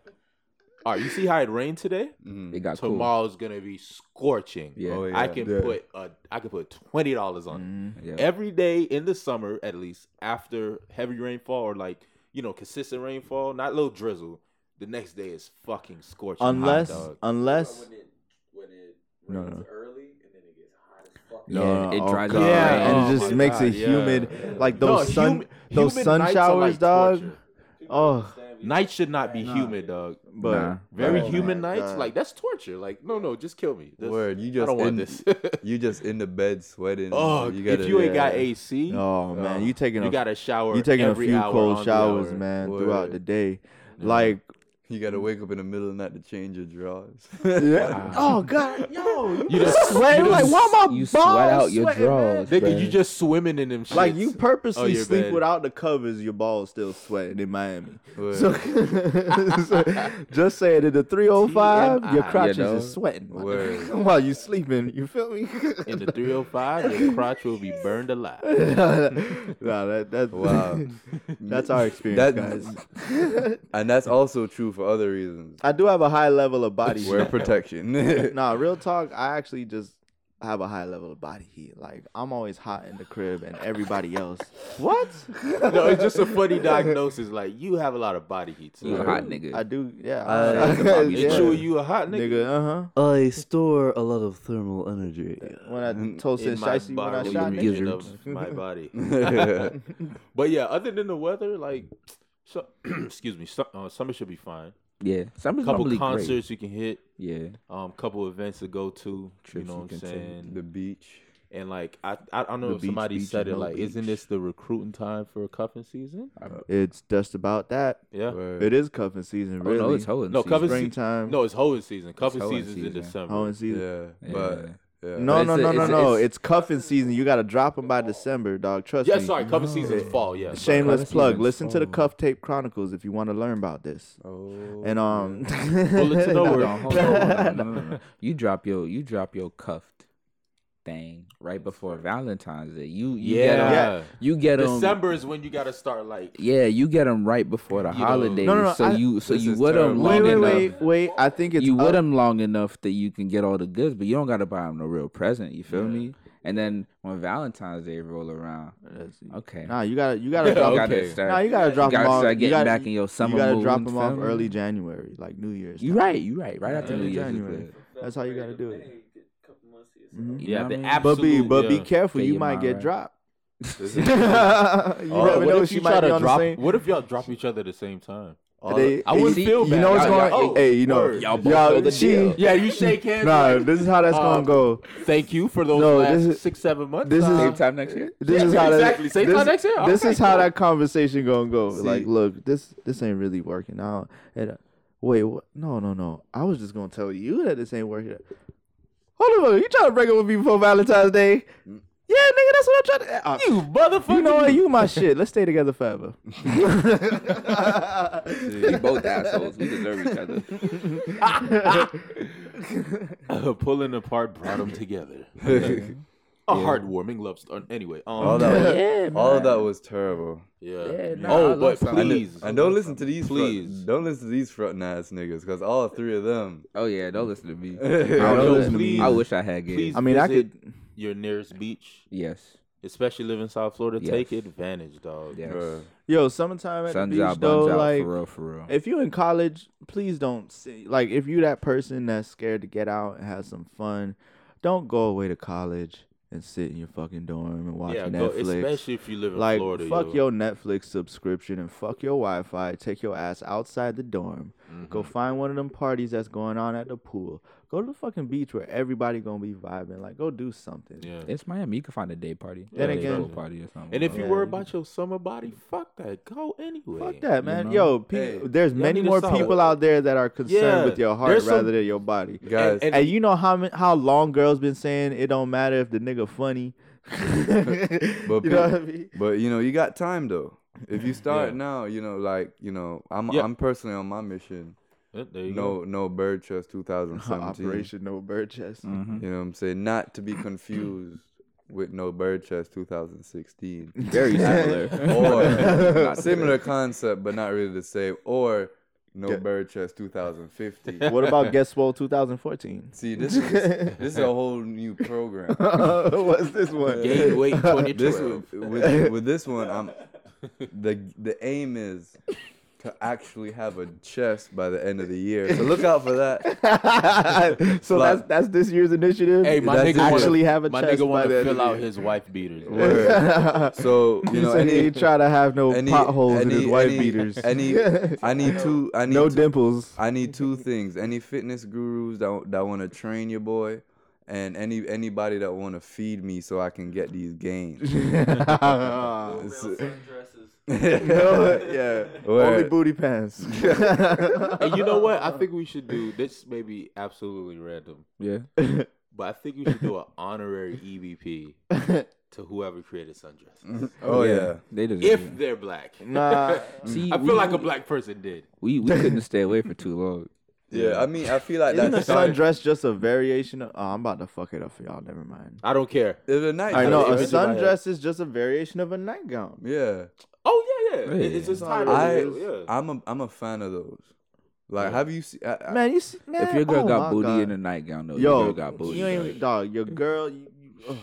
C: All right, you see how it rained today?
B: Mm,
D: It
B: Ah,
D: got cool.
C: Tomorrow's gonna be scorching.
D: Yeah. Oh,
C: I can put a, I can put twenty dollars on
B: Mm-hmm.
C: it
D: Yeah.
C: every day in the summer, at least after heavy rainfall or like you know consistent rainfall, not little drizzle. The next day is fucking scorching. hot,
B: Unless,
C: dog.
B: unless. No, no.
D: yeah, it
B: oh,
D: dries
B: God.
D: up.
B: Yeah,
D: right?
B: and
C: Oh
B: it just
C: my
B: makes
C: God,
B: it
C: yeah.
B: humid. Like
C: No,
B: those sun,
C: humi-
B: those
C: humid
B: sun
C: nights are,
B: showers,
C: like,
B: dog.
C: torture.
B: Oh,
C: Nights should not be humid, dog.
B: But
D: Nah.
C: Very
B: Oh,
C: human
B: my
C: nights,
B: God.
C: like that's torture. Like no, no, just kill me. That's-
A: Word, you just
C: I don't want
A: in,
C: this.
A: You just in the bed sweating.
C: oh,
A: gotta-
C: if you ain't got
A: yeah.
C: AC,
B: oh man, you taking
C: you
B: a
C: got to shower.
B: you taking a
C: every
B: few
C: hour
B: cold
C: on the
B: showers,
C: hour.
B: man,
A: Word.
B: throughout the day. Like,
A: You gotta wake up in the middle of the night to change your drawers.
B: oh god, yo,
C: You just sweat.
B: You're like, why am I
D: You sweat out your
B: sweating, man?
D: drawers.
C: Nigga, you
D: bruh.
C: just swimming in them. Shits.
B: Like you purposely
C: your
B: sleep
C: bed.
B: without the covers, your balls still sweating in Miami.
A: Word.
B: So, so just saying, in the 305,
C: TMI,
B: your crotches
D: you know?
B: is sweating my-
A: Word.
B: while you sleeping. You feel me?
C: in the 305, your crotch will be burned alive.
B: nah, that, that,
A: Wow.
B: that's our
A: That-
B: experience, guys.
A: and that's also true for other reasons.
B: I do have a high level of body
A: Wear
B: heat.
A: protection.
B: nah, real talk, I actually just have a high level of body heat. Like, I'm always hot in the crib and everybody else. what?
C: No, it's just a funny diagnosis. Like you have a lot of body heat. So
D: You a hot nigga.
B: I do, yeah.
A: Uh,
B: I-
A: Bobby
C: They
B: yeah.
C: chew you a hot nigga.
B: Nigga, uh huh.
A: I store a lot of thermal energy.
B: When
D: Mm,
B: I told
C: In
B: Sin
C: my
B: Shicey when I
C: bodily
B: shot nigga.
C: region of my body. But yeah, other than the weather, like, so, excuse me, su- uh, summer should be fine.
D: yeah, summer's
C: Couple
D: normally
C: concerts
D: great.
C: you can hit,
D: Yeah,
C: um, couple events to go to. you
D: Trips
C: know
D: you
C: what I'm
D: can take.
C: saying?
A: the beach.
C: and like, I I, I don't know
A: The
C: if
A: beach,
C: somebody
A: beach,
C: said it.
A: no
C: Like, isn't
A: beach.
C: this the recruiting time for cuffing season?
B: It's just about that.
C: Yeah.
A: Word.
B: It is cuffing season,
D: oh,
B: really.
D: no, it's hoeing
C: No,
D: season.
C: covers-
B: springtime.
C: No, it's hoeing season. Cuffing
D: hoeing
C: season's in
D: season.
C: December.
B: hoeing season.
A: Yeah, but yeah.
B: No,
D: But
B: no,
D: it's
B: no,
D: a-
B: no,
D: it's a-
B: no.
D: it's-
B: It's cuffing season. You gotta drop them by December, dog. Trust
C: Yeah,
B: me.
C: sorry, cuffing season's fall. Yeah. sorry.
B: Shameless
D: Cuffing
B: plug.
D: season's
B: Listen to the
D: fall.
B: Cuff Tape Chronicles if you want to learn about this.
A: Oh,
B: And um,
C: Bullet to
B: no,
C: nowhere.
D: Hold
C: Word.
D: on, hold on, hold on, no, no, no, no. You drop your you drop your cuffed thing right before Valentine's Day. You, you get 'em-
C: Yeah.
D: you get them.
C: December is when you gotta start like
D: Yeah, you get them right before the
C: You know-
D: holidays.
B: No, no, no,
D: so
B: I-
D: you so
A: this
D: you
A: is
D: with them
A: terrible.
D: long
B: wait, wait,
D: enough.
B: wait, wait. I think it's
D: you
B: up-
D: with them long enough that you can get all the goods, but you don't gotta buy them no real present. You feel me? And then when Valentine's Day roll around, okay,
B: Nah, you gotta, you gotta drop.
D: you
B: No,
D: gotta
C: okay.
D: start.
B: you gotta drop
D: gotta
B: them off.
D: start
B: you
D: getting
B: gotta,
D: back in your
B: you
D: summer
B: gotta
D: mood,
B: drop them off
D: feel me?
B: early January, like New Year's.
D: You
B: time.
D: right, you right, right after
B: Early
D: New Year's. is
B: January.
D: good.
B: That's how you gotta do it. Mhm.
D: You know what I mean?
B: But be,
C: absolute-
B: but be
C: yeah.
B: careful.
D: Get
B: You
D: your
B: might
D: mind
B: get
D: right.
B: dropped. you
C: Oh,
B: never
C: what
B: know.
C: if
B: She
C: you
B: might
C: try
B: be
C: to
B: on
C: drop-
B: the same.
C: What if y'all drop each other at the same time?
B: They-
C: I wouldn't
B: you-
C: feel
B: You
C: bad.
B: know what's
C: Y'all-
B: going.
C: y'all- oh,
B: hey, you know,
C: word.
D: Y'all both know the
B: she-
D: deal.
C: Yeah, you shake hands.
B: Nah,
C: like,
B: this is how that's
C: Uh,
B: gonna go.
C: thank you for those
B: No,
C: last
B: this is-
C: six, seven months.
B: this is-
D: Same time next year.
B: This
C: Yeah,
B: is how
C: exactly.
B: That,
C: Same
B: this,
C: time next year.
B: This
C: Okay,
B: is how
C: cool.
B: that conversation gonna go. like,
A: See-
B: look, this this ain't really working out. And uh, wait, what? No, no, no. I was just gonna tell you that this ain't working. out. Hold on, you trying to break up with me before Valentine's Day? Yeah, nigga, that's what I'm trying to. Uh,
C: Mm. you motherfucker.
B: you know what? You my shit. Let's stay together forever.
D: We both assholes. We deserve each other.
C: pulling apart brought them together. A heartwarming love story. Anyway, um,
A: all that, was,
D: Yeah,
A: all of that was terrible.
C: yeah.
D: Yeah, nah, I
C: oh,
D: love
C: but
D: some-
A: And,
C: please,
A: and don't listen to these.
C: Please.
A: front, don't listen to these front ass niggas, because all three of them.
D: Oh yeah, don't listen to me.
A: Yo,
B: don't
C: yo,
B: listen to me
C: please,
D: I wish I had games.
C: please
B: I mean, I
C: visit
B: could.
C: your nearest beach,
D: Yes.
C: especially living in South Florida.
D: Yes.
C: Take advantage, dog.
D: Yes.
B: Yo, summertime at
D: Sun's
B: the beach
D: out,
B: though,
D: buns out,
B: like
D: for real, for real.
B: if you in college, please don't say like if you that person that's scared to get out and have some fun, don't go away to college and sit in your fucking dorm and watch
C: Yeah, go,
B: Netflix.
C: especially if you live in
B: like
C: Florida.
B: fuck
C: yo.
B: your Netflix subscription and fuck your Wi-Fi. Take your ass outside the dorm. Go
C: Mm-hmm.
B: find one of them parties that's going on at the pool. Go to the fucking beach where everybody gonna be vibing. Like go do something.
C: Yeah.
D: It's Miami. You can find a day party.
B: Then
D: Or a
B: again-
D: pool party or something.
C: And if you
B: Yeah,
C: worry
B: you
C: about your summer body, fuck that. Go anyway.
B: Fuck that, man.
D: know?
B: Yo,
A: Hey,
B: pe- there's
C: y'all
B: many
C: need to
B: more
C: stop.
B: people out there that are concerned
C: Yeah,
B: with your heart
C: there's some-
B: rather than your body.
A: guys,
C: And-
B: And, you know how ma- how long girls been saying it don't matter if the nigga funny.
A: But
B: you know
A: pe-
B: what I mean?
A: But you know, you got time though. If you start now, you know, like you know, I'm
C: Yeah.
A: I'm personally on my mission.
C: Yeah, there you go.
A: No, no bird chest 2017.
B: Operation No Bird Chest.
A: You know what I'm saying? Not to be confused with no bird chest 2016.
D: very similar.
A: Or similar concept, but not really the same. Or no bird chest 2050.
B: What about Guess What 2014?
A: See, this is this is a whole new program.
B: What's this one?
C: Gain weight
A: this
C: 2012.
A: with, with this one, I'm the the aim is to actually have a chest by the end of the year. So look out for that.
B: so
A: Like-
B: that's that's this year's initiative.
C: Hey, my
A: That's
C: nigga
A: just
C: wanna-
B: actually have a
C: my
B: chest
C: nigga want
B: by the
C: to
B: end of
C: fill
B: the
C: out
B: year.
C: his wife beaters.
A: Word. So you
B: He
A: know,
B: said he
A: any,
B: ain't try to have no
A: any-
B: potholes in his
A: any-
B: white
A: any-
B: beaters.
A: any- I need two. I need
B: no
A: two,
B: dimples.
A: I need two things: any fitness gurus that that want to train your boy, and any anybody that want to feed me so I can get these gains.
B: yeah, only
A: Word.
B: booty pants.
C: And you know what? I think we should do this. May be absolutely random,
D: Yeah.
C: but I think we should do an honorary EVP to whoever created
B: Mm-hmm.
C: sundresses,
A: Oh yeah.
D: They deserve it.
C: if they're black.
B: nah,
D: See,
C: I
D: we,
C: feel like a black person did.
D: we we couldn't stay away for too long.
A: yeah, I mean, I feel like
B: isn't a
A: that's if
B: sundress just a variation? Of, oh, I'm about to fuck it up for y'all. Never mind.
C: I don't care.
A: a night.
B: I know a
C: it's just like-
B: sundress is just a variation of a nightgown.
A: Yeah,
C: Oh yeah, yeah. It-
D: Yeah.
C: It's just tied.
A: I
C: in, yeah.
A: I'm a I'm a fan of those. Like, have you seen? I, I,
B: Man, you see, man,
D: If your girl
B: oh
D: got
B: my
D: booty
B: God.
D: in a nightgown, though,
B: yo,
D: your girl got booty.
B: you ain't
D: dog.
B: dog. Your girl, you, you oh,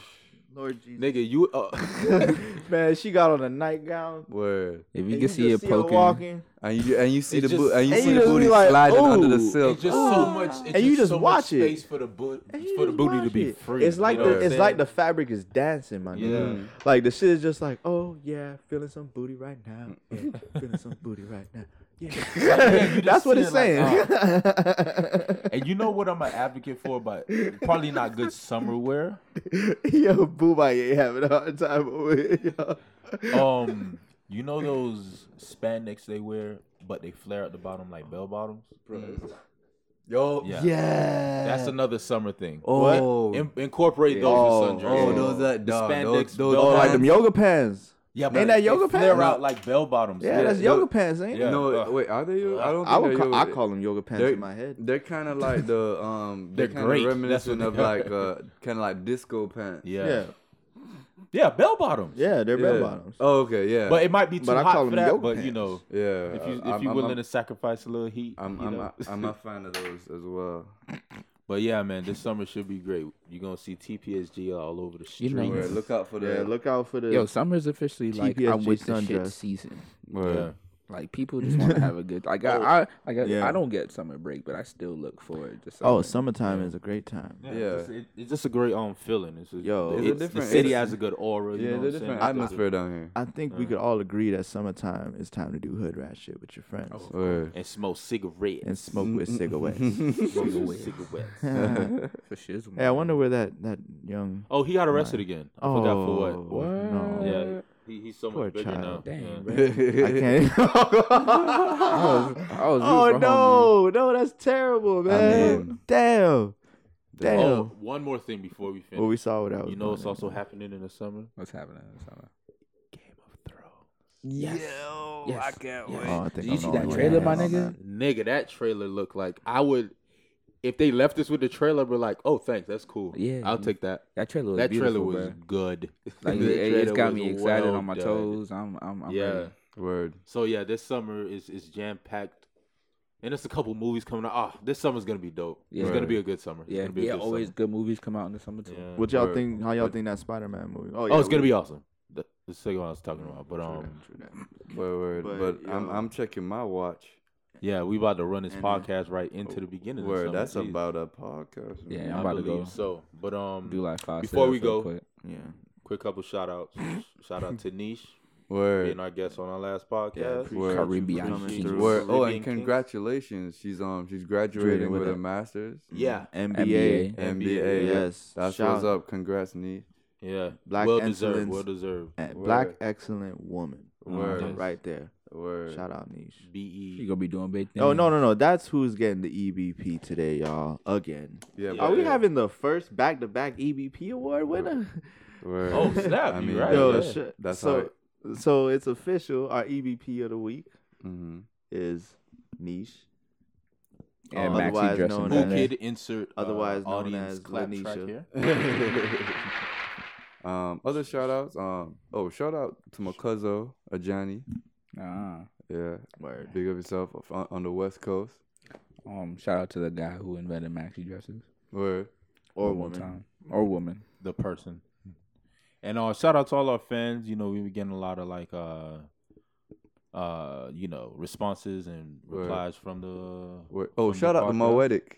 B: Lord Jesus,
C: Nigga, you uh,
B: man, she got on a nightgown.
A: Word.
D: if you
B: and
D: can see her
B: just her
D: poking,
B: walking,
A: And you and you see
C: It's
A: the bo-
C: just-
A: and you
B: and
A: see
B: you
A: the
B: just
A: booty
B: be like, "Oh."
A: sliding under the
B: "Ooh."
A: silk.
C: it's just so much. It's
B: And you just
C: so
B: watch
C: much space
B: it.
C: for the boot
B: and you
C: for the
B: just
C: booty to
B: watch
C: be
B: it.
C: free.
B: It's like
C: you know
B: the
C: what I'm
B: it's like
C: saying?
B: the fabric is dancing, my
C: Yeah.
B: nigga. Like the shit is just like, oh yeah, feeling some booty right now. Yeah, feeling some booty right now. Yeah,
C: Mm. you just
B: that's what
C: see
B: it's
C: uh. it
B: saying.
C: like, And you know what I'm an advocate for, but probably not good summer wear.
B: yo, Boobay ain't having a hard time over here. yo.
C: Um, you know those spandex they wear, but they flare at the bottom like bell bottoms. Mm.
A: Yo.
C: Yeah,
B: Yeah,
C: that's another summer thing.
A: Oh.
C: In- incorporate those
B: Oh,
C: in sundress.
A: Oh,
B: Yeah.
A: those that
C: The
A: dog,
C: spandex
A: those, those
C: belt
B: Oh, like
A: pants-
B: them yoga pants.
C: yeah, but
B: Ain't that
C: they
B: yoga
C: Flare
B: pants?
C: out like bell bottoms.
B: Yeah, that's
A: yo-
B: yoga pants, ain't
C: Yeah.
B: it?
A: No,
C: Ugh.
A: wait, are they? Yoga? I don't. Think
B: I would
A: they're
B: call, I
A: yoga.
B: call them yoga pants
A: They're-
B: in my head.
A: They're kind of like the um. They're,
C: They're
A: kind
C: great.
A: of
C: That's
A: reminiscent
C: what
A: of
C: they are.
A: like uh, kind of like disco pants.
C: Yeah,
B: Yeah,
C: yeah, bell bottoms.
B: yeah, they're
A: Yeah.
B: bell bottoms.
A: Oh, okay, yeah.
C: but it might be too
B: But I
C: hot
B: call
C: for
B: them
C: that.
B: yoga
C: But you
B: pants.
C: know,
A: yeah,
C: if you if
A: Uh, I'm-
C: you're
A: I'm-
C: willing
A: I'm-
C: to sacrifice a little heat,
A: I'm
C: you
A: I'm
C: know.
A: a, I'm a fan of those as well.
C: But yeah, man, this summer should be great. You're gonna see TPSG all over the
D: You
C: street.
D: know.
A: Word, look out for the
B: Yeah, look out for the
D: yo, summer's officially like I'm
B: TPSG
D: with the shit
B: sundress.
D: season.
A: word.
C: Yeah.
D: Like people just want to have a good. Like I, I, like I,
B: Oh, Yeah.
D: I don't get summer break, but I still look forward to summer.
B: Oh, summertime is a great time.
C: Yeah,
A: Yeah.
C: It's, it- it's just a great um feeling. It's just,
B: Yo,
C: it's,
B: It's a
A: different-
C: the city
A: it's-
C: has a good aura. You
A: Yeah,
C: know what
A: there's
C: I'm
A: a
C: saying?
A: different
C: It's just-
A: atmosphere down here.
B: I think we could all agree that summertime is time to do hood rat shit with your friends
A: Word.
C: and smoke cigarettes.
B: and smoke with cigarettes.
C: smoke cigarettes.
D: for shizzle.
B: hey, I wonder where that that young.
C: Oh, he got arrested again. I forgot for what.
B: Oh, No.
C: Yeah, he, he's so
B: Poor
C: much bigger
B: child.
C: now.
D: Dang,
C: Yeah. Oh,
D: bro.
B: I can't.
D: I was, I was
B: oh
D: rooting for
B: no,
D: homie.
B: no, that's terrible, man.
A: mean-
B: Damn, damn.
C: Oh, one more thing before we finish.
B: Well, we saw what that was.
C: you know what's
B: going
C: also
B: on.
C: happening in the summer?
D: What's happening this summer?
C: Game of Thrones.
D: Yo, I can't wait.
B: Oh, I think
D: Did you
B: I'm
D: see
B: the
D: that
B: only one
D: trailer,
B: that
D: my
B: has
D: nigga?
C: Nigga, that trailer looked like I would. If they left us with the trailer, we're like, oh, thanks, that's cool.
D: Yeah.
C: I'll take that.
D: That trailer was
C: That trailer
D: beautiful,
C: was
D: bro.
C: good.
D: Like
C: That
D: it, it- it's
C: trailer
D: got
C: was
D: me excited
C: well
D: on my
C: done.
D: toes. I'm, I'm, I'm
C: Yeah.
D: ready.
A: Word.
C: So yeah, this summer is is jam packed, and it's a couple movies coming out. Oh, this summer's gonna be dope. It's
D: Yeah.
C: gonna be a good summer. It's
D: Yeah,
C: gonna be a
D: yeah.
C: good
D: Always
C: summer.
D: good movies come out in the summer too.
C: Yeah.
B: What y'all
A: Word.
B: think? How y'all think that Spider-Man movie?
C: oh, it's gonna be awesome. The, the second one I was talking about, but um,
A: Word. Word.
B: But,
A: But, I'm
B: yo.
A: I'm checking my watch.
C: yeah, we about to run this
B: And, uh,
C: podcast right into the beginning. of
A: Word.
C: summer,
A: That's
C: jeez.
A: about a podcast. man.
D: Yeah, I'm
C: I
D: about to
C: believe
D: go
C: So, but um,
D: do like five.
C: Before we
D: sit-ups real
C: go,
D: quick.
B: Yeah.
C: quick couple shout outs. shout out to Niche being
A: Word.
C: our guest on our last
B: Yeah,
C: podcast.
B: appreciate
A: Word.
B: you for
D: Caribbean
B: coming
D: Kings.
B: through.
A: Word. Oh,
C: Caribbean
A: and
C: Kings.
A: congratulations. She's um she's graduating
B: Graduating
A: with
B: with
A: a
B: a-
A: master's.
C: yeah,
B: NBA.
D: NBA.
A: MBA.
B: Yes.
A: That's
B: Shout-
A: what's up. Congrats, Nee.
C: yeah.
B: Black
C: well deserved.
B: excellence.
C: Well deserved.
B: And
A: Word.
B: Black excellent woman. Um,
A: Word.
B: Right there.
A: Word.
B: Shout out niche.
D: You
C: Be
D: gonna be doing big things.
B: Oh no no no! That's who's getting the EBP today, y'all. Again.
A: Yeah.
B: Are
A: but-
B: we having the first back-to-back EBP award winner?
A: Word.
C: Oh, snap,
A: I
C: you
A: mean,
C: right.
B: Yo,
A: yeah.
C: sh-
B: shit.
A: That's
B: so.
A: how it-
B: So it's official. Our EBP of the week
A: Mhm.
B: is niche.
D: and
B: Um,
D: Maxi
B: otherwise
D: dressing.
B: known
C: Who
B: as-
D: down.
C: kid insert uh,
B: Otherwise known
C: audience
B: as
C: clap track
B: Lanisha.
C: here?
A: Um, other shout outs. Um, oh, shout out to my cousin Ajani.
D: Ah.
A: Yeah,
B: Word.
A: big up yourself on, on the West Coast.
D: Um, shout out to the guy who invented maxi dresses.
A: Word.
B: Or
D: One more
B: woman.
D: time. Or woman.
C: the person. And uh, shout out to all our fans. You know, we were getting a lot of like uh, uh, you know, responses and
A: Word.
C: replies from the.
A: Wait, oh,
C: from the
A: shout out to
C: podcast.
A: Moetic.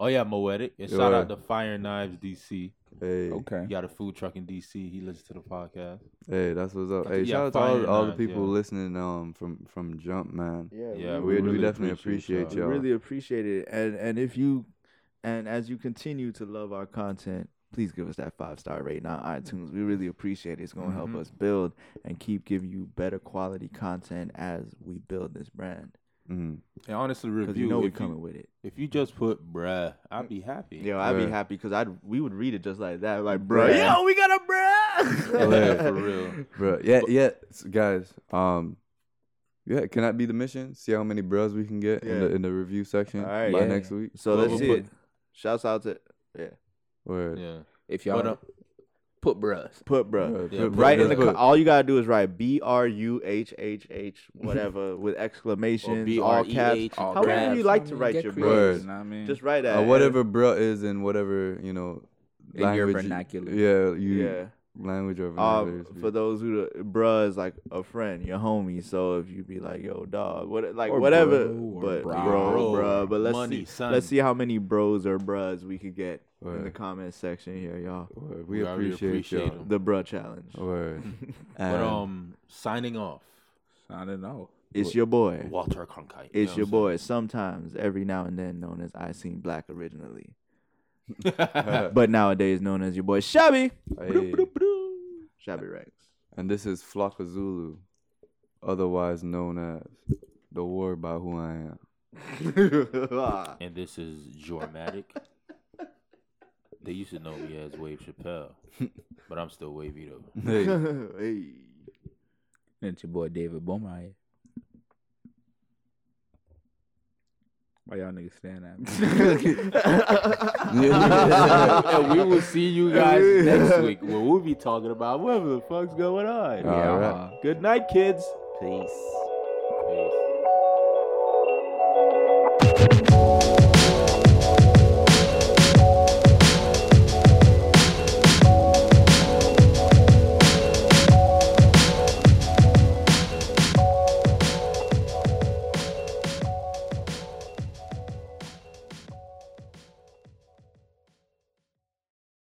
C: Oh yeah, Moetic. And shout out
A: Yeah.
C: to Fire Knives DC.
A: Hey,
D: Okay.
C: He got a food truck in DC. He listens to the podcast.
A: hey, that's what's up.
C: Got
A: Hey,
C: the- yeah,
A: shout out to all,
C: Fire
A: all the
C: Nines,
A: people
C: yeah.
A: listening um from from Jump Man.
B: Yeah,
C: Yeah,
A: we,
C: we
A: we
C: really
A: definitely
C: appreciate
A: appreciate,
B: We
A: y'all.
B: really appreciate it. And and if you and as you continue to love our content, please give us that five star rating on iTunes. We really appreciate it. It's gonna help
C: Mhm.
B: us build and keep giving you better quality content as we build this brand.
A: Mhm.
C: And honestly,
B: Because
C: review
B: you know we're
C: if,
B: coming
C: you,
B: with it.
C: if you just put bruh, I'd be happy.
B: Yo, I'd
A: Yeah.
B: be happy because I'd we would read it just like that, like bruh.
A: Bruh.
B: Yo, we got a bruh.
A: Yeah,
C: Oh, for real.
A: Bro, yeah, yeah, s- guys. Um, yeah, can that be the mission? See how many bros we can get in the
B: Yeah.
A: in the review section
B: All right,
A: by
D: yeah.
A: next week.
B: So
C: Well,
B: let's
C: we'll
B: see
C: put-
B: it. Shouts out to yeah,
A: Word.
C: Yeah.
D: If y'all
C: But, uh,
D: put bruh.
B: put bruh.
A: Word.
C: Yeah,
A: Put-
C: put-
B: Right in
A: just
B: the
A: put-
B: co- all you gotta do is write B R U H H H whatever with exclamations, all caps.
D: B-R-E-H, all
B: However
D: caps.
B: you like
D: I
B: to
D: mean,
B: write
D: get
B: your
D: creative,
A: words.
D: you know what I mean?
B: Just write that.
A: uh, whatever bro is in whatever you know
D: In your
A: language you-
D: vernacular.
A: yeah, you
B: Yeah.
A: language or vernacular.
B: Um,
A: you speak.
B: for those who the bruh is like a friend, your homie. So if you be like, yo, dog, what, like
D: Or
B: whatever,
D: bro, or
B: but
D: bro.
B: bro, bruh. But let's
C: Money,
B: see,
C: son.
B: let's see how many bros or bruhs we could get in the
A: Word.
B: comment section here, y'all.
A: Word.
C: We
A: We,
C: already
A: appreciate,
C: appreciate
A: y'all.
C: 'em.
B: The bruh challenge.
A: Word.
C: But
A: And-
C: um, signing off.
D: I don't know.
B: It's your boy.
C: Walter Cronkite.
B: It's
C: You
B: your
C: know
B: boy. Sometimes, every now and then, known as I Seen Black originally,
C: what I'm
B: but nowadays known as your boy Shabby.
A: Hey.
B: Shabby Rex.
A: And this is Flocka Zulu, otherwise known as the war about who I am.
B: Ah.
C: saying? and this is Jormatic. they used to know me as Wave Chappelle, but I'm still Wavy though.
A: Hey.
B: Hey.
D: It's your boy David Bomai. Why y'all niggas stand at me?
C: and we will see you guys next week where we'll be talking about whatever the fuck's going on.
A: All right.
C: Good night, kids. Peace.